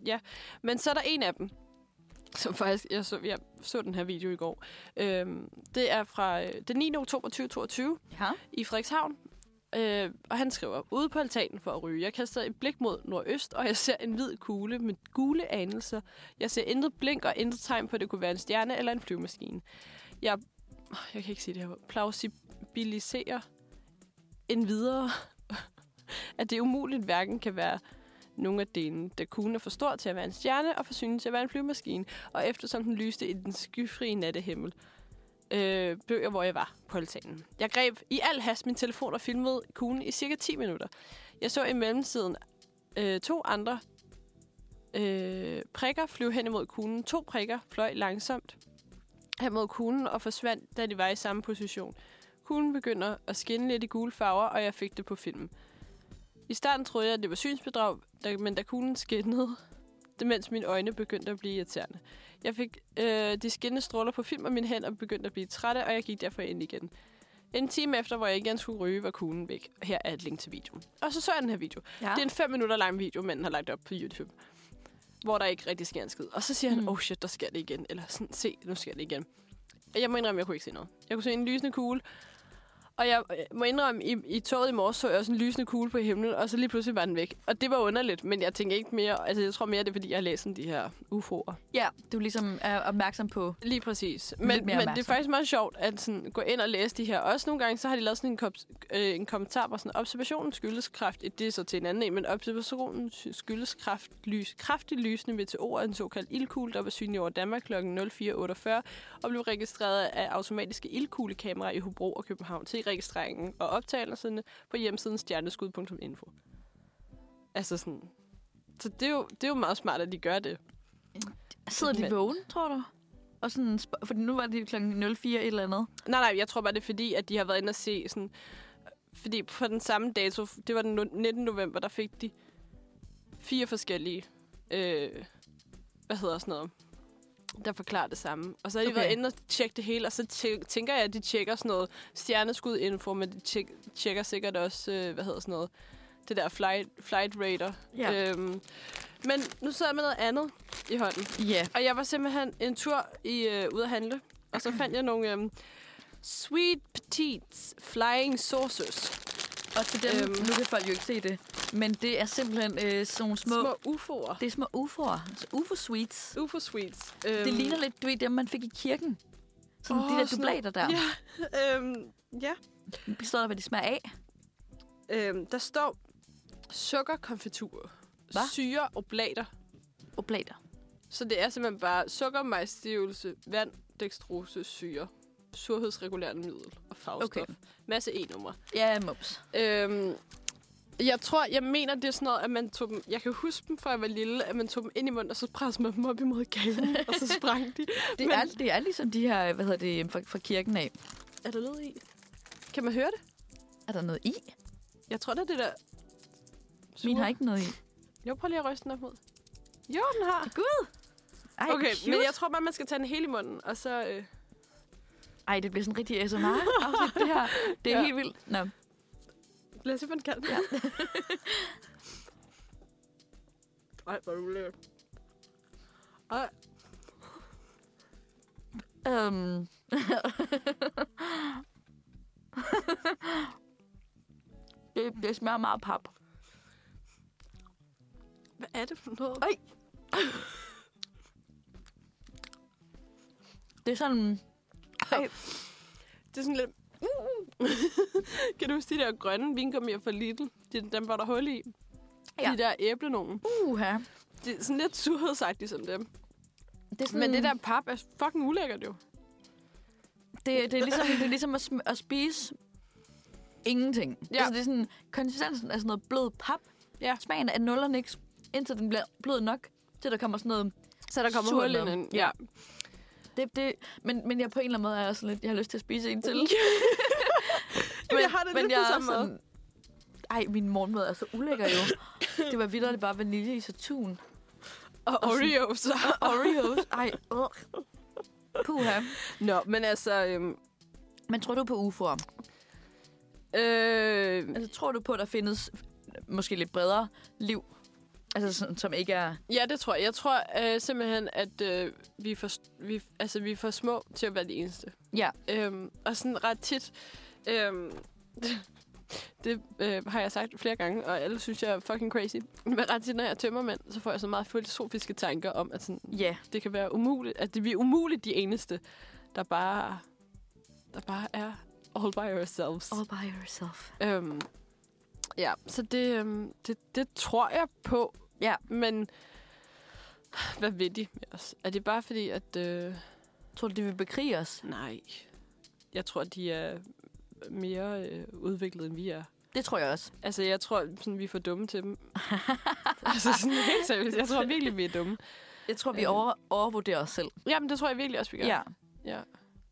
[SPEAKER 3] ja, men så er der en af dem, som faktisk, jeg så, jeg så den her video i går. Øh, det er fra øh, den 9. oktober 2022
[SPEAKER 2] ja.
[SPEAKER 3] i Frederikshavn. Øh, og han skriver, ude på altanen for at ryge. Jeg kaster et blik mod nordøst, og jeg ser en hvid kugle med gule anelser. Jeg ser intet blink og intet tegn på, at det kunne være en stjerne eller en flyvemaskine. Jeg, Åh, jeg kan ikke sige det her ord. plausibiliserer en videre, at det umuligt hverken kan være nogle af delene, da kuglen er for stor til at være en stjerne og for synlig til at være en flyvemaskine, og eftersom den lyste i den skyfrie nattehimmel, øh, blev jeg, hvor jeg var på altanen. Jeg greb i al hast min telefon og filmede kuglen i cirka 10 minutter. Jeg så i mellemtiden øh, to andre øh, prikker flyve hen imod kuglen. To prikker fløj langsomt hen mod kuglen og forsvandt, da de var i samme position. Kuglen begynder at skinne lidt i gule farver, og jeg fik det på filmen. I starten troede jeg, at det var synsbedrag, da, men da kuglen skinnede, det mens mine øjne begyndte at blive irriterende. Jeg fik øh, de skinnende stråler på film af mine hænder og begyndte at blive trætte, og jeg gik derfor ind igen. En time efter, hvor jeg igen skulle ryge, var kuglen væk. Her er et link til videoen. Og så så jeg den her video.
[SPEAKER 2] ja.
[SPEAKER 3] Det er en 5 minutter lang video, manden har lagt op på YouTube. Hvor der ikke rigtig sker en skid. Og så siger han,
[SPEAKER 2] Mm.
[SPEAKER 3] oh shit, der sker det igen. Eller sådan, se, nu sker det igen. Jeg må indrømme, jeg kunne ikke se noget. Jeg kunne se en lysende kugle. Og jeg jeg må indrømme, i, i toget i morges så jeg også en lysende kugle på himlen, og så lige pludselig var den væk. Og det var underligt, men jeg tænker ikke mere... Altså, jeg tror mere, det er, fordi jeg har læst om de her UFO'er.
[SPEAKER 2] Ja, du ligesom er opmærksom på...
[SPEAKER 3] Lige præcis. Men,
[SPEAKER 2] mere
[SPEAKER 3] men det er
[SPEAKER 2] opmærksom.
[SPEAKER 3] faktisk meget sjovt at sådan, gå ind og læse de her. Også nogle gange, så har de lavet sådan en, kom- øh, en kommentar på sådan, observationen skyldes kraft, det er så til en anden en, men observationen skyldes kraft, lys, kraftigt lysende meteorer, en såkaldt ildkugle, der var synlig over Danmark kl. 04.48 og blev registreret af automatiske ildkuglekameraer i Hobro og København til registreringen og optagelserne på hjemmesiden stjerneskud.info. Altså sådan... Så det er, jo, det er jo meget smart, at de gør det.
[SPEAKER 2] Sidder de
[SPEAKER 3] Men-
[SPEAKER 2] vågen, tror du? Og sådan, sp- fordi nu var det klokken 04 et eller andet.
[SPEAKER 3] Nej, nej, jeg tror bare, det er fordi, at de har været inde og se sådan... Fordi på den samme dato, det var den no- 19. november, der fik de fire forskellige... Øh, hvad hedder sådan noget? Der forklarer det samme. Og så har de
[SPEAKER 2] Okay.
[SPEAKER 3] okay. været inde og tjekke det hele, og så tæ- tænker jeg, at de tjekker sådan noget stjerneskud-info, men de tjek- tjekker sikkert også, øh, hvad hedder sådan noget, det der flight, flight radar.
[SPEAKER 2] Ja.
[SPEAKER 3] Øhm, men nu sidder jeg med noget andet i hånden.
[SPEAKER 2] Ja.
[SPEAKER 3] Og jeg var simpelthen en tur i øh, ude at handle, og så fandt jeg nogle øh, Sweet Petites Flying Saucers.
[SPEAKER 2] Og til dem,
[SPEAKER 3] Øhm.
[SPEAKER 2] øhm. nu kan folk jo ikke se det, men det er simpelthen øh, sådan nogle små...
[SPEAKER 3] Små,
[SPEAKER 2] små.
[SPEAKER 3] Små UFO'er.
[SPEAKER 2] Det er små UFO'er. Altså UFO-sweets.
[SPEAKER 3] UFO Sweets. Øhm,
[SPEAKER 2] Det ligner lidt, du ved, dem man fik i kirken. Sådan oh, de
[SPEAKER 3] Åh,
[SPEAKER 2] der
[SPEAKER 3] sådan-
[SPEAKER 2] dublater der.
[SPEAKER 3] Ja. Øhm, ja.
[SPEAKER 2] Yeah. Står der, hvad de smager af?
[SPEAKER 3] Øhm, der står sukkerkonfitur,
[SPEAKER 2] Hva?
[SPEAKER 3] syre og blader.
[SPEAKER 2] Oblater.
[SPEAKER 3] Så det er simpelthen bare sukker, majsstivelse, vand, dextrose, syre, surhedsregulerende middel og farvestof.
[SPEAKER 2] Okay.
[SPEAKER 3] Okay. Masse E-numre.
[SPEAKER 2] Ja, mops.
[SPEAKER 3] Øhm, jeg tror, jeg mener, det er sådan noget, at man tog dem... Jeg kan huske dem, fra jeg var lille, at man tog dem ind i munden, og så pressede man dem op imod gaden, og så sprang de.
[SPEAKER 2] Det,
[SPEAKER 3] Men-
[SPEAKER 2] er, det er ligesom de her, hvad hedder det, fra, fra kirken af.
[SPEAKER 3] Er der lyd i? Kan man høre det?
[SPEAKER 2] Er der noget i?
[SPEAKER 3] Jeg tror, det er det der...
[SPEAKER 2] Min
[SPEAKER 3] sure.
[SPEAKER 2] har ikke noget i.
[SPEAKER 3] Jo, prøv lige at ryste den op mod. Jo, den har.
[SPEAKER 2] Gud! Ej,
[SPEAKER 3] Okay,
[SPEAKER 2] cute.
[SPEAKER 3] men jeg tror bare, man skal tage den hele i munden, og så... Øh,
[SPEAKER 2] Ej, det bliver sådan rigtig ASMR. afsnit, det her. Det er
[SPEAKER 3] Ja.
[SPEAKER 2] helt vildt. Nå.
[SPEAKER 3] lad os se, hvad den kan. Ja. Ej, hvor er du ulækkert. Ej,
[SPEAKER 2] Øhm. det, det smager meget af pap.
[SPEAKER 3] hvad er det for noget?
[SPEAKER 2] Ej. Det er sådan... Ej,
[SPEAKER 3] Det er sådan lidt... mm. kan du huske de der grønne vingummier fra Lidl? De, dem var der hul i.
[SPEAKER 2] Ja.
[SPEAKER 3] De der æble nogen.
[SPEAKER 2] uha.
[SPEAKER 3] Det er sådan lidt surhedsagtigt som dem.
[SPEAKER 2] Det er sådan,
[SPEAKER 3] Men det der pap er fucking ulækkert jo.
[SPEAKER 2] Det, det, er ligesom, det er ligesom at, sm- at spise ingenting. Ja.
[SPEAKER 3] Ja.
[SPEAKER 2] Altså, det er sådan, konsistensen er sådan noget blød pap.
[SPEAKER 3] Ja.
[SPEAKER 2] Smagen er nul og niks, indtil den bliver blød nok, til der kommer sådan noget...
[SPEAKER 3] Så der kommer
[SPEAKER 2] Sur
[SPEAKER 3] hul i
[SPEAKER 2] mad.
[SPEAKER 3] den. Ja.
[SPEAKER 2] Det, det, men, men jeg på en eller anden måde er også sådan lidt, jeg har lyst til at spise en til. men,
[SPEAKER 3] Jamen, jeg har det lidt på
[SPEAKER 2] er
[SPEAKER 3] samme måde.
[SPEAKER 2] sådan- Ej, min morgenmad er så ulækker jo. Det var vildt, at det bare vanilje i satun.
[SPEAKER 3] Og
[SPEAKER 2] Og sådan-
[SPEAKER 3] Oreos.
[SPEAKER 2] Oreos. Ej, øh. Puha.
[SPEAKER 3] Nå, men altså... Øhm,
[SPEAKER 2] Men tror du på UFO'er?
[SPEAKER 3] øh,
[SPEAKER 2] Altså, tror du på, at der findes måske lidt bredere liv? Altså, som, som ikke er...
[SPEAKER 3] ja, det tror jeg. Jeg tror øh, simpelthen, at øh, vi, er for, vi, altså, vi er for små til at være de eneste.
[SPEAKER 2] Ja.
[SPEAKER 3] Øhm, og sådan ret tit... Øhm, det øh, har jeg sagt flere gange, og alle synes, jeg er fucking crazy. Men ret tit, når jeg tømmer mænd, så får jeg så meget filosofiske tanker om, at sådan,
[SPEAKER 2] Ja.
[SPEAKER 3] det kan være umuligt, at det, vi er umuligt de eneste, der bare, der bare er all by ourselves.
[SPEAKER 2] All by yourself.
[SPEAKER 3] Øhm, ja, så det, øhm, det, det tror jeg på.
[SPEAKER 2] Ja.
[SPEAKER 3] Men hvad ved de med os? Er det bare fordi, at... Øh,
[SPEAKER 2] Tror du, de vil bekrige os?
[SPEAKER 3] nej. Jeg tror, de er mere øh, udviklet, end vi er.
[SPEAKER 2] Det tror jeg også.
[SPEAKER 3] Altså, jeg tror, sådan, vi er for dumme til dem. altså, sådan helt seriøst. Jeg tror virkelig, vi er dumme.
[SPEAKER 2] Jeg tror, vi
[SPEAKER 3] Øh.
[SPEAKER 2] over, overvurderer os selv.
[SPEAKER 3] Jamen, det tror jeg virkelig også, vi gør.
[SPEAKER 2] ja.
[SPEAKER 3] Ja.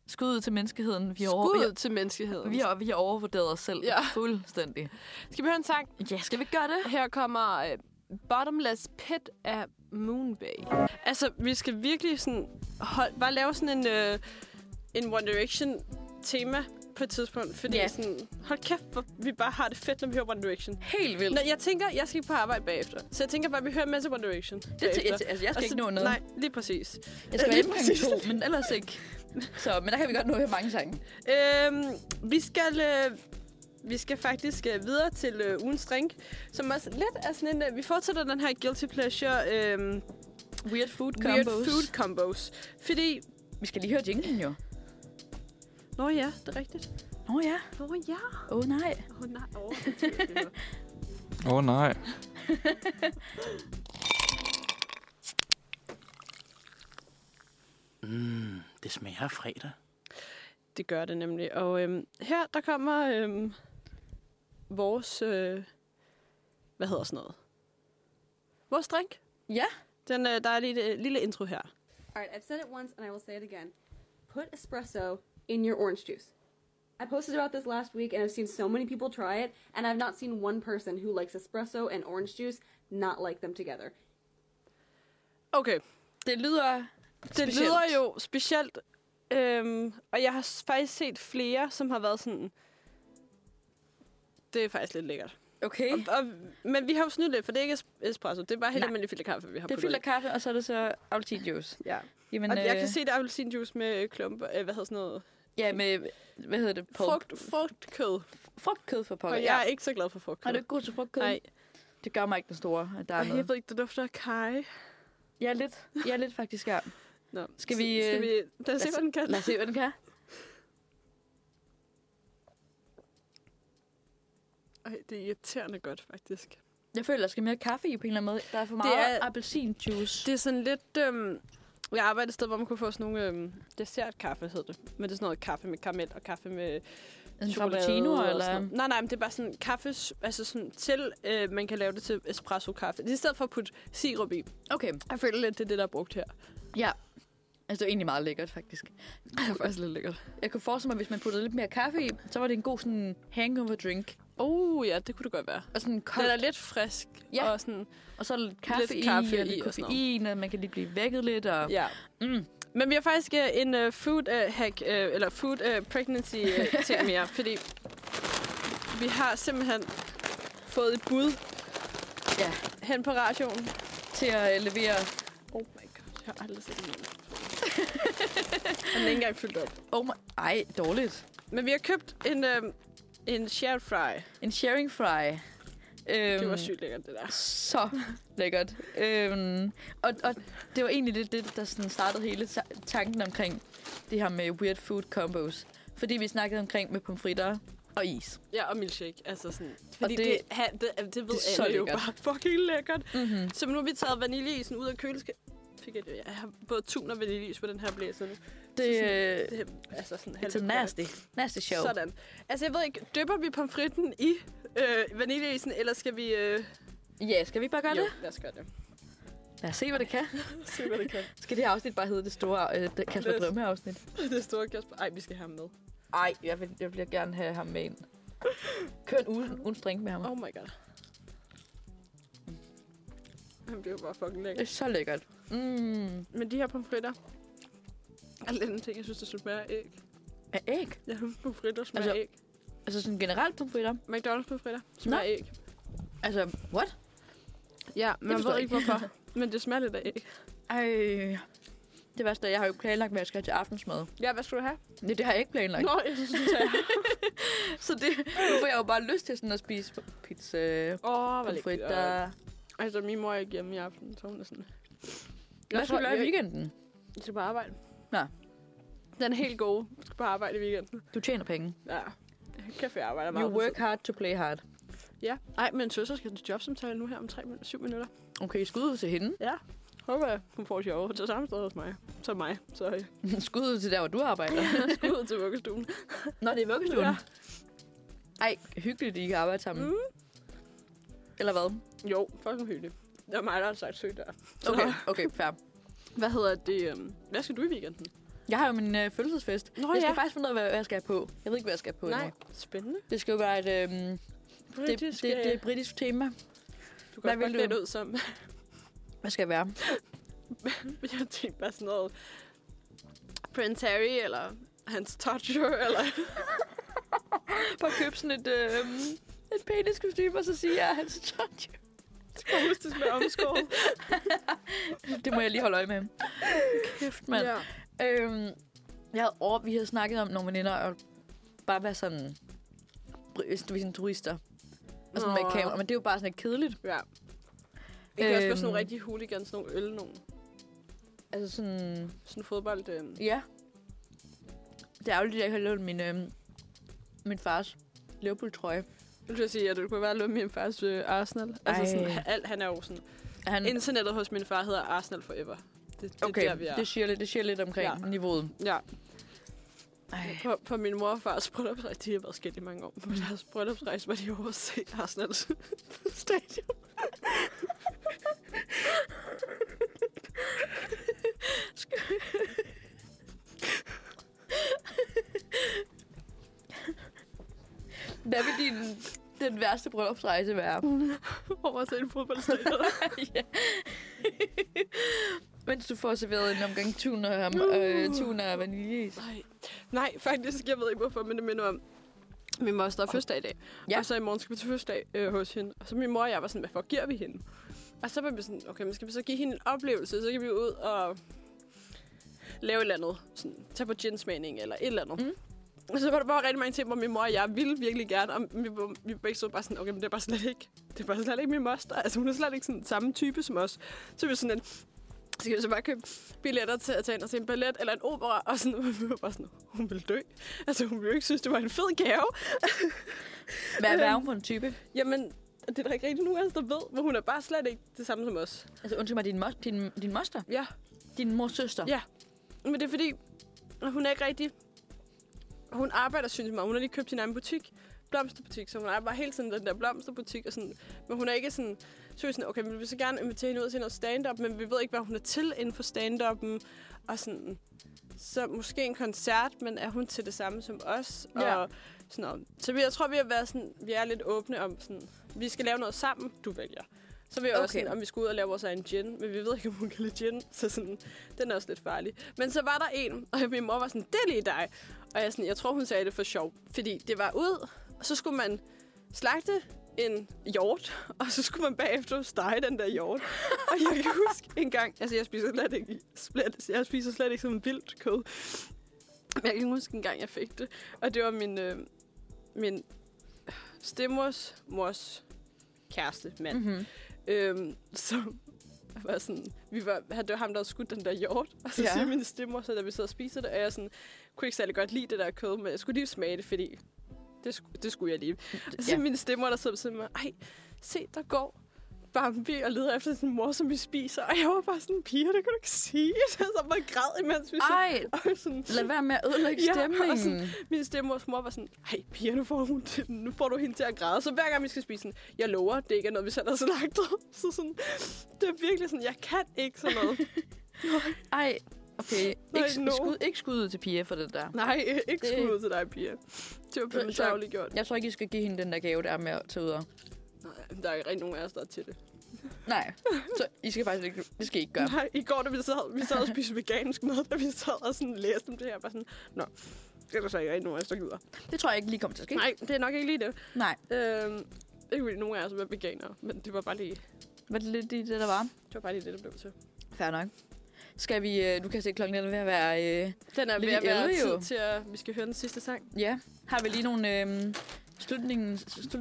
[SPEAKER 2] Skud ud til menneskeheden. Vi har, over, vi,
[SPEAKER 3] Skud
[SPEAKER 2] har,
[SPEAKER 3] til menneskeheden.
[SPEAKER 2] vi, har, vi har overvurderet os selv
[SPEAKER 3] Ja.
[SPEAKER 2] fuldstændig.
[SPEAKER 3] Skal vi høre en sang?
[SPEAKER 2] Ja, skal vi gøre det?
[SPEAKER 3] Her kommer øh, Bottomless Pit af Moonbay. Altså, vi skal virkelig sådan hold, bare lave sådan en, øh, en One Direction tema på et tidspunkt, fordi
[SPEAKER 4] Ja.
[SPEAKER 3] yeah. sådan, hold kæft, hvor vi bare har det fedt, når vi hører One Direction.
[SPEAKER 4] Helt vildt.
[SPEAKER 3] Nå, jeg tænker, jeg skal ikke på arbejde bagefter. Så jeg tænker bare, at vi hører en masse One Direction
[SPEAKER 2] Det, jeg, altså, jeg skal ikke nå noget.
[SPEAKER 3] Nej, lige præcis.
[SPEAKER 2] jeg skal være
[SPEAKER 3] lige
[SPEAKER 2] hjemme klokken
[SPEAKER 3] præcis.
[SPEAKER 2] to, men ellers ikke. Så, men der kan vi godt nå at høre mange sange.
[SPEAKER 3] Øhm, vi skal... Øh, vi skal faktisk øh, videre til øh, ugens drink, som også lidt er sådan en... Øh, vi fortsætter den her guilty pleasure øh,
[SPEAKER 2] Weird food
[SPEAKER 3] weird food combos. Fordi...
[SPEAKER 2] Vi skal lige høre jinglen jo.
[SPEAKER 3] Nå ja, det er rigtigt.
[SPEAKER 2] Nå ja.
[SPEAKER 3] Nå ja.
[SPEAKER 2] Åh oh, nej.
[SPEAKER 3] Åh oh, nej. Oh, okay.
[SPEAKER 5] Åh oh, nej.
[SPEAKER 6] Mm, det smager af fredag.
[SPEAKER 3] det gør det nemlig. Og øhm, her, der kommer øhm, vores... Øh, hvad hedder sådan noget? Vores drink.
[SPEAKER 2] Ja.
[SPEAKER 3] Den, øh, der er lige et lille intro her.
[SPEAKER 7] All right, I've said it once and I will say it again. Put espresso in your orange juice. I posted about this last week and I've seen so many people try it, and I've not seen one person who likes espresso and orange juice not like them together.
[SPEAKER 3] Okay.
[SPEAKER 2] Det lyder...
[SPEAKER 3] Det
[SPEAKER 2] Specielt.
[SPEAKER 3] lyder jo specielt, øhm, og jeg har s- faktisk set flere, som har været sådan, det er faktisk lidt lækkert.
[SPEAKER 2] Okay.
[SPEAKER 3] Og, og, men vi har jo snydt lidt, for det er ikke es- espresso, det er bare helt
[SPEAKER 2] Nej.
[SPEAKER 3] almindelig filterkaffe, vi har
[SPEAKER 2] Det er
[SPEAKER 3] puttet
[SPEAKER 2] fyldt
[SPEAKER 3] i.
[SPEAKER 2] af kaffe, og så er det så appelsinjuice.
[SPEAKER 3] Ja.
[SPEAKER 2] Jamen,
[SPEAKER 3] og jeg kan se, det er appelsinjuice med øh, klumper, øh, hvad hedder sådan noget,
[SPEAKER 2] Ja, med... Hvad hedder det? Pulp.
[SPEAKER 3] frugt, frugtkød.
[SPEAKER 2] Frugtkød for pokker.
[SPEAKER 3] Og jeg er ikke så glad for frugtkød.
[SPEAKER 2] Er du ikke god til frugtkød?
[SPEAKER 3] Nej,
[SPEAKER 2] Det gør mig ikke den store, at der er
[SPEAKER 3] Ej, jeg
[SPEAKER 2] noget.
[SPEAKER 3] ved ikke, det dufter af kaj.
[SPEAKER 2] Jeg er lidt, jeg er lidt faktisk her.
[SPEAKER 3] Nå.
[SPEAKER 2] Skal
[SPEAKER 3] s-
[SPEAKER 2] vi,
[SPEAKER 3] Skal
[SPEAKER 2] øh,
[SPEAKER 3] vi lad os se, hvad den kan.
[SPEAKER 2] Lad os se, hvad den kan.
[SPEAKER 3] Ej, det er irriterende godt, faktisk.
[SPEAKER 2] Jeg føler, der skal mere kaffe i på en eller anden måde. Der er for
[SPEAKER 3] Det
[SPEAKER 2] meget
[SPEAKER 3] er-
[SPEAKER 2] appelsinjuice.
[SPEAKER 3] Det er sådan lidt... Øhm, jeg arbejder et sted, hvor man kunne få sådan nogle øhm, dessertkaffe, hed det. Men det er sådan noget kaffe med karamel og kaffe med
[SPEAKER 2] En
[SPEAKER 3] chokolade.
[SPEAKER 2] frappuccino,
[SPEAKER 3] og
[SPEAKER 2] eller...
[SPEAKER 3] sådan noget. Nej, nej, men det er bare sådan kaffe, s- altså sådan til, øh, man kan lave det til espresso-kaffe. Det er I stedet for at putte sirup i.
[SPEAKER 2] Okay,
[SPEAKER 3] Jeg føler lidt, det er det, der er brugt her.
[SPEAKER 2] ja. Altså, det er egentlig meget lækkert, faktisk.
[SPEAKER 3] Det er faktisk lidt lækkert.
[SPEAKER 2] Jeg kunne forestille mig, at hvis man puttede lidt mere kaffe i, så var det en god sådan hangover drink.
[SPEAKER 3] Uh, ja, det kunne det godt være.
[SPEAKER 2] Og sådan
[SPEAKER 3] Den
[SPEAKER 2] kold,
[SPEAKER 3] er lidt frisk.
[SPEAKER 2] Ja.
[SPEAKER 3] Og sådan,
[SPEAKER 2] og så lidt kaffe,
[SPEAKER 3] lidt kaffe
[SPEAKER 2] i, og
[SPEAKER 3] i
[SPEAKER 2] lidt
[SPEAKER 3] og sådan
[SPEAKER 2] koffein, og man kan lige blive vækket lidt. Og...
[SPEAKER 3] ja.
[SPEAKER 2] Mm.
[SPEAKER 3] Men vi har faktisk øh, en øh, food øh, hack, øh, eller food øh, pregnancy øh, ting mere, fordi vi har simpelthen fået et bud
[SPEAKER 2] Ja.
[SPEAKER 3] hen på radioen.
[SPEAKER 2] Til at øh, levere...
[SPEAKER 3] Oh my god, jeg har aldrig set den Den er ikke engang fyldt op.
[SPEAKER 2] Oh my... Ej, dårligt.
[SPEAKER 3] Men vi har købt en, øh, en share fry.
[SPEAKER 2] En sharing fry. Øhm,
[SPEAKER 3] Det var sygt lækkert, det der.
[SPEAKER 2] så lækkert. Øhm, og, og det var egentlig lidt det, der sådan startede hele ta- tanken omkring det her med weird food combos. Fordi vi snakkede omkring med pomfritter og is.
[SPEAKER 3] Ja, og milkshake. Altså sådan, fordi
[SPEAKER 2] det-
[SPEAKER 3] det, det, ha, det, det ved
[SPEAKER 2] det er så
[SPEAKER 3] det alle jo
[SPEAKER 2] lækkert.
[SPEAKER 3] bare fucking lækkert.
[SPEAKER 2] Mm-hmm.
[SPEAKER 3] Så nu har vi taget vaniljeisen ud af køleskabet. Fik jeg, jeg har både tun og vaniljeis på den her blæser nu.
[SPEAKER 2] Det,
[SPEAKER 3] Så
[SPEAKER 2] øh,
[SPEAKER 3] Det er altså sådan
[SPEAKER 2] det er nasty. Nasty show.
[SPEAKER 3] Sådan. Altså, jeg ved ikke, døber vi pomfritten i øh, vaniljeisen, eller skal vi... Øh...
[SPEAKER 2] Ja, skal vi ikke bare gøre
[SPEAKER 3] jo,
[SPEAKER 2] det?
[SPEAKER 3] lad os gøre det.
[SPEAKER 2] Lad os se, hvad det kan.
[SPEAKER 3] Se, hvad det kan.
[SPEAKER 2] Skal det her afsnit bare hedde det store øh, det Kasper
[SPEAKER 3] Lidt.
[SPEAKER 2] Drømme-afsnit?
[SPEAKER 3] det er store Kasper. Ej, vi skal have ham med.
[SPEAKER 2] Ej, jeg vil, jeg vil gerne have ham med ind. Kør en ugen, ugens drink med ham.
[SPEAKER 3] Oh my god. Han bliver bare fucking
[SPEAKER 2] Det er
[SPEAKER 3] lækker.
[SPEAKER 2] så lækkert. Mm.
[SPEAKER 3] Men de her pomfritter... Er lidt en ting, jeg synes, der smager af æg.
[SPEAKER 2] Af æg?
[SPEAKER 3] Jeg synes, pomfritter smager
[SPEAKER 2] Altså-
[SPEAKER 3] altså... æg.
[SPEAKER 2] Altså sådan generelt pomfritter?
[SPEAKER 3] McDonald's pomfritter smager
[SPEAKER 2] Nå.
[SPEAKER 3] af æg.
[SPEAKER 2] Altså, what?
[SPEAKER 3] Ja, man
[SPEAKER 2] forstår
[SPEAKER 3] ved
[SPEAKER 2] jeg
[SPEAKER 3] ikke hvorfor. Men det smager lidt af æg.
[SPEAKER 2] Ej. Det værste er, at jeg har jo ikke planlagt, hvad jeg skal have til aftensmad.
[SPEAKER 3] Ja, hvad skal du have?
[SPEAKER 2] Nej, det har jeg ikke planlagt.
[SPEAKER 3] Nå, jeg synes, det er...
[SPEAKER 2] Så det, nu får jeg jo bare lyst til sådan at spise pizza,
[SPEAKER 3] Åh, oh, hvor lækkert.
[SPEAKER 2] pomfritter.
[SPEAKER 3] Altså, min mor er ikke hjemme i aften, så hun er sådan...
[SPEAKER 2] Hvad skal du lave i
[SPEAKER 3] jeg-
[SPEAKER 2] weekenden?
[SPEAKER 3] Jeg skal bare arbejde.
[SPEAKER 2] Nå.
[SPEAKER 3] Den er helt god. Jeg skal bare arbejde i weekenden.
[SPEAKER 2] Du tjener penge.
[SPEAKER 3] Ja. Kæft, jeg arbejder meget.
[SPEAKER 2] You work hard to play hard.
[SPEAKER 3] Ja. Ej, men søster skal til jobsamtale nu her om 3 min- 7 minutter.
[SPEAKER 2] Okay, skud ud til hende.
[SPEAKER 3] Håber jeg, hun får sjov til samme sted hos mig. Som mig. Så
[SPEAKER 2] skud ud til der, hvor du arbejder.
[SPEAKER 3] jeg skal ud til vuggestuen.
[SPEAKER 2] Nå, det er vuggestuen.
[SPEAKER 3] Ja.
[SPEAKER 2] Ej, hyggeligt, at I kan arbejde sammen. Mm. Eller hvad?
[SPEAKER 3] Jo, fucking hyggeligt. Det var mig, der har sagt sødt der. Så-
[SPEAKER 2] Okay, okay, fair.
[SPEAKER 3] Hvad hedder det? øhm, Hvad skal du i weekenden?
[SPEAKER 2] Jeg har jo min øh, fødselsfest.
[SPEAKER 3] Nå
[SPEAKER 2] jeg skal faktisk finde ud af, hvad hvad jeg skal have på. Jeg ved ikke, hvad jeg skal have på
[SPEAKER 3] Nej.
[SPEAKER 2] endnu.
[SPEAKER 3] Spændende.
[SPEAKER 2] Det skal jo være et... Øh, det, det,
[SPEAKER 3] Britisk,
[SPEAKER 2] det, det er
[SPEAKER 3] øh,
[SPEAKER 2] et britisk tema.
[SPEAKER 3] du kan
[SPEAKER 2] hvad
[SPEAKER 3] godt
[SPEAKER 2] vil
[SPEAKER 3] lidt
[SPEAKER 2] du?
[SPEAKER 3] ud som...
[SPEAKER 2] Hvad skal jeg være?
[SPEAKER 3] jeg tænkte bare sådan noget... Prince Harry, eller hans toucher, eller...
[SPEAKER 2] på at købe sådan et, øh,
[SPEAKER 3] øhm,
[SPEAKER 2] et peniskostyme, og så sige, at jeg er hans John
[SPEAKER 3] Skal huske det med omskåret.
[SPEAKER 2] Det må jeg lige holde øje med. Kæft, mand.
[SPEAKER 3] Ja.
[SPEAKER 2] Øhm, jeg havde over, vi havde snakket om nogle veninder, og bare være sådan, hvis du er sådan turister, og sådan med
[SPEAKER 3] Nå.
[SPEAKER 2] et kamera, men det er jo bare sådan lidt kedeligt.
[SPEAKER 3] ja. Det kan også være sådan
[SPEAKER 2] Øhm.
[SPEAKER 3] nogle rigtige hooligans, nogle øl, nogle
[SPEAKER 2] Altså sådan,
[SPEAKER 3] sådan fodbold. Øh.
[SPEAKER 2] ja. Det er ærgerligt, at jeg ikke har lavet min, øhm, min fars Liverpool-trøje.
[SPEAKER 3] Nu vil jeg sige, at det kunne være lidt min fars øh, Arsenal. Altså
[SPEAKER 2] Ej.
[SPEAKER 3] sådan, alt, han er jo sådan...
[SPEAKER 2] Er Han,
[SPEAKER 3] Internettet hos min far hedder Arsenal Forever. Det, det
[SPEAKER 2] Mm. okay,
[SPEAKER 3] er der, vi er.
[SPEAKER 2] det, siger lidt, det siger lidt omkring
[SPEAKER 3] Ja.
[SPEAKER 2] ja. niveauet.
[SPEAKER 3] Ja,
[SPEAKER 2] Ej.
[SPEAKER 3] på, på min mor og fars bryllupsrejse, de har været skilt i mange år. På deres bryllupsrejse var de over at se Arsenal stadion.
[SPEAKER 2] Hvad vil din, den værste bryllupsrejse være?
[SPEAKER 3] over at se en fodboldstadion.
[SPEAKER 2] ja. Mens du får serveret en omgang tuna og, øh, tuna og vaniljeis.
[SPEAKER 3] Nej. Nej, faktisk, jeg ved ikke hvorfor, men det minder om, min moster har fødselsdag i dag. Ja.
[SPEAKER 2] Ja.
[SPEAKER 3] Og så i morgen skal vi til fødselsdag øh, hos hende. Og så min mor og jeg var sådan, hvad for giver vi hende? Og så var vi sådan, okay, men skal vi så give hende en oplevelse? Så kan vi ud og lave et eller andet. Sådan, tage på ginsmagning eller et eller andet. Mm.
[SPEAKER 2] Mm.
[SPEAKER 3] Og så var der bare rigtig mange ting, hvor min mor og jeg ville virkelig gerne. Og vi, var- vi var begge stod bare sådan, okay, men det er bare slet ikke, det er bare slet ikke min moster. Altså, hun er slet ikke sådan samme type som os. Så vi var sådan, lidt, skal vi så bare købe billetter til at tage ind og se en ballet eller en opera? Og sådan, vi var bare sådan, hun ville dø. Altså, hun ville jo ikke synes, det var en fed gave.
[SPEAKER 2] Hvad, hvad er hun for en type?
[SPEAKER 3] Jamen, det er der ikke rigtig nogen af os, der ved, men hun er bare slet ikke det samme som os.
[SPEAKER 2] Altså, undskyld mig, din, mos, din, din moster?
[SPEAKER 3] Ja,
[SPEAKER 2] Din mors søster?
[SPEAKER 3] Ja. men det er fordi, at hun er ikke rigtig... Hun arbejder sindssygt meget. Hun har lige købt sin egen butik, blomsterbutik, så hun arbejder hele tiden i den der blomsterbutik. Og sådan. Men hun er ikke sådan, seriøst sådan, okay, men vi vil så gerne invitere hende ud til noget stand-up, men vi ved ikke, hvad hun er til inden for stand-upen. Og sådan, så måske en koncert, men er hun til det samme som os?
[SPEAKER 2] Ja.
[SPEAKER 3] Og sådan noget. Så vi, jeg tror, vi har været sådan, vi er lidt åbne om sådan, vi skal lave noget sammen, du vælger. Så vi er okay. også
[SPEAKER 2] Okay.
[SPEAKER 3] sådan, om vi skal ud og lave vores egen gin, men vi ved ikke, om hun kan lide gin, så sådan, den er også lidt farlig. Men så var der en, og min mor var sådan, det er lige dig. Og jeg, sådan, jeg tror, hun sagde det for sjov, fordi det var ud, og så skulle man slagte en hjort, og så skulle man bagefter stege den der hjort. og jeg kan huske en gang, altså jeg spiser slet ikke, slet, jeg spiser slet ikke som vildt kød. Men jeg kan huske en gang, jeg fik det, og det var min, øh, min stemmors mors kæreste mand.
[SPEAKER 2] Mm-hmm.
[SPEAKER 3] Øhm, så var sådan, vi var, han- det var ham, der havde skudt den der hjort. Og så ja.
[SPEAKER 2] Ja.
[SPEAKER 3] siger min stemmer, så da vi sidder og spiser det, og jeg sådan, kunne ikke særlig godt lide det der kød, men jeg skulle lige smage det, fordi det, sku, det skulle jeg lige. Og så ja.
[SPEAKER 2] ja.
[SPEAKER 3] min stemmer, der sidder sådan mig, ej, se, der går Bambi og leder efter sin mor, som vi spiser. Og jeg var bare sådan, piger, det kan du ikke sige. Så jeg bare græd, imens vi så.
[SPEAKER 2] Ej,
[SPEAKER 3] Og sådan,
[SPEAKER 2] lad være med at ødelægge
[SPEAKER 3] Ja, og
[SPEAKER 2] stemningen.
[SPEAKER 3] sådan- min stemmors mor var sådan, hey piger, nu får, hun til, nu får du hende til at græde. Så hver gang vi skal spise sådan, jeg lover, det ikke er noget, vi selv har slagtet. Så sådan, det er virkelig sådan, jeg kan ikke sådan noget.
[SPEAKER 2] Ej, okay.
[SPEAKER 3] Nej,
[SPEAKER 2] Ikke,
[SPEAKER 3] no.
[SPEAKER 2] skud, ikke skud ud til Pia for det der.
[SPEAKER 3] Nej, ikke
[SPEAKER 2] Det-
[SPEAKER 3] skud ud til dig, piger. Det var blevet
[SPEAKER 2] Så-
[SPEAKER 3] dagligt gjort.
[SPEAKER 2] Jeg tror ikke, I skal give hende den der gave, der er med at tage ud og...
[SPEAKER 3] Nej, der er ikke rigtig nogen af os, der er til det.
[SPEAKER 2] Nej, så I skal faktisk ikke... Det skal I ikke gøre.
[SPEAKER 3] Nej, i går, da vi sad, vi sad og spiste vegansk mad, da vi sad og sådan læste om det her, bare sådan, nå, det er der så ikke rigtig nogen af os, der gider.
[SPEAKER 2] Det tror jeg ikke lige kommer til at ske.
[SPEAKER 3] Nej, det er nok ikke lige det.
[SPEAKER 2] Nej.
[SPEAKER 3] Øhm, ikke fordi nogen af os er veganere, men det var bare lige
[SPEAKER 2] Var det lidt lige det, der var?
[SPEAKER 3] det, var bare lige det, der blev til.
[SPEAKER 2] Fair nok. Skal vi... Øh, du kan se klokken den er ved at være... Øh,
[SPEAKER 3] Den er
[SPEAKER 2] Lidt
[SPEAKER 3] ved at
[SPEAKER 2] i
[SPEAKER 3] være
[SPEAKER 2] elde,
[SPEAKER 3] tid
[SPEAKER 2] jo.
[SPEAKER 3] til, at vi skal høre den sidste sang.
[SPEAKER 2] Ja, har vi lige nogle, øhm, slutningen, slu,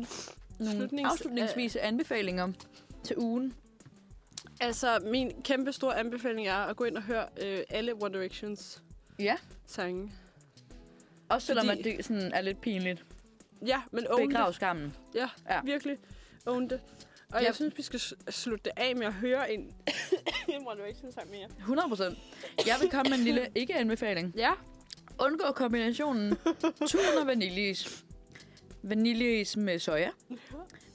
[SPEAKER 2] nogle
[SPEAKER 3] Slutnings- øh.
[SPEAKER 2] afslutningsvise anbefalinger til ugen?
[SPEAKER 3] Altså, min kæmpe store anbefaling er at gå ind og høre øh, alle One Directions
[SPEAKER 2] Ja,
[SPEAKER 3] sange.
[SPEAKER 2] også selvom
[SPEAKER 3] Fordi-
[SPEAKER 2] Fordi... at det sådan er lidt pinligt.
[SPEAKER 3] Ja, men own
[SPEAKER 2] Begrav skammen.
[SPEAKER 3] det. Ja, ja,
[SPEAKER 2] Ja.
[SPEAKER 3] virkelig. Own det. Og
[SPEAKER 2] Ja.
[SPEAKER 3] jeg synes, vi skal s- slutte det af med at høre en, en One Direction sang mere.
[SPEAKER 2] 100 Jeg vil komme med en lille ikke-anbefaling.
[SPEAKER 3] Ja.
[SPEAKER 2] Undgå kombinationen tun og vaniljeis. Vaniljeis med soja.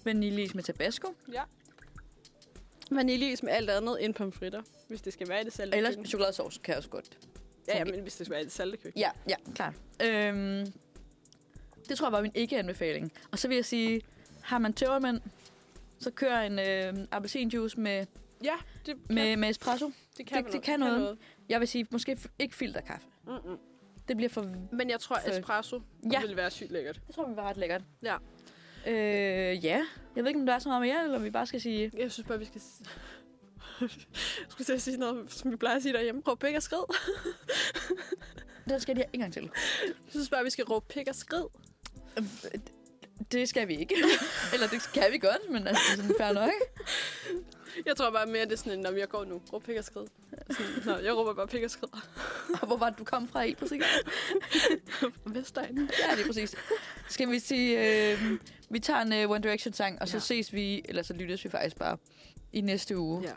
[SPEAKER 2] Vaniljeis med tabasco.
[SPEAKER 3] Vaniljeis med alt andet end pomfritter, hvis det skal være i det salte
[SPEAKER 2] Eller
[SPEAKER 3] køkken.
[SPEAKER 2] chokoladesauce kan også godt.
[SPEAKER 3] Ja, ja, men hvis det skal være i det salte køkken.
[SPEAKER 2] Ja, ja, klart. Øhm, det tror jeg var min ikke-anbefaling. Og så vil jeg sige, har man tømmermænd, så kører en øh, appelsinjuice med,
[SPEAKER 3] Ja, det kan,
[SPEAKER 2] med, med espresso.
[SPEAKER 3] det kan,
[SPEAKER 2] det-
[SPEAKER 3] man
[SPEAKER 2] det
[SPEAKER 3] også.
[SPEAKER 2] kan noget. Jeg vil sige, måske f- ikke filterkaffe.
[SPEAKER 3] Mm-mm.
[SPEAKER 2] Det bliver for...
[SPEAKER 3] Men jeg tror,
[SPEAKER 2] Så-
[SPEAKER 3] espresso
[SPEAKER 2] Ja.
[SPEAKER 3] ja. ville være sygt lækkert.
[SPEAKER 2] Det tror vi var ret lækkert.
[SPEAKER 3] Ja.
[SPEAKER 2] Øh, ja. Jeg ved ikke, om der er så meget mere, eller om vi bare skal sige...
[SPEAKER 3] Jeg synes bare, vi skal... s- jeg skulle til at sige noget, som vi plejer at sige derhjemme. Råb pik og skrid.
[SPEAKER 2] Den skal jeg lige en gang til.
[SPEAKER 3] Jeg synes bare, vi skal råbe pik og skrid.
[SPEAKER 2] Det skal vi ikke. eller det kan vi godt, men altså, det er sådan fair nok.
[SPEAKER 3] Jeg tror bare mere, det er sådan en, når jeg går nu. Råb pik og skrid. Sådan, Nå, jeg råber bare pik og skrid.
[SPEAKER 2] Og hvor var det, du kom fra helt præcis?
[SPEAKER 3] Vestegnen.
[SPEAKER 2] Ja, lige præcis. Skal vi sige, øh, vi tager en øh, One Direction-sang, og så ja.
[SPEAKER 3] Ja.
[SPEAKER 2] ses vi, eller så lyttes vi faktisk bare i næste uge. Ja.
[SPEAKER 3] Ja,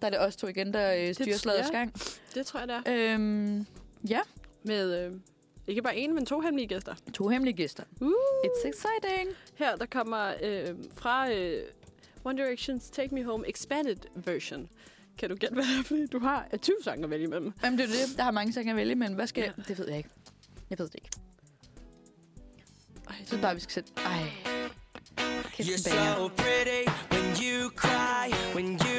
[SPEAKER 2] Der er det os to igen, der øh, styrer
[SPEAKER 3] tror
[SPEAKER 2] slagets
[SPEAKER 3] jeg.
[SPEAKER 2] gang.
[SPEAKER 3] det tror jeg, det er.
[SPEAKER 2] Øhm, ja,
[SPEAKER 3] Med øh, ikke bare en, men to hemmelige gæster.
[SPEAKER 2] to hemmelige gæster.
[SPEAKER 3] Uh!
[SPEAKER 2] It's exciting.
[SPEAKER 3] Her der kommer øh, fra øh, One Direction's Take Me Home Expanded Version. Kan du gætte, hvad det er, fordi du har øh, 20 sange at vælge imellem?
[SPEAKER 2] Jamen, det er jo det. Der er mange sange at vælge, men hvad skal... Ja.
[SPEAKER 3] Ja.
[SPEAKER 2] Det ved jeg ikke. Jeg ved det ikke.
[SPEAKER 3] Ej,
[SPEAKER 2] Så er det bare, vi skal sætte... Ej. Kæft,
[SPEAKER 4] You're
[SPEAKER 2] en banger.
[SPEAKER 4] so pretty when you cry, when you